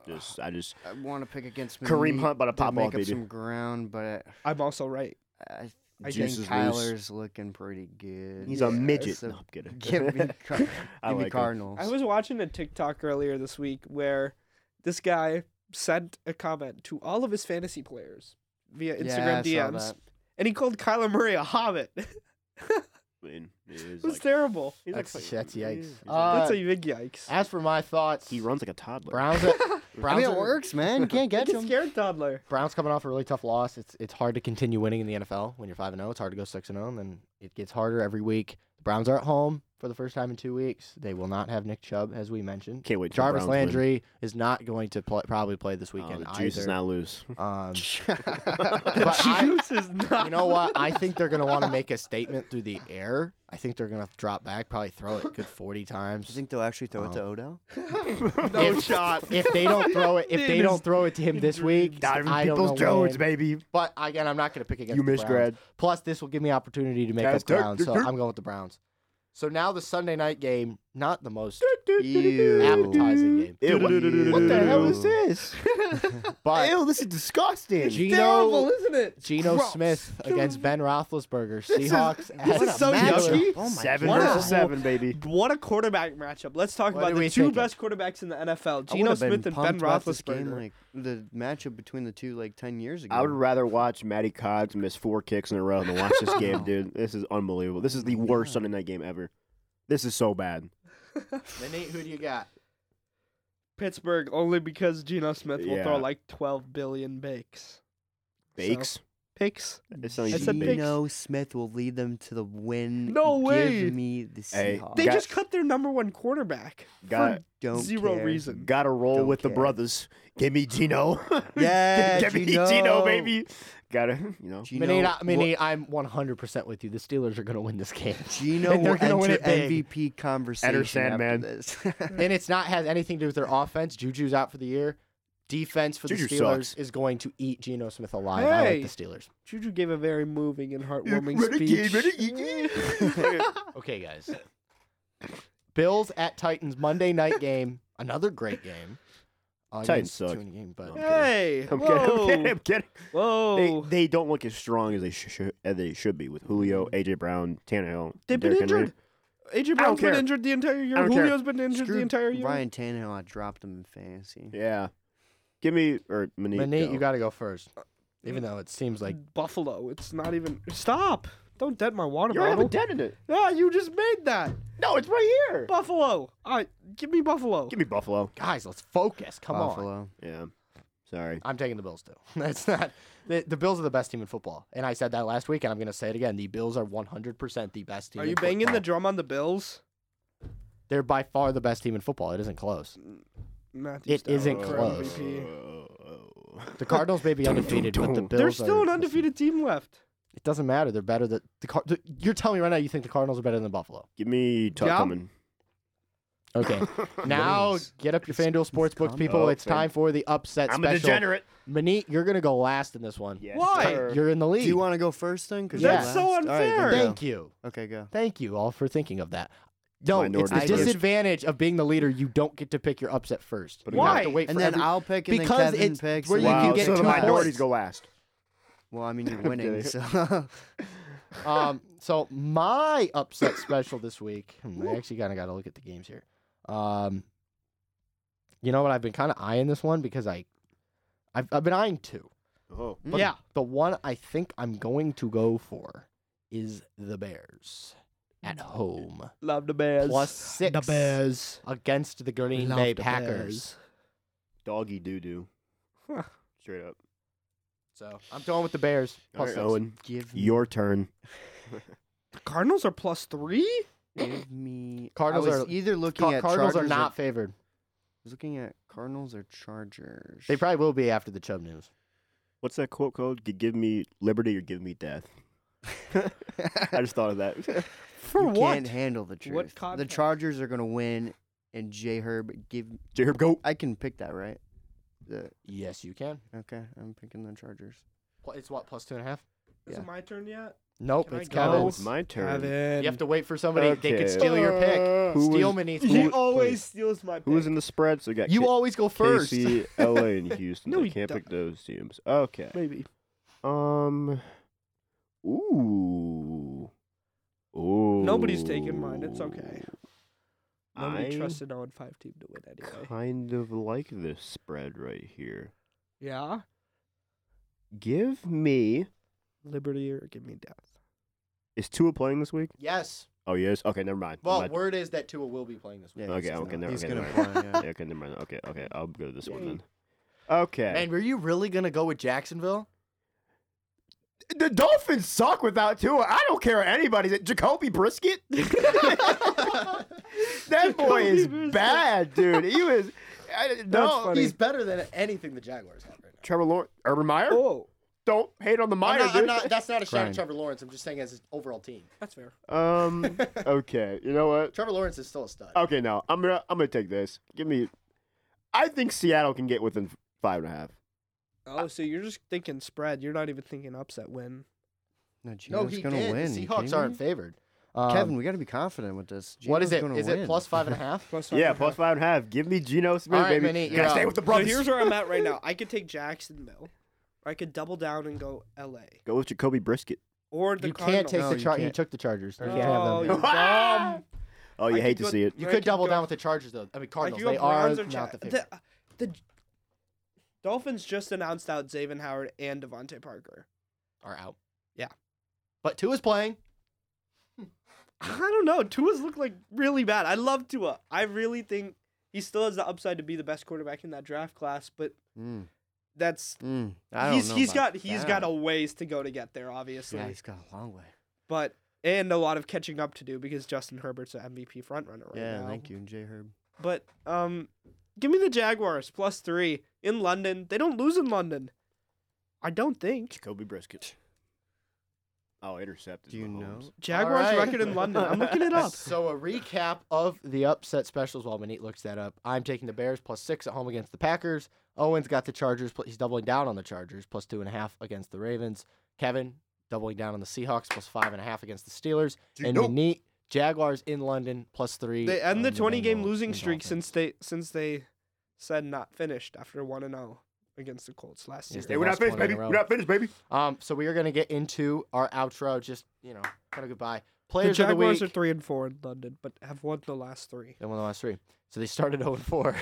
Speaker 4: Just, I just
Speaker 5: I want to pick against
Speaker 4: Kareem
Speaker 5: Manute
Speaker 4: Hunt about a
Speaker 5: to
Speaker 4: pop
Speaker 5: make
Speaker 4: off,
Speaker 5: up
Speaker 4: baby.
Speaker 5: some ground, but
Speaker 3: I'm also right.
Speaker 5: I
Speaker 3: I
Speaker 4: Juice
Speaker 3: think
Speaker 4: is
Speaker 5: think Kyler's looking pretty good.
Speaker 4: He's
Speaker 5: Yeah,
Speaker 4: a midget.
Speaker 5: so
Speaker 4: No, I'm kidding.
Speaker 5: give me Car- give
Speaker 4: I
Speaker 5: me
Speaker 4: like him.
Speaker 5: Cardinals.
Speaker 3: I was watching a TikTok earlier this week where this guy sent a comment to all of his fantasy players via
Speaker 5: Yeah,
Speaker 3: Instagram
Speaker 5: I saw
Speaker 3: DMs,
Speaker 5: that.
Speaker 3: and he called Kyler Murray a hobbit. it
Speaker 4: I mean, it is
Speaker 3: was
Speaker 4: like-
Speaker 3: terrible.
Speaker 4: he's
Speaker 2: That's-
Speaker 4: like-
Speaker 2: that's
Speaker 4: yeah,
Speaker 2: yikes.
Speaker 4: he's like-
Speaker 2: Uh,
Speaker 3: That's a big yikes.
Speaker 2: As for my thoughts,
Speaker 4: he runs like a toddler.
Speaker 2: Browns. Are,
Speaker 5: I
Speaker 2: Browns
Speaker 5: mean, it
Speaker 2: are-
Speaker 5: works, man. You can't
Speaker 3: Like
Speaker 5: get
Speaker 3: a
Speaker 5: him.
Speaker 3: scared toddler.
Speaker 2: Browns coming off a really tough loss. It's it's hard to continue winning in the NFL when you're five and zero. It's hard to go six and zero, and then it gets harder every week. The Browns are at home for the first time in two weeks. They will not have Nick Chubb, as we mentioned.
Speaker 4: Can't wait. till
Speaker 2: Jarvis
Speaker 4: Browns win.
Speaker 2: Landry is not going to play, probably play this
Speaker 4: Oh,
Speaker 2: weekend
Speaker 4: the juice
Speaker 2: either.
Speaker 4: is not loose.
Speaker 2: um,
Speaker 5: But
Speaker 2: but I-
Speaker 3: Juice is not.
Speaker 2: you know what? I think they're going to want to make a statement through the air. I think they're going to drop back, probably throw it a good forty times.
Speaker 5: you think they'll actually throw it to
Speaker 2: Oh.
Speaker 5: Odell?
Speaker 3: no
Speaker 2: if-
Speaker 3: shot.
Speaker 2: if they don't throw it, if
Speaker 3: Dude,
Speaker 2: they
Speaker 3: his
Speaker 2: don't throw it to him this week, I don't know when.
Speaker 4: baby.
Speaker 2: But again, I'm not going to pick against
Speaker 4: You
Speaker 2: the
Speaker 4: missed
Speaker 2: Browns.
Speaker 4: grad.
Speaker 2: Plus, this will give me opportunity to make
Speaker 4: Guys,
Speaker 2: up
Speaker 4: dirt,
Speaker 2: ground,
Speaker 4: dirt,
Speaker 2: so
Speaker 4: dirt.
Speaker 2: I'm going with the Browns. So now the Sunday night game, not the most appetizing game,
Speaker 5: Ew.
Speaker 4: Ew.
Speaker 5: What the hell is
Speaker 4: this?
Speaker 5: this?
Speaker 2: but
Speaker 5: Ew, this is disgusting.
Speaker 2: Gino
Speaker 3: Terrible, isn't it?
Speaker 2: Geno
Speaker 3: Gross.
Speaker 2: Smith against Ben Roethlisberger,
Speaker 3: is-
Speaker 2: Seahawks. at
Speaker 3: this is so
Speaker 2: Minnesota.
Speaker 3: yucky.
Speaker 2: Oh my
Speaker 4: Seven
Speaker 2: God.
Speaker 3: What a
Speaker 4: versus
Speaker 3: whole-
Speaker 4: seven, baby.
Speaker 3: What a quarterback matchup. Let's talk
Speaker 2: What
Speaker 3: about
Speaker 2: are
Speaker 3: the
Speaker 2: we
Speaker 3: two
Speaker 2: thinking?
Speaker 3: best quarterbacks in the NFL,
Speaker 5: I
Speaker 3: Geno
Speaker 5: would've been
Speaker 3: Smith and Ben
Speaker 5: pumped about this
Speaker 3: Roethlisberger.
Speaker 5: game, like the matchup between the two, like ten years ago.
Speaker 4: I would rather watch Matty Cobbs miss four kicks in a row than watch this game, dude. This is unbelievable. This is the worst Sunday night game ever. This is so bad.
Speaker 2: Then Nate, who do you got?
Speaker 3: Pittsburgh only because Geno Smith will
Speaker 4: Yeah.
Speaker 3: throw like 12 billion bakes.
Speaker 4: Bakes.
Speaker 3: Picks.
Speaker 4: It's not
Speaker 3: I
Speaker 4: even
Speaker 3: said
Speaker 4: bakes.
Speaker 3: big-
Speaker 5: Geno Smith will lead them to the win.
Speaker 3: No way.
Speaker 5: Give me the
Speaker 4: Hey,
Speaker 5: Seahawks.
Speaker 3: They
Speaker 4: Got-
Speaker 3: just cut their number one quarterback
Speaker 4: Got-
Speaker 3: for
Speaker 5: Don't
Speaker 3: zero
Speaker 5: care.
Speaker 3: reason.
Speaker 4: Gotta roll
Speaker 5: Don't
Speaker 4: with the
Speaker 5: care.
Speaker 4: brothers. Give me Gino.
Speaker 5: Yeah,
Speaker 4: Give me
Speaker 5: Gino.
Speaker 4: Gino, baby. Gotta, you know.
Speaker 5: Gino,
Speaker 2: Minnie, I-
Speaker 5: will-
Speaker 2: Minnie, I'm 100% with you. The Steelers are going to win this game.
Speaker 5: Gino
Speaker 2: They're
Speaker 5: will
Speaker 2: gonna win
Speaker 5: enter
Speaker 2: it big.
Speaker 5: MVP conversation after
Speaker 4: Sandman.
Speaker 5: this.
Speaker 2: and it's not has anything to do with their offense. Juju's out for the year. Defense for the
Speaker 4: Juju
Speaker 2: Steelers
Speaker 4: sucks.
Speaker 2: is going to eat Geno Smith alive. I
Speaker 3: Hey.
Speaker 2: like the Steelers.
Speaker 3: Juju gave a very moving and heartwarming speech. Ah.
Speaker 2: Okay, guys. Bills at Titans Monday night game. Another great game. Uh, I
Speaker 4: Titans
Speaker 2: didn't
Speaker 4: suck.
Speaker 2: tune in, but
Speaker 4: No.
Speaker 3: Hey,
Speaker 4: I'm kidding. I'm
Speaker 3: whoa,
Speaker 4: kidding. I'm kidding.
Speaker 3: whoa.
Speaker 4: They, they don't look as strong as they sh- sh- as they should be with Julio, AJ Brown, Tannehill.
Speaker 3: They've been
Speaker 4: Derrick Henry.
Speaker 3: injured. AJ
Speaker 4: I don't
Speaker 3: Brown's been
Speaker 4: care.
Speaker 3: injured the entire year.
Speaker 4: I don't care.
Speaker 3: Julio's been injured
Speaker 5: Screw
Speaker 3: the entire year.
Speaker 5: Ryan Tannehill, I dropped him in fantasy.
Speaker 4: Yeah. Give me or Manit.
Speaker 2: but Nate,
Speaker 4: go.
Speaker 2: you got to go first. Even though it seems like
Speaker 3: Buffalo. It's not even. Stop! Don't dent my water
Speaker 4: You already have
Speaker 3: bottle.
Speaker 4: a dent in it.
Speaker 3: no, you just made that.
Speaker 4: No, it's right here.
Speaker 3: Buffalo. All right, give me Buffalo.
Speaker 4: Give me Buffalo.
Speaker 2: guys, let's focus. Come on.
Speaker 5: Buffalo.
Speaker 4: Yeah. Sorry.
Speaker 2: I'm taking the Bills too. That's not the, the Bills are the best team in football, and I said that last week, and I'm going to say it again. The Bills are 100% the best team.
Speaker 3: Are
Speaker 2: in
Speaker 3: you banging
Speaker 2: football.
Speaker 3: the drum on the Bills?
Speaker 2: They're by far the best team in football. It isn't close.
Speaker 3: Matthew
Speaker 2: It isn't
Speaker 3: for
Speaker 4: Oh,
Speaker 2: close.
Speaker 3: MVP.
Speaker 2: The Cardinals may be
Speaker 4: Dun, dun,
Speaker 2: undefeated, but the
Speaker 4: dun.
Speaker 2: Bills
Speaker 3: There's still
Speaker 2: are-
Speaker 3: an undefeated team left.
Speaker 2: It doesn't matter. They're better than the, Car- the You're telling me right now you think the Cardinals are better than Buffalo.
Speaker 4: Give me Todd
Speaker 3: Yeah.
Speaker 4: Cumming.
Speaker 2: Okay. now
Speaker 5: Please.
Speaker 2: get up your FanDuel Sportsbooks,
Speaker 5: Cumming.
Speaker 2: people.
Speaker 4: Oh,
Speaker 2: it's
Speaker 4: thank-
Speaker 2: time for the upset
Speaker 4: I'm a
Speaker 2: special.
Speaker 4: degenerate.
Speaker 2: Manit, you're gonna go last in this one.
Speaker 4: Yes,
Speaker 3: Why?
Speaker 4: sir.
Speaker 2: You're in the
Speaker 5: Do
Speaker 2: lead.
Speaker 5: you want to go first then? 'Cause
Speaker 2: That's
Speaker 5: you're
Speaker 3: so
Speaker 5: last? All right, then
Speaker 3: unfair.
Speaker 5: go.
Speaker 2: Thank you.
Speaker 5: Okay, go.
Speaker 2: Thank you all for thinking of that. No, it's
Speaker 4: Minority
Speaker 2: the
Speaker 5: ideas.
Speaker 2: disadvantage of being the leader. You don't get to pick your upset first.
Speaker 4: But
Speaker 2: You have
Speaker 3: why?
Speaker 2: to wait
Speaker 5: And
Speaker 2: for
Speaker 5: then
Speaker 2: every-
Speaker 5: I'll pick and
Speaker 2: because
Speaker 5: then Kevin
Speaker 2: it's
Speaker 5: picks.
Speaker 2: where
Speaker 5: and
Speaker 2: you
Speaker 5: then-
Speaker 4: wow.
Speaker 2: can get
Speaker 4: so the
Speaker 2: two
Speaker 4: minorities
Speaker 2: points.
Speaker 4: go last.
Speaker 5: Well, I mean, you're winning,
Speaker 4: kidding.
Speaker 5: so
Speaker 2: um, so my upset special this week. hmm, I actually kind of got to look at the games here. Um, you know what? I've been kind of eyeing this one because I, I've, I've been eyeing two.
Speaker 4: Oh.
Speaker 2: But
Speaker 3: Yeah.
Speaker 2: The one I think I'm going to go for is the Bears at home
Speaker 3: Love the Bears.
Speaker 2: plus six against the Green
Speaker 3: Love
Speaker 2: Bay
Speaker 3: the
Speaker 2: Packers.
Speaker 4: Doggy doo doo.
Speaker 3: Huh.
Speaker 4: Straight up.
Speaker 2: So I'm going with the Bears
Speaker 4: All
Speaker 2: plus
Speaker 4: right,
Speaker 2: six.
Speaker 4: Owen,
Speaker 5: give me,
Speaker 4: your turn.
Speaker 3: The Cardinals are plus three.
Speaker 5: give me.
Speaker 2: Cardinals
Speaker 5: I was
Speaker 2: are-
Speaker 5: either looking
Speaker 2: Car-
Speaker 5: at
Speaker 2: Cardinals
Speaker 5: Chargers
Speaker 2: are
Speaker 5: or-
Speaker 2: not favored.
Speaker 5: I was looking at Cardinals or Chargers.
Speaker 2: They probably will be after the Chubb news.
Speaker 4: What's that quote code? G- Give me liberty or give me death. I just thought of that.
Speaker 3: For
Speaker 5: you
Speaker 3: what?
Speaker 5: can't handle the
Speaker 3: What
Speaker 5: truth. the
Speaker 3: context?
Speaker 5: Chargers are gonna win, and J Herb give.
Speaker 4: Jacob, go.
Speaker 5: I can pick that right. The,
Speaker 2: Yes, you can.
Speaker 5: okay, I'm picking the Chargers.
Speaker 2: Pl- It's what plus two and a half.
Speaker 3: Is
Speaker 5: Yeah.
Speaker 3: it my turn yet?
Speaker 2: Nope,
Speaker 3: Can I
Speaker 2: it's
Speaker 3: go?
Speaker 4: Oh,
Speaker 2: Kevin's.
Speaker 4: it's my turn.
Speaker 2: You have to wait for somebody. They
Speaker 4: Okay.
Speaker 2: could steal your pick.
Speaker 4: Who was-
Speaker 2: steal Manith's
Speaker 3: He
Speaker 2: pick,
Speaker 3: always
Speaker 2: please.
Speaker 3: steals my pick.
Speaker 4: Who was in the spread? So we got
Speaker 2: You
Speaker 4: K-
Speaker 2: always go first.
Speaker 4: KC, LA, and Houston.
Speaker 3: No,
Speaker 4: I
Speaker 3: you
Speaker 4: can't
Speaker 3: don't.
Speaker 4: pick those teams. Okay.
Speaker 3: Maybe.
Speaker 4: Um, Ooh. Ooh.
Speaker 3: Nobody's taking mine. It's okay. Nobody
Speaker 4: I
Speaker 3: trusts an 0 5 team to win anyway.
Speaker 4: kind of like this spread right here.
Speaker 3: Yeah?
Speaker 4: Give me.
Speaker 3: Liberty or give me death.
Speaker 4: Is Tua playing this week?
Speaker 2: Yes.
Speaker 4: Oh, he is. Okay, never mind.
Speaker 2: Well,
Speaker 4: My-
Speaker 2: word is that Tua will be playing this week.
Speaker 4: okay, okay, never,
Speaker 5: he's
Speaker 4: okay,
Speaker 5: gonna
Speaker 4: never mind.
Speaker 5: play. Yeah.
Speaker 4: Yeah, okay, never mind. Okay, okay, I'll go to this one then. Okay.
Speaker 2: Man, were you really gonna go with Jacksonville?
Speaker 4: the Dolphins suck without Tua. I don't care what anybody's. Jacoby Brisket. that boy is bad, dude. He was. I, no,
Speaker 3: funny.
Speaker 2: He's better than anything the Jaguars have right now.
Speaker 4: Trevor Lawrence, Urban Meyer.
Speaker 3: Oh,
Speaker 4: Don't hate on the
Speaker 2: I'm
Speaker 4: Meyer,
Speaker 2: not, I'm
Speaker 4: dude.
Speaker 2: not- that's not a shot
Speaker 5: Grind.
Speaker 2: at Trevor Lawrence. I'm just saying as his overall team.
Speaker 3: that's fair.
Speaker 4: um. Okay. You know what?
Speaker 2: Trevor Lawrence is still a stud.
Speaker 4: Okay. No, I'm gonna I'm gonna take this. Give me. I think Seattle can get within five and a half.
Speaker 3: Oh, so you're just thinking spread. You're not even thinking upset win.
Speaker 5: No,
Speaker 2: no,
Speaker 5: Gino's
Speaker 2: he
Speaker 5: gonna
Speaker 2: did.
Speaker 5: win.
Speaker 2: The
Speaker 5: You
Speaker 2: Seahawks
Speaker 5: kidding
Speaker 2: aren't
Speaker 5: me?
Speaker 2: favored. Um,
Speaker 5: Kevin, we got to be confident with this.
Speaker 2: what is
Speaker 5: Gino's
Speaker 2: it?
Speaker 5: gonna
Speaker 2: Is
Speaker 5: win.
Speaker 2: it plus five and a half?
Speaker 3: Plus five
Speaker 4: Yeah,
Speaker 3: and a
Speaker 4: plus
Speaker 3: half.
Speaker 4: five and a half. Give me Geno Smith,
Speaker 2: All right,
Speaker 4: baby.
Speaker 2: Minnie,
Speaker 4: Gotta
Speaker 2: you're
Speaker 4: stay
Speaker 2: up.
Speaker 4: with the
Speaker 3: So
Speaker 4: brothers.
Speaker 3: here's where I'm at right now. I could take Jacksonville. I could double down and go L.A.
Speaker 4: Go with Jacoby Brisket.
Speaker 3: or the
Speaker 2: you can't
Speaker 3: Cardinals.
Speaker 2: take
Speaker 5: No,
Speaker 2: the
Speaker 5: you
Speaker 2: Chargers. You,
Speaker 5: can't.
Speaker 2: took the Chargers. You
Speaker 3: Oh,
Speaker 2: can't have
Speaker 3: you
Speaker 2: them.
Speaker 3: dumb.
Speaker 4: Oh,
Speaker 3: I
Speaker 4: you
Speaker 3: could
Speaker 4: hate to
Speaker 3: go-
Speaker 4: see it.
Speaker 2: You
Speaker 3: I
Speaker 2: could
Speaker 3: could
Speaker 2: double
Speaker 3: go-
Speaker 2: down with the Chargers, though. I mean,
Speaker 3: I could
Speaker 2: Cardinals.
Speaker 3: go
Speaker 2: They are
Speaker 3: Browns or
Speaker 2: not
Speaker 3: Jack-
Speaker 2: the favorite.
Speaker 3: The, the Dolphins just announced out Zaven Howard and Devontae Parker.
Speaker 2: Are out.
Speaker 3: Yeah.
Speaker 2: But two is playing.
Speaker 3: I don't know. Tua's look like really bad. I love Tua. I really think he still has the upside to be the best quarterback in that draft class, but
Speaker 5: Mm,
Speaker 3: that's
Speaker 5: mm, I don't
Speaker 3: he's
Speaker 5: know
Speaker 3: he's
Speaker 5: about
Speaker 3: got he's
Speaker 5: that.
Speaker 3: got a ways to go to get there, obviously.
Speaker 5: yeah, he's got a long way.
Speaker 3: But and a lot of catching up to do because Justin Herbert's an MVP frontrunner right
Speaker 5: yeah,
Speaker 3: now.
Speaker 5: thank you, J Herb.
Speaker 3: But um, give me the Jaguars plus three in London. They don't lose in London. I don't think
Speaker 4: Jacoby Brisket. Oh, intercepted.
Speaker 5: Do you
Speaker 4: Mahomes.
Speaker 5: know?
Speaker 3: Jaguars
Speaker 2: right.
Speaker 3: record in London. I'm looking it up.
Speaker 2: So a recap of the upset specials while Manit looks that up. I'm taking the Bears plus six at home against the Packers. Owen's got the Chargers. pl- He's doubling down on the Chargers plus two and a half against the Ravens. Kevin doubling down on the Seahawks plus five and a half against the Steelers. And Manit Jaguars in London plus three.
Speaker 3: They
Speaker 2: on
Speaker 3: end the 20 game
Speaker 2: Bengals
Speaker 3: losing
Speaker 2: and
Speaker 3: streak
Speaker 2: Dolphins.
Speaker 3: since they since they said not finished after one and zero against the Colts last year.
Speaker 2: Yes,
Speaker 4: Hey, we're not
Speaker 2: lost
Speaker 4: finished,
Speaker 2: one in
Speaker 4: baby.
Speaker 2: a row.
Speaker 4: We're not finished, baby.
Speaker 2: Um, so we are going to get into our outro. Just you know, kind of goodbye. Players
Speaker 3: the
Speaker 2: of the
Speaker 3: Jaguars
Speaker 2: week.
Speaker 3: are three and four in London, but have won the last three.
Speaker 2: They won the last three. So they started 0 4.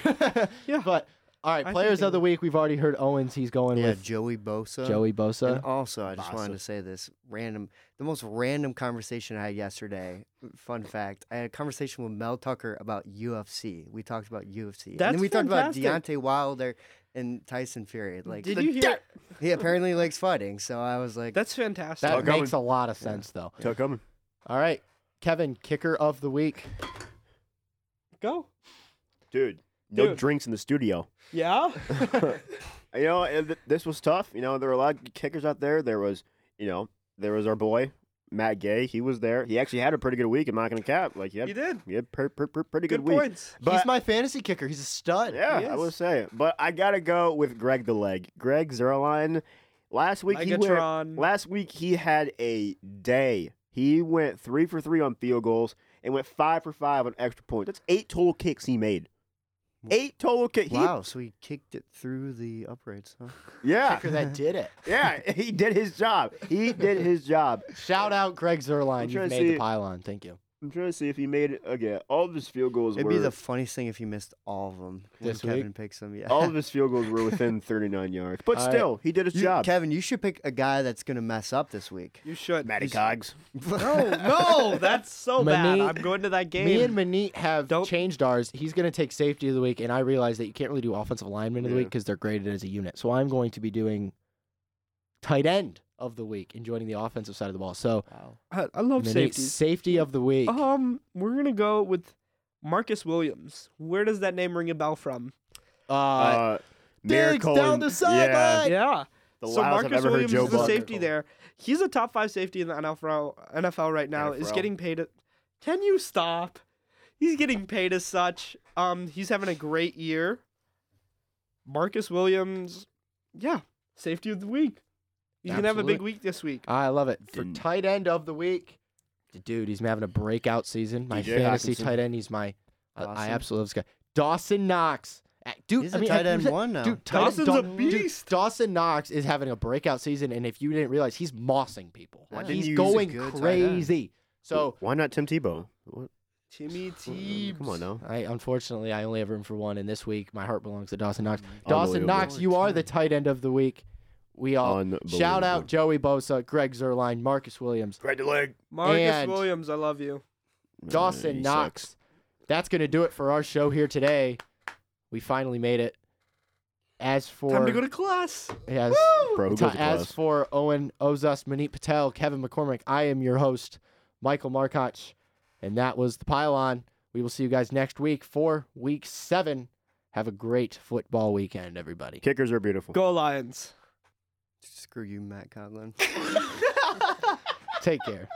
Speaker 3: Yeah.
Speaker 2: But all right,
Speaker 3: I think
Speaker 2: players
Speaker 3: they
Speaker 2: of the
Speaker 3: will.
Speaker 2: week. We've already heard Owens. He's going
Speaker 5: Yeah,
Speaker 2: with
Speaker 5: Joey Bosa.
Speaker 2: Joey Bosa.
Speaker 5: And also, I just wanted
Speaker 4: Bossa.
Speaker 5: to say this random, the most random conversation I had yesterday. Fun fact: I had a conversation with Mel Tucker about UFC. We talked about UFC, and
Speaker 3: That's
Speaker 5: then we talked about
Speaker 3: fantastic.
Speaker 5: Deontay Wilder and Tyson Fury. Like,
Speaker 3: Did
Speaker 5: the-
Speaker 3: you hear?
Speaker 5: he apparently likes fighting, so I was like,
Speaker 3: That's fantastic.
Speaker 2: that
Speaker 4: I'll go
Speaker 2: makes
Speaker 4: with-
Speaker 2: a lot of sense, though.
Speaker 4: Tuck coming.
Speaker 2: All right, Kevin, kicker of the week.
Speaker 3: Go.
Speaker 4: Dude, no
Speaker 3: Dude.
Speaker 4: drinks in the studio.
Speaker 3: Yeah.
Speaker 4: You know, and th- this was tough. You know, there were a lot of kickers out there. There was, you know, there was our boy, Matt Gay. He was there. He actually had a pretty good week. I'm not going to cap. Like, he had,
Speaker 3: you did.
Speaker 4: he had per- per- per- pretty
Speaker 3: Good
Speaker 4: good, week.
Speaker 3: points.
Speaker 4: But,
Speaker 2: He's my fantasy kicker. He's a stud.
Speaker 4: yeah,
Speaker 3: He
Speaker 4: I
Speaker 3: is.
Speaker 4: will say it. But I got to go with Greg the Leg. Greg Zerline. Last week, he went,
Speaker 3: Megatron.
Speaker 4: Last week he had a day. He went three for three on field goals and went five for five on extra points. That's eight total kicks he made. Eight total kicks.
Speaker 5: wow. So he kicked it through the uprights. Huh?
Speaker 4: yeah,
Speaker 2: Kicker that did it.
Speaker 4: yeah. He did his job. He did his job.
Speaker 2: Shout out Greg Zerline.
Speaker 4: I'm
Speaker 2: You
Speaker 4: trying to
Speaker 2: made the
Speaker 4: see-
Speaker 2: pylon. Thank you.
Speaker 4: I'm trying to see if he made it again. All of his field goals
Speaker 5: It'd
Speaker 4: were
Speaker 5: be the funniest thing if he missed all of them. When
Speaker 2: This week?
Speaker 5: Kevin picks them. Yeah.
Speaker 4: all of his field goals were within 39 yards. But
Speaker 2: All right.
Speaker 4: still, he did his
Speaker 5: You-
Speaker 4: job.
Speaker 5: Kevin, you should pick a guy that's gonna mess up this week.
Speaker 3: You should.
Speaker 4: Matty
Speaker 3: You should.
Speaker 4: Cogs.
Speaker 3: No, no, that's so bad.
Speaker 2: Monique-
Speaker 3: I'm going to that game.
Speaker 2: Me and Manit have
Speaker 3: Don't-
Speaker 2: changed ours. He's going to take safety of the week, and I realize that you can't really do offensive lineman of the
Speaker 4: Yeah.
Speaker 2: week because they're graded as a unit. So I'm going to be doing tight end of the week and joining the offensive side of the ball. So
Speaker 3: I, I love
Speaker 2: Manit,
Speaker 3: safeties.
Speaker 2: safety of the week.
Speaker 1: Oh.
Speaker 3: Um, we're gonna go with Marcus Williams. Where does that name ring a bell from?
Speaker 2: Uh, Diggs
Speaker 4: miracle
Speaker 2: down
Speaker 4: in-
Speaker 2: the
Speaker 4: Yeah,
Speaker 2: sideline.
Speaker 3: Yeah.
Speaker 4: the
Speaker 3: so
Speaker 4: loudest
Speaker 3: Marcus
Speaker 4: I've ever heard
Speaker 3: Williams
Speaker 4: Joe
Speaker 3: is the
Speaker 4: Buck.
Speaker 3: safety there. He's a top five safety in the NFL NFL right now. Is
Speaker 4: NFL.
Speaker 3: getting paid. A, can you stop? He's getting paid as such. Um, he's having a great year. Marcus Williams, yeah, safety of the week. He's gonna have a big
Speaker 2: Absolutely.
Speaker 3: week this week.
Speaker 2: I love it. For
Speaker 4: Didn't-
Speaker 2: tight end of the week, dude, he's having a breakout season. My
Speaker 4: DJ
Speaker 2: fantasy
Speaker 4: Hockenson.
Speaker 2: tight end. He's my. I- I
Speaker 5: Dawson.
Speaker 2: absolutely love this guy. Dawson Knox dude,
Speaker 5: He's
Speaker 2: I
Speaker 5: a
Speaker 2: mean,
Speaker 5: tight
Speaker 2: I-
Speaker 5: end one now.
Speaker 2: Dude, tight end-
Speaker 1: Dawson's
Speaker 2: Daw-
Speaker 1: a
Speaker 2: dude,
Speaker 1: beast.
Speaker 2: Dawson Knox is having a breakout season, and if you didn't realize, he's mossing people.
Speaker 5: Why
Speaker 2: Like,
Speaker 5: didn't
Speaker 2: he's
Speaker 5: you use a
Speaker 2: going
Speaker 5: good tight end?
Speaker 2: crazy. So
Speaker 4: why not Tim Tebow? What?
Speaker 3: Timmy T.
Speaker 4: Come on now.
Speaker 2: I unfortunately I only have room for one, and this week my heart belongs to Dawson Knox.
Speaker 3: Mm-hmm.
Speaker 4: Unbelievable.
Speaker 2: Dawson Knox, you are the tight end of the week. We all shout
Speaker 4: Unbelievable.
Speaker 2: out Joey Bosa, Greg Zerline, Marcus Williams,
Speaker 4: Grab the leg.
Speaker 3: Marcus
Speaker 2: And-
Speaker 3: Williams, I love you.
Speaker 2: Dawson
Speaker 4: he
Speaker 2: Knox.
Speaker 4: sucks.
Speaker 2: That's gonna do it for our show here today. We finally made it. As for
Speaker 3: Time to go to class.
Speaker 2: yes,
Speaker 4: Bro, who
Speaker 2: Ta-
Speaker 4: goes to
Speaker 2: as
Speaker 4: class?
Speaker 2: for Owen Ozus, Manit Patel, Kevin McCormick, I am your host, Michael Markoch, and that was the Pylon. We will see you guys next week for Week Seven. Have a great football weekend, everybody.
Speaker 4: Kickers are beautiful.
Speaker 3: Go Lions.
Speaker 5: Screw you, Matt Conlon.
Speaker 2: Take care.